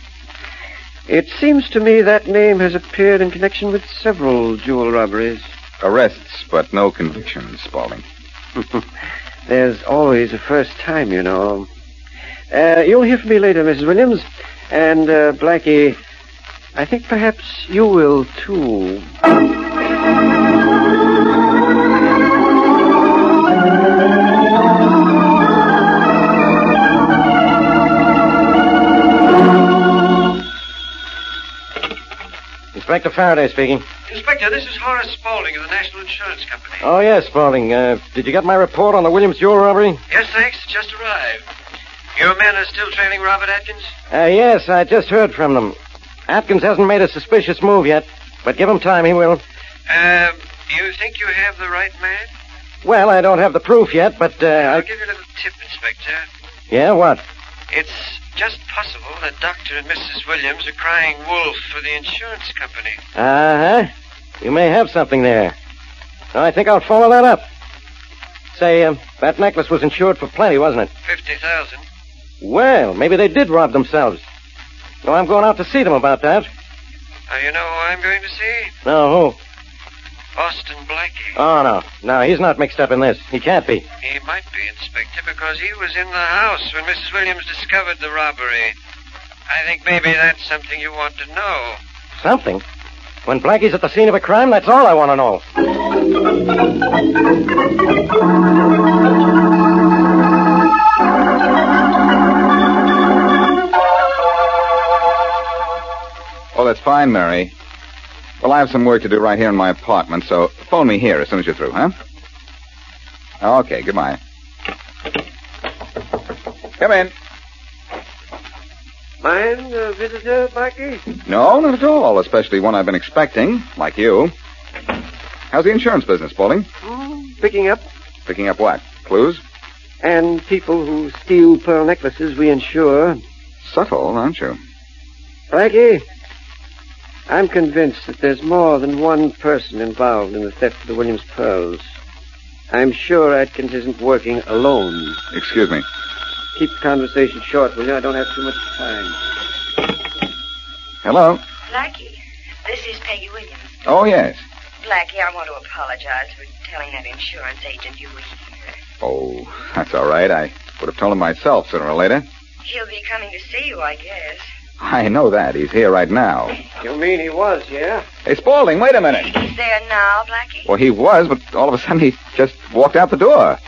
S35: It seems to me that name has appeared in connection with several jewel robberies.
S32: Arrests, but no convictions, Spaulding.
S35: There's always a first time, you know. Uh, you'll hear from me later, Mrs. Williams. And, uh, Blackie, I think perhaps you will too.
S34: Inspector Faraday speaking.
S35: Inspector, this is Horace Spaulding of the National Insurance Company.
S34: Oh, yes, Spaulding. Uh, did you get my report on the Williams Jewel robbery?
S35: Yes, thanks. Just arrived. Your men are still trailing Robert Atkins?
S34: Uh, yes, I just heard from them. Atkins hasn't made a suspicious move yet, but give him time, he will. Uh,
S35: Um, you think you have the right man?
S34: Well, I don't have the proof yet, but uh,
S35: I'll
S34: I...
S35: give you a little tip, Inspector.
S34: Yeah, what?
S35: It's just possible that Dr. and Mrs. Williams are crying wolf for the insurance company.
S34: Uh huh. You may have something there. I think I'll follow that up. Say, um, that necklace was insured for plenty, wasn't it?
S35: 50000
S34: Well, maybe they did rob themselves. Well, I'm going out to see them about that.
S35: Now, Uh, you know who I'm going to see?
S34: No, who?
S35: Austin Blackie.
S34: Oh, no. No, he's not mixed up in this. He can't be.
S35: He might be, Inspector, because he was in the house when Mrs. Williams discovered the robbery. I think maybe that's something you want to know.
S34: Something? When Blackie's at the scene of a crime, that's all I want to know.
S32: Oh, that's fine, Mary. Well, I have some work to do right here in my apartment, so phone me here as soon as you're through, huh? Okay, goodbye. Come in.
S35: Mind a visitor, Blackie?
S32: No, not at all, especially one I've been expecting, like you. How's the insurance business, Spaulding?
S35: Picking up.
S32: Picking up what? Clues?
S35: And people who steal pearl necklaces we insure.
S32: Subtle, aren't you?
S35: Blackie, I'm convinced that there's more than one person involved in the theft of the Williams pearls. I'm sure Atkins isn't working alone.
S32: Excuse me.
S35: Keep the conversation short, will you? I don't have too much time.
S32: Hello?
S4: Blackie, this is Peggy Williams.
S32: Oh, yes.
S4: Blackie, I want to apologize for telling that insurance agent you were here.
S32: Oh, that's all right. I would have told him myself sooner or later.
S4: He'll be coming to see you, I guess.
S32: I know that. He's here right now.
S35: You mean he was, yeah?
S32: Hey, Spaulding, wait a minute.
S4: He's there now, Blackie.
S32: Well, he was, but all of a sudden he just walked out the door.
S4: I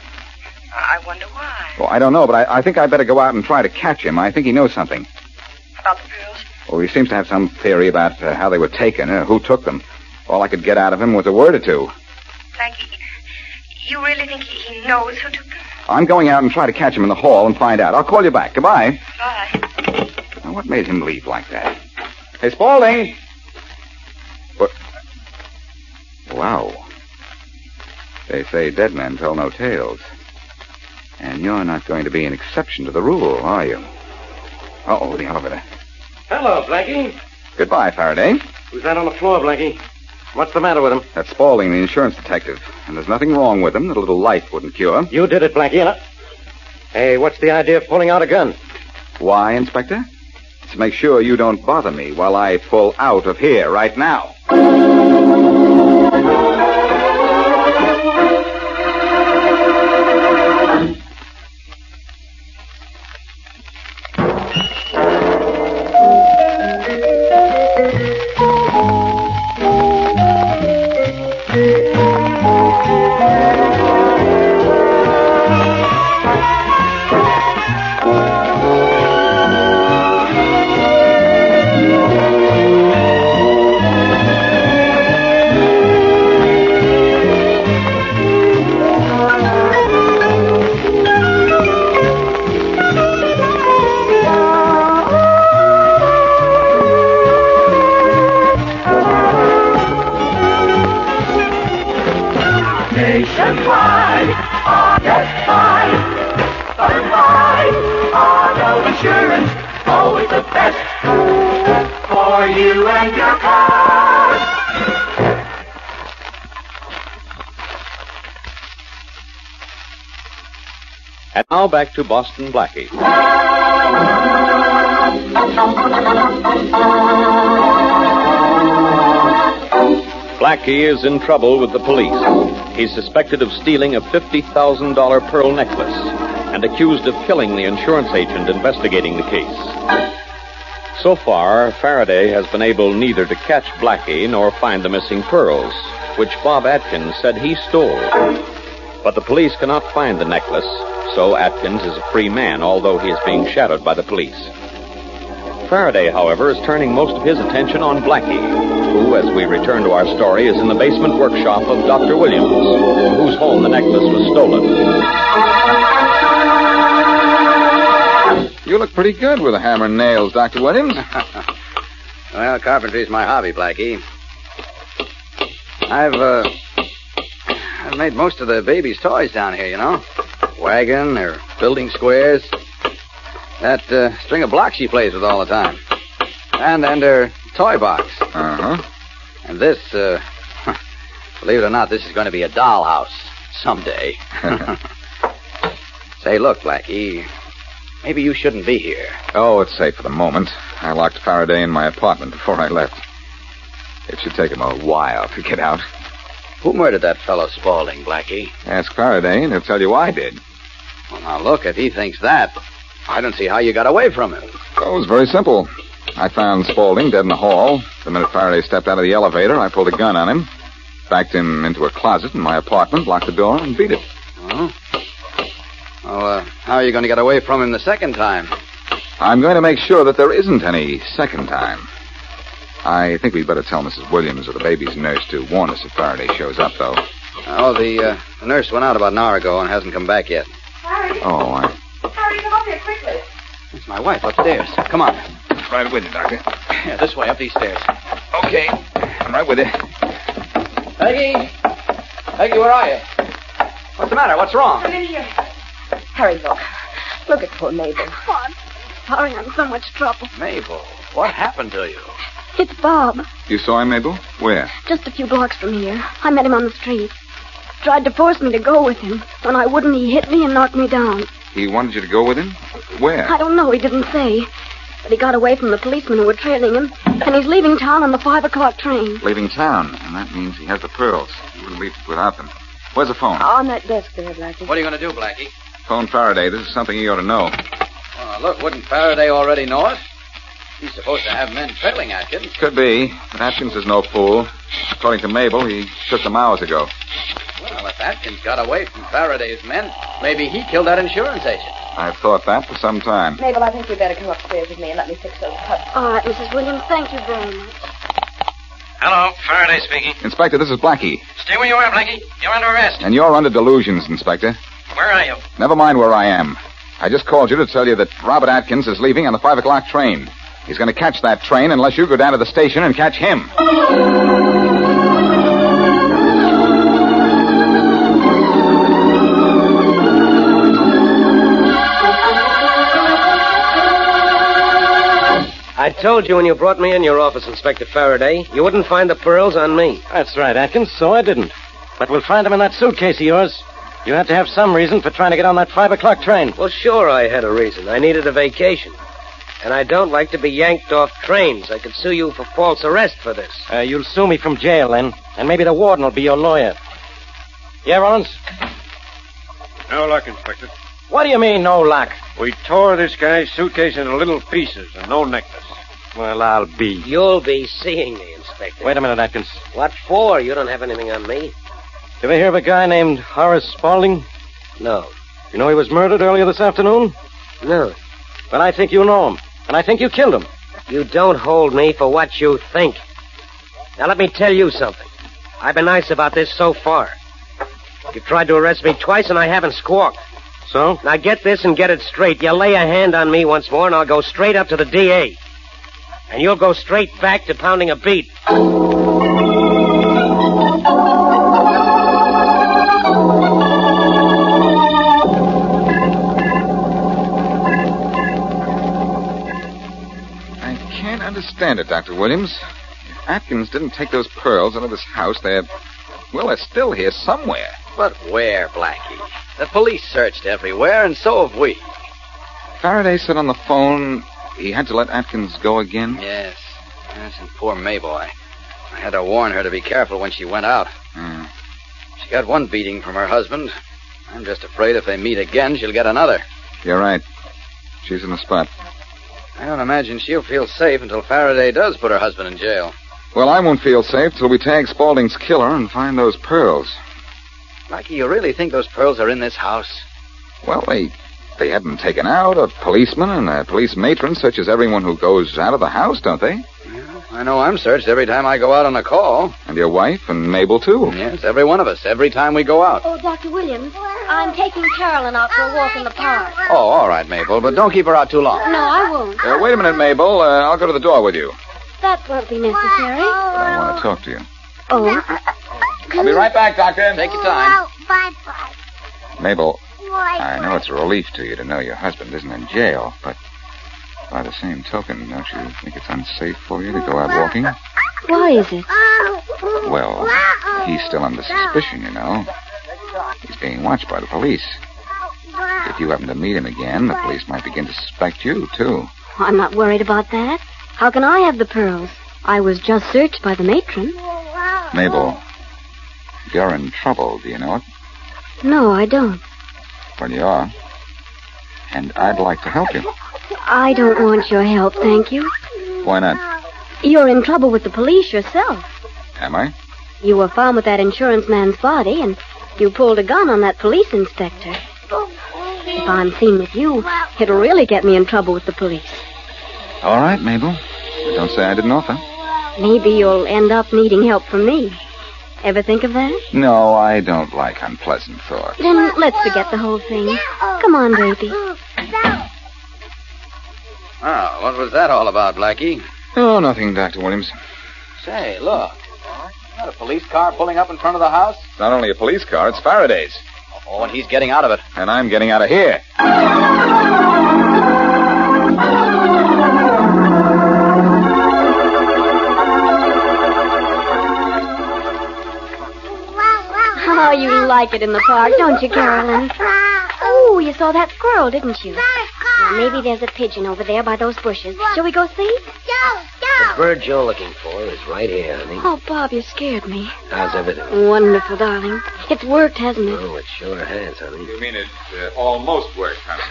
S4: I wonder why.
S32: Well, I don't know, but I, I think I'd better go out and try to catch him. I think he knows something.
S4: About the pearls?
S32: Well, he seems to have some theory about uh, how they were taken, uh, who took them. All I could get out of him was a word or two.
S4: Blackie, you really think he, he knows who took them?
S32: I'm going out and try to catch him in the hall and find out. I'll call you back. Goodbye.
S4: Bye.
S32: Now, what made him leave like that? Hey, Spaulding! What? Wow. They say dead men tell no tales. And you're not going to be an exception to the rule, are you? Uh-oh, the elevator.
S34: Hello, Blackie.
S32: Goodbye, Faraday.
S34: Who's that on the floor, Blackie? What's the matter with him?
S32: That's Spaulding, the insurance detective. And there's nothing wrong with him that a little life wouldn't cure.
S34: You did it, Blackie. and I- Hey, what's the idea of pulling out a gun?
S32: Why, Inspector? To make sure you don't bother me while I pull out of here right now.
S28: always the best for you and your car.
S30: And now back to Boston Blackie. Blackie is in trouble with the police. He's suspected of stealing a $50,000 pearl necklace and accused of killing the insurance agent investigating the case. So far, Faraday has been able neither to catch Blackie nor find the missing pearls, which Bob Atkins said he stole. But the police cannot find the necklace, so Atkins is a free man, although he is being shadowed by the police. Faraday, however, is turning most of his attention on Blackie, who, as we return to our story, is in the basement workshop of Dr. Williams, from whose home the necklace was stolen.
S32: You look pretty good with a hammer and nails, Dr. Williams.
S31: Well, carpentry's my hobby, Blackie. I've, uh, I've made most of the baby's toys down here, you know. Wagon or building squares. That uh, string of blocks she plays with all the time. And, and her toy box.
S32: Uh huh.
S31: And this, uh, believe it or not, this is going to be a dollhouse someday. Say, look, Blackie, maybe you shouldn't be here.
S32: Oh, it's safe for the moment. I locked Faraday in my apartment before I left. It should take him a while to get out.
S31: Who murdered that fellow Spaulding, Blackie?
S32: Ask Faraday, and he'll tell you I did.
S31: Well, now look, if he thinks that, I don't see how you got away from him.
S32: Oh, it was very simple. I found Spaulding dead in the hall. The minute Faraday stepped out of the elevator, I pulled a gun on him, backed him into a closet in my apartment, locked the door, and beat it.
S31: Oh. Well, uh, how are you going to get away from him the second time?
S32: I'm going to make sure that there isn't any second time. I think we'd better tell Mrs. Williams or the baby's nurse to warn us if Faraday shows up, though.
S31: Oh, the, uh, the nurse went out about an hour ago and hasn't come back yet.
S32: Oh, I.
S10: Harry, come up here quickly.
S31: It's my wife upstairs. Come on.
S32: Right with you, Doctor.
S31: Yeah, this way, up these stairs.
S32: Okay. I'm right with you.
S31: Peggy! Peggy, where are you? What's the matter? What's wrong?
S10: Come in here.
S15: Harry, look. Look at poor Mabel.
S11: Oh, I'm sorry I'm in so much trouble.
S31: Mabel, what happened to you?
S11: It's Bob,
S32: You saw him, Mabel? Where?
S11: just a few blocks from here. I met him on the street. Tried to force me to go with him. When I wouldn't, he hit me and knocked me down.
S32: He wanted you to go with him? Where?
S11: I don't know. He didn't say. But he got away from the policemen who were trailing him, and he's leaving town on the five o'clock train.
S32: Leaving town, and that means he has the pearls. He wouldn't leave without them. Where's the phone?
S31: Oh.
S15: On that desk there, Blackie.
S31: What are you going to do, Blackie?
S32: Phone Faraday. This is something he ought to know.
S31: Well, look, wouldn't Faraday already know it? He's supposed to have men trailing Atkins.
S32: Could be, but Atkins is no fool. According to Mabel, he took them hours ago.
S31: Well, if Atkins got away from Faraday's men, maybe he killed that insurance agent.
S32: I've thought that for some time.
S15: Mabel, I think you'd better come upstairs with me and let me fix those cups.
S11: All right, Mrs. Williams, thank you very much.
S5: Hello, Faraday speaking.
S32: Inspector, this is Blackie,
S5: Stay where you are, Blackie. You're under arrest.
S32: and you're under delusions, Inspector.
S5: Where are you?
S32: Never mind where I am. I just called you to tell you that Robert Atkins is leaving on the five o'clock train. He's going to catch that train unless you go down to the station and catch him.
S27: I told you when you brought me in your office, Inspector Faraday, you wouldn't find the pearls on me.
S3: That's right, Atkins. So I didn't. But we'll find them in that suitcase of yours. You have to have some reason for trying to get on that five o'clock train.
S27: Well, sure, I had a reason. I needed a vacation. And I don't like to be yanked off trains. I could sue you for false arrest for this.
S3: Uh, you'll sue me from jail then, and maybe the warden will be your lawyer. Yeah, Rollins?
S14: No luck, Inspector.
S3: What do you mean, no luck?
S14: We tore this guy's suitcase into little pieces and no necklace.
S3: Well, I'll be.
S27: You'll be seeing me, Inspector.
S3: Wait a minute, Atkins.
S27: What for? You don't have anything on me.
S3: You ever hear of a guy named Horace Spaulding?
S27: No.
S3: You know he was murdered earlier this afternoon?
S27: No.
S3: Well, I think you know him, and I think you killed him.
S27: You don't hold me for what you think. Now, let me tell you something. I've been nice about this so far. You've tried to arrest me twice, and I haven't squawked.
S3: So?
S27: Now, get this and get it straight. You lay a hand on me once more, and I'll go straight up to the DA. And you'll go straight back to pounding a beat.
S32: understand it, Dr. Williams. If Atkins didn't take those pearls out of this house, they're. Well, they're still here somewhere.
S31: But where, Blackie? The police searched everywhere, and so have we.
S32: Faraday said on the phone he had to let Atkins go again.
S31: Yes. Yes, and poor Mabel. I, I had to warn her to be careful when she went out.
S32: Hmm.
S31: She got one beating from her husband. I'm just afraid if they meet again, she'll get another.
S32: You're right. She's in the spot.
S31: I don't imagine she'll feel safe until Faraday does put her husband in jail.
S32: Well, I won't feel safe till we tag Spaulding's killer and find those pearls.
S31: Blackie, you really think those pearls are in this house?
S32: Well, they they have them taken out. A policeman and a police matron searches everyone who goes out of the house, don't they?
S31: I know I'm searched every time I go out on a call.
S32: And your wife and Mabel too.
S31: Yes, every one of us, every time we go out.
S26: Oh, Dr. Williams, I'm taking Carolyn out for a walk in the park.
S31: Oh, all right, Mabel, but don't keep her out too long.
S26: No, I won't.
S32: Uh, wait a minute, Mabel. Uh, I'll go to the door with you.
S26: That won't be necessary.
S32: But I want to talk to you.
S26: Oh.
S31: I'll be right back, Doctor. Take your time.
S32: Mabel, I know it's a relief to you to know your husband isn't in jail, but by the same token, don't you think it's unsafe for you to go out walking?
S26: Why is it?
S32: Well, he's still under suspicion, you know. He's being watched by the police. If you happen to meet him again, the police might begin to suspect you, too.
S26: I'm not worried about that. How can I have the pearls? I was just searched by the matron.
S32: Mabel, you're in trouble, do you know it?
S26: No, I don't.
S32: Well, you are. And I'd like to help you.
S26: I don't want your help, thank you.
S32: Why not?
S26: You're in trouble with the police yourself.
S32: Am I?
S26: You were found with that insurance man's body, and you pulled a gun on that police inspector. If I'm seen with you, it'll really get me in trouble with the police.
S32: All right, Mabel. But don't say I didn't offer.
S26: Maybe you'll end up needing help from me. Ever think of that?
S32: No, I don't like unpleasant thoughts.
S26: Then let's forget the whole thing. Come on, baby.
S31: Oh, what was that all about, Blackie?
S32: Oh, nothing, Dr. Williams.
S31: Say, look. Is that a police car pulling up in front of the house?
S32: It's not only a police car, it's Faraday's.
S31: Oh, and he's getting out of it.
S32: And I'm getting out of here.
S26: How Oh, you like it in the park, don't you, Carolyn? Oh, you saw that squirrel, didn't you? Now, maybe there's a pigeon over there by those bushes. Shall we go see?
S27: The bird you're looking for is right here, honey.
S26: Oh, Bob, you scared me.
S27: How's everything?
S26: Wonderful, darling. It's worked, hasn't it?
S27: Oh, it sure has, honey.
S32: You mean it uh, almost worked, huh?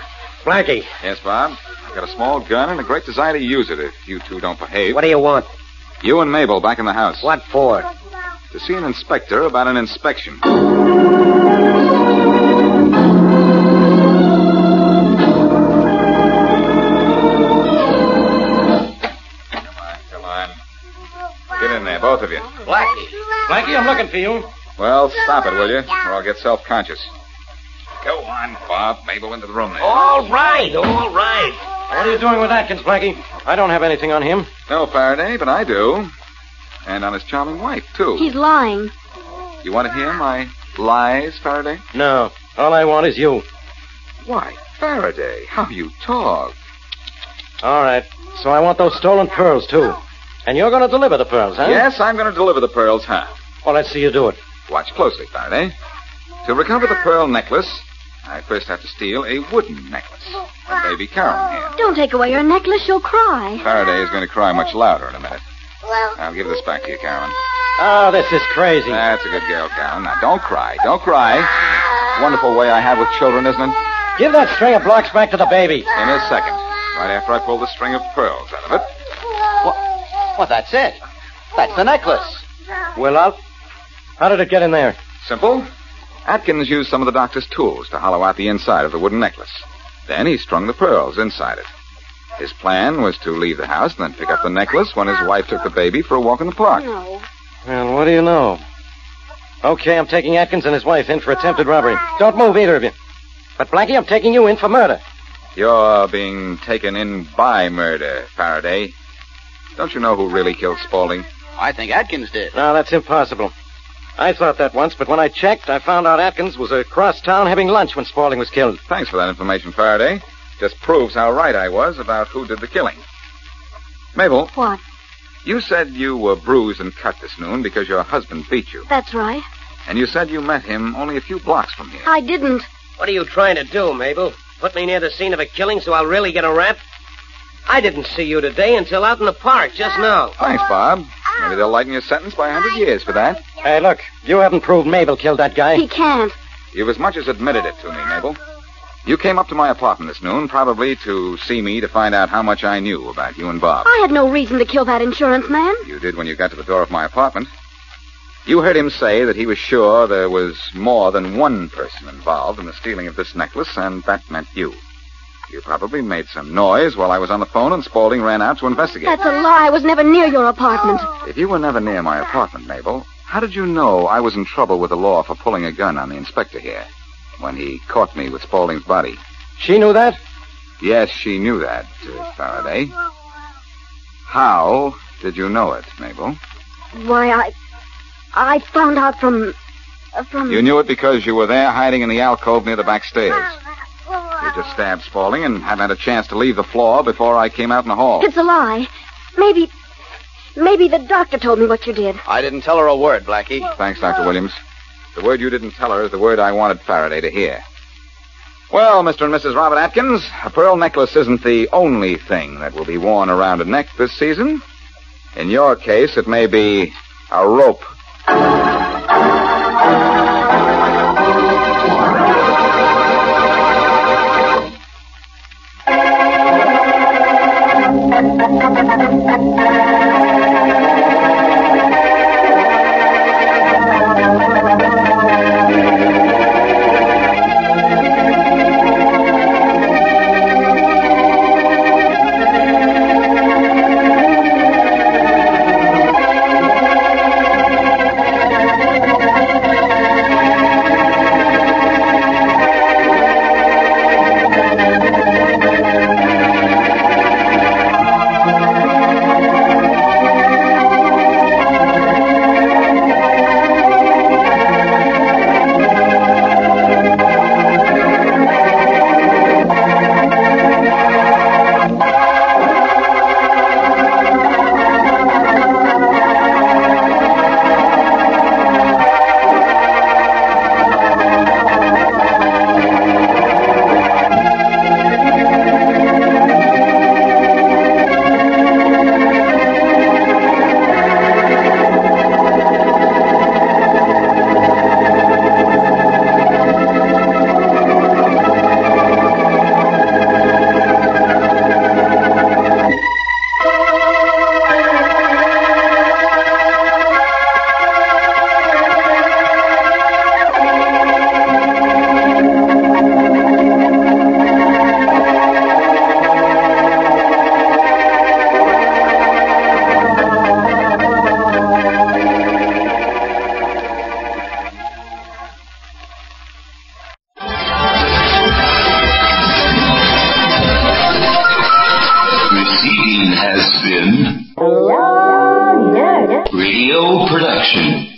S27: Blackie,
S32: Yes, Bob? I've got a small gun and a great desire to use it if you two don't behave.
S27: what do you want?
S32: You and Mabel back in the house.
S27: What for?
S32: To see an inspector about an inspection. Come on. Get in there, both of you.
S27: Blackie. Blackie, I'm looking for you.
S32: Well, stop it, will you? Or I'll get self conscious. Go on, Bob. Mabel into the room there.
S27: All right, all right.
S34: What are you doing with Atkins, Blackie? I don't have anything on him.
S32: No, Faraday, but I do. And on his charming wife, too.
S26: He's lying.
S32: You want to hear my lies, Faraday?
S34: No. All I want is you.
S32: Why, Faraday, how you talk.
S34: All right. So I want those stolen pearls, too. And you're going to deliver the pearls, huh?
S32: Yes, I'm going to deliver the pearls, huh?
S34: Well, let's see you do it.
S32: Watch closely, Faraday. To recover the pearl necklace, I first have to steal a wooden necklace. A baby Karen here.
S26: Don't take away your necklace. You'll cry.
S32: Faraday is going to cry much louder in a minute. I'll give this back to you, Karen.
S34: Oh, this is crazy.
S32: That's a good girl, Karen. Now, don't cry. Don't cry. Wonderful way I have with children, isn't it?
S34: Give that string of blocks back to the baby.
S32: In a second, right after I pull the string of pearls out of it.
S31: Well, that's it. That's the necklace.
S34: Well, out. How did it get in there?
S32: Simple. Atkins used some of the doctor's tools to hollow out the inside of the wooden necklace. Then he strung the pearls inside it. His plan was to leave the house and then pick up the necklace when his wife took the baby for a walk in the park.
S26: No.
S34: Well, what do you know? Okay, I'm taking Atkins and his wife in for attempted robbery. Don't move, either of you. But, Blackie, I'm taking you in for murder.
S32: You're being taken in by murder, Faraday. Don't you know who really killed Spaulding?
S31: I think Atkins did.
S34: No, that's impossible. I thought that once, but when I checked, I found out Atkins was across town having lunch when Spaulding was killed.
S32: Thanks for that information, Faraday. Just proves how right I was about who did the killing. Mabel,
S11: What?
S32: you said you were bruised and cut this noon because your husband beat you.
S11: That's right.
S32: And you said you met him only a few blocks from here.
S11: I didn't.
S27: What are you trying to do, Mabel? Put me near the scene of a killing so I'll really get a rap? I didn't see you today until out in the park
S11: Uh,
S27: just now.
S32: Thanks, Bob. Maybe they'll lighten your sentence by a hundred years for that.
S3: Hey, look, you haven't proved Mabel killed that guy.
S11: He can't.
S32: You've as much as admitted it to me, Mabel. You came up to my apartment this noon, probably to see me to find out how much I knew about you and Bob.
S11: I had no reason to kill that insurance man.
S32: You did when you got to the door of my apartment. You heard him say that he was sure there was more than one person involved in the stealing of this necklace, and that meant you. You probably made some noise while I was on the phone, and Spaulding ran out to investigate.
S11: That's a lie. I was never near your apartment.
S32: If you were never near my apartment, Mabel, how did you know I was in trouble with the law for pulling a gun on the inspector here when he caught me with Spaulding's body?
S3: She knew that?
S32: Yes, she knew that, uh, Faraday. How did you know it, Mabel?
S11: Why, I. I found out from. uh, from.
S32: You knew it because you were there hiding in the alcove near the back stairs. You just stabbed Spaulding and hadn't had a chance to leave the floor before I came out in the hall.
S11: It's a lie. Maybe. Maybe the doctor told me what you did.
S31: I didn't tell her a word, Blackie.
S32: Thanks, Dr. Williams. The word you didn't tell her is the word I wanted Faraday to hear. Well, Mr. and Mrs. Robert Atkins, a pearl necklace isn't the only thing that will be worn around a neck this season. In your case, it may be a rope.
S7: Proceeding has been radio production.